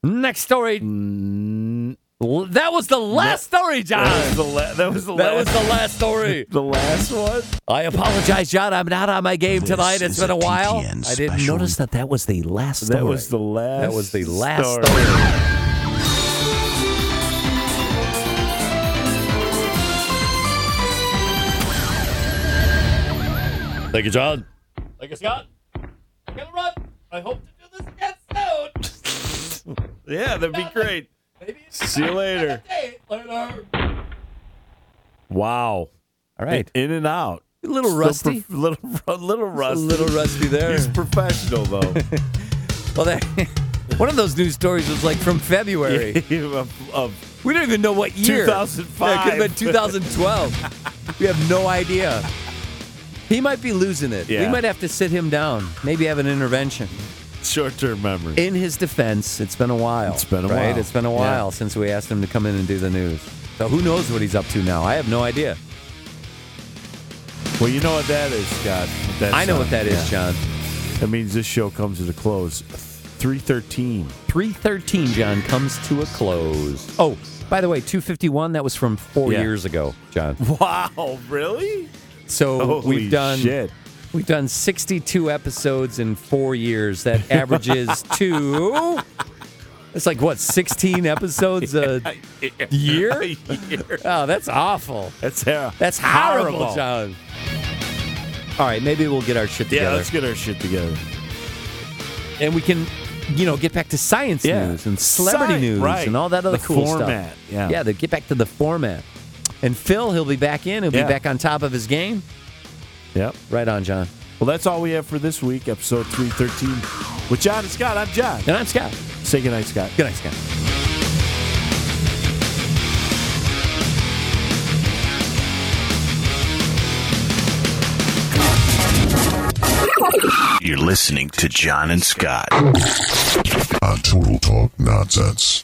Speaker 2: Next story. L- That was the last story, John. That was the,
Speaker 10: last-
Speaker 2: last story.
Speaker 10: [LAUGHS] the last one.
Speaker 2: I apologize, John. I'm not on my game
Speaker 10: This
Speaker 2: tonight. It's
Speaker 10: is
Speaker 2: been a,
Speaker 10: a
Speaker 2: while.
Speaker 10: TTN
Speaker 2: I didn't
Speaker 10: special.
Speaker 2: notice that that was the last story.
Speaker 10: That was the last.
Speaker 2: That was the last
Speaker 10: story.
Speaker 2: Thank you, John.
Speaker 4: Like a Scott. I'm gonna run. I hope to do this again soon.
Speaker 10: Yeah, that'd be
Speaker 2: [LAUGHS]
Speaker 10: great. See you later.
Speaker 4: Hey, later.
Speaker 10: Wow.
Speaker 2: All right.
Speaker 10: In, in and out.
Speaker 2: A little
Speaker 10: Still
Speaker 2: rusty.
Speaker 10: prof- little, a [LAUGHS] little rusty.
Speaker 2: little rusty there.
Speaker 10: He's professional though.
Speaker 2: [LAUGHS] Well, [LAUGHS] that, one of those news stories
Speaker 4: [LAUGHS]
Speaker 2: was like from [LAUGHS] February.
Speaker 10: of, of
Speaker 2: we don't even
Speaker 4: [LAUGHS]
Speaker 2: know what year.
Speaker 10: 2005.
Speaker 2: Yeah, it could have been 2012. we have no
Speaker 4: [LAUGHS]
Speaker 2: idea. He might be losing it.
Speaker 10: Yeah.
Speaker 2: We might have to sit him down. Maybe have an intervention.
Speaker 10: Short-term memory.
Speaker 2: In his defense, it's been a while. It's been
Speaker 10: a
Speaker 2: right?
Speaker 10: while.
Speaker 2: It's been a
Speaker 10: Yeah.
Speaker 2: while since we asked him to come in and do the news. So who knows what he's up to now? I have no idea.
Speaker 10: Well, you know what that is, Scott. That
Speaker 2: I know what that
Speaker 10: that
Speaker 2: is,
Speaker 10: is,
Speaker 2: John.
Speaker 10: That means this show comes to the close. Three thirteen.
Speaker 2: 313, John, comes to a close. Oh, by the way, 251, that was from four
Speaker 10: Yeah.
Speaker 2: years ago,
Speaker 10: [LAUGHS]
Speaker 2: John.
Speaker 10: Wow, really?
Speaker 2: So
Speaker 10: Holy
Speaker 2: we've done
Speaker 10: shit.
Speaker 2: we've done 62 episodes in four years. That
Speaker 10: [LAUGHS]
Speaker 2: averages to it's like what 16 episodes uh, a year. Oh, that's awful.
Speaker 10: That's horrible.
Speaker 2: That's horrible,
Speaker 10: Horrible.
Speaker 2: John. All right, maybe we'll get our shit
Speaker 10: Yeah,
Speaker 2: together.
Speaker 10: let's get our shit together.
Speaker 2: and we can, you know, get back to science
Speaker 10: Yeah.
Speaker 2: news and celebrity
Speaker 10: Sci-
Speaker 2: news
Speaker 10: right.
Speaker 2: and all that other
Speaker 10: The
Speaker 2: cool
Speaker 10: format,
Speaker 2: stuff.
Speaker 10: yeah.
Speaker 2: yeah, they get back to the format. And Phil, he'll be back in. He'll
Speaker 10: Yeah.
Speaker 2: be back on top of his game.
Speaker 10: Yep.
Speaker 2: Right on, John.
Speaker 10: Well, that's all we have for this week, episode 313. With John and Scott, I'm John.
Speaker 2: And I'm Scott.
Speaker 10: Say goodnight, Scott.
Speaker 2: Good night, Scott.
Speaker 1: You're listening to John and Scott on Total Talk Nonsense.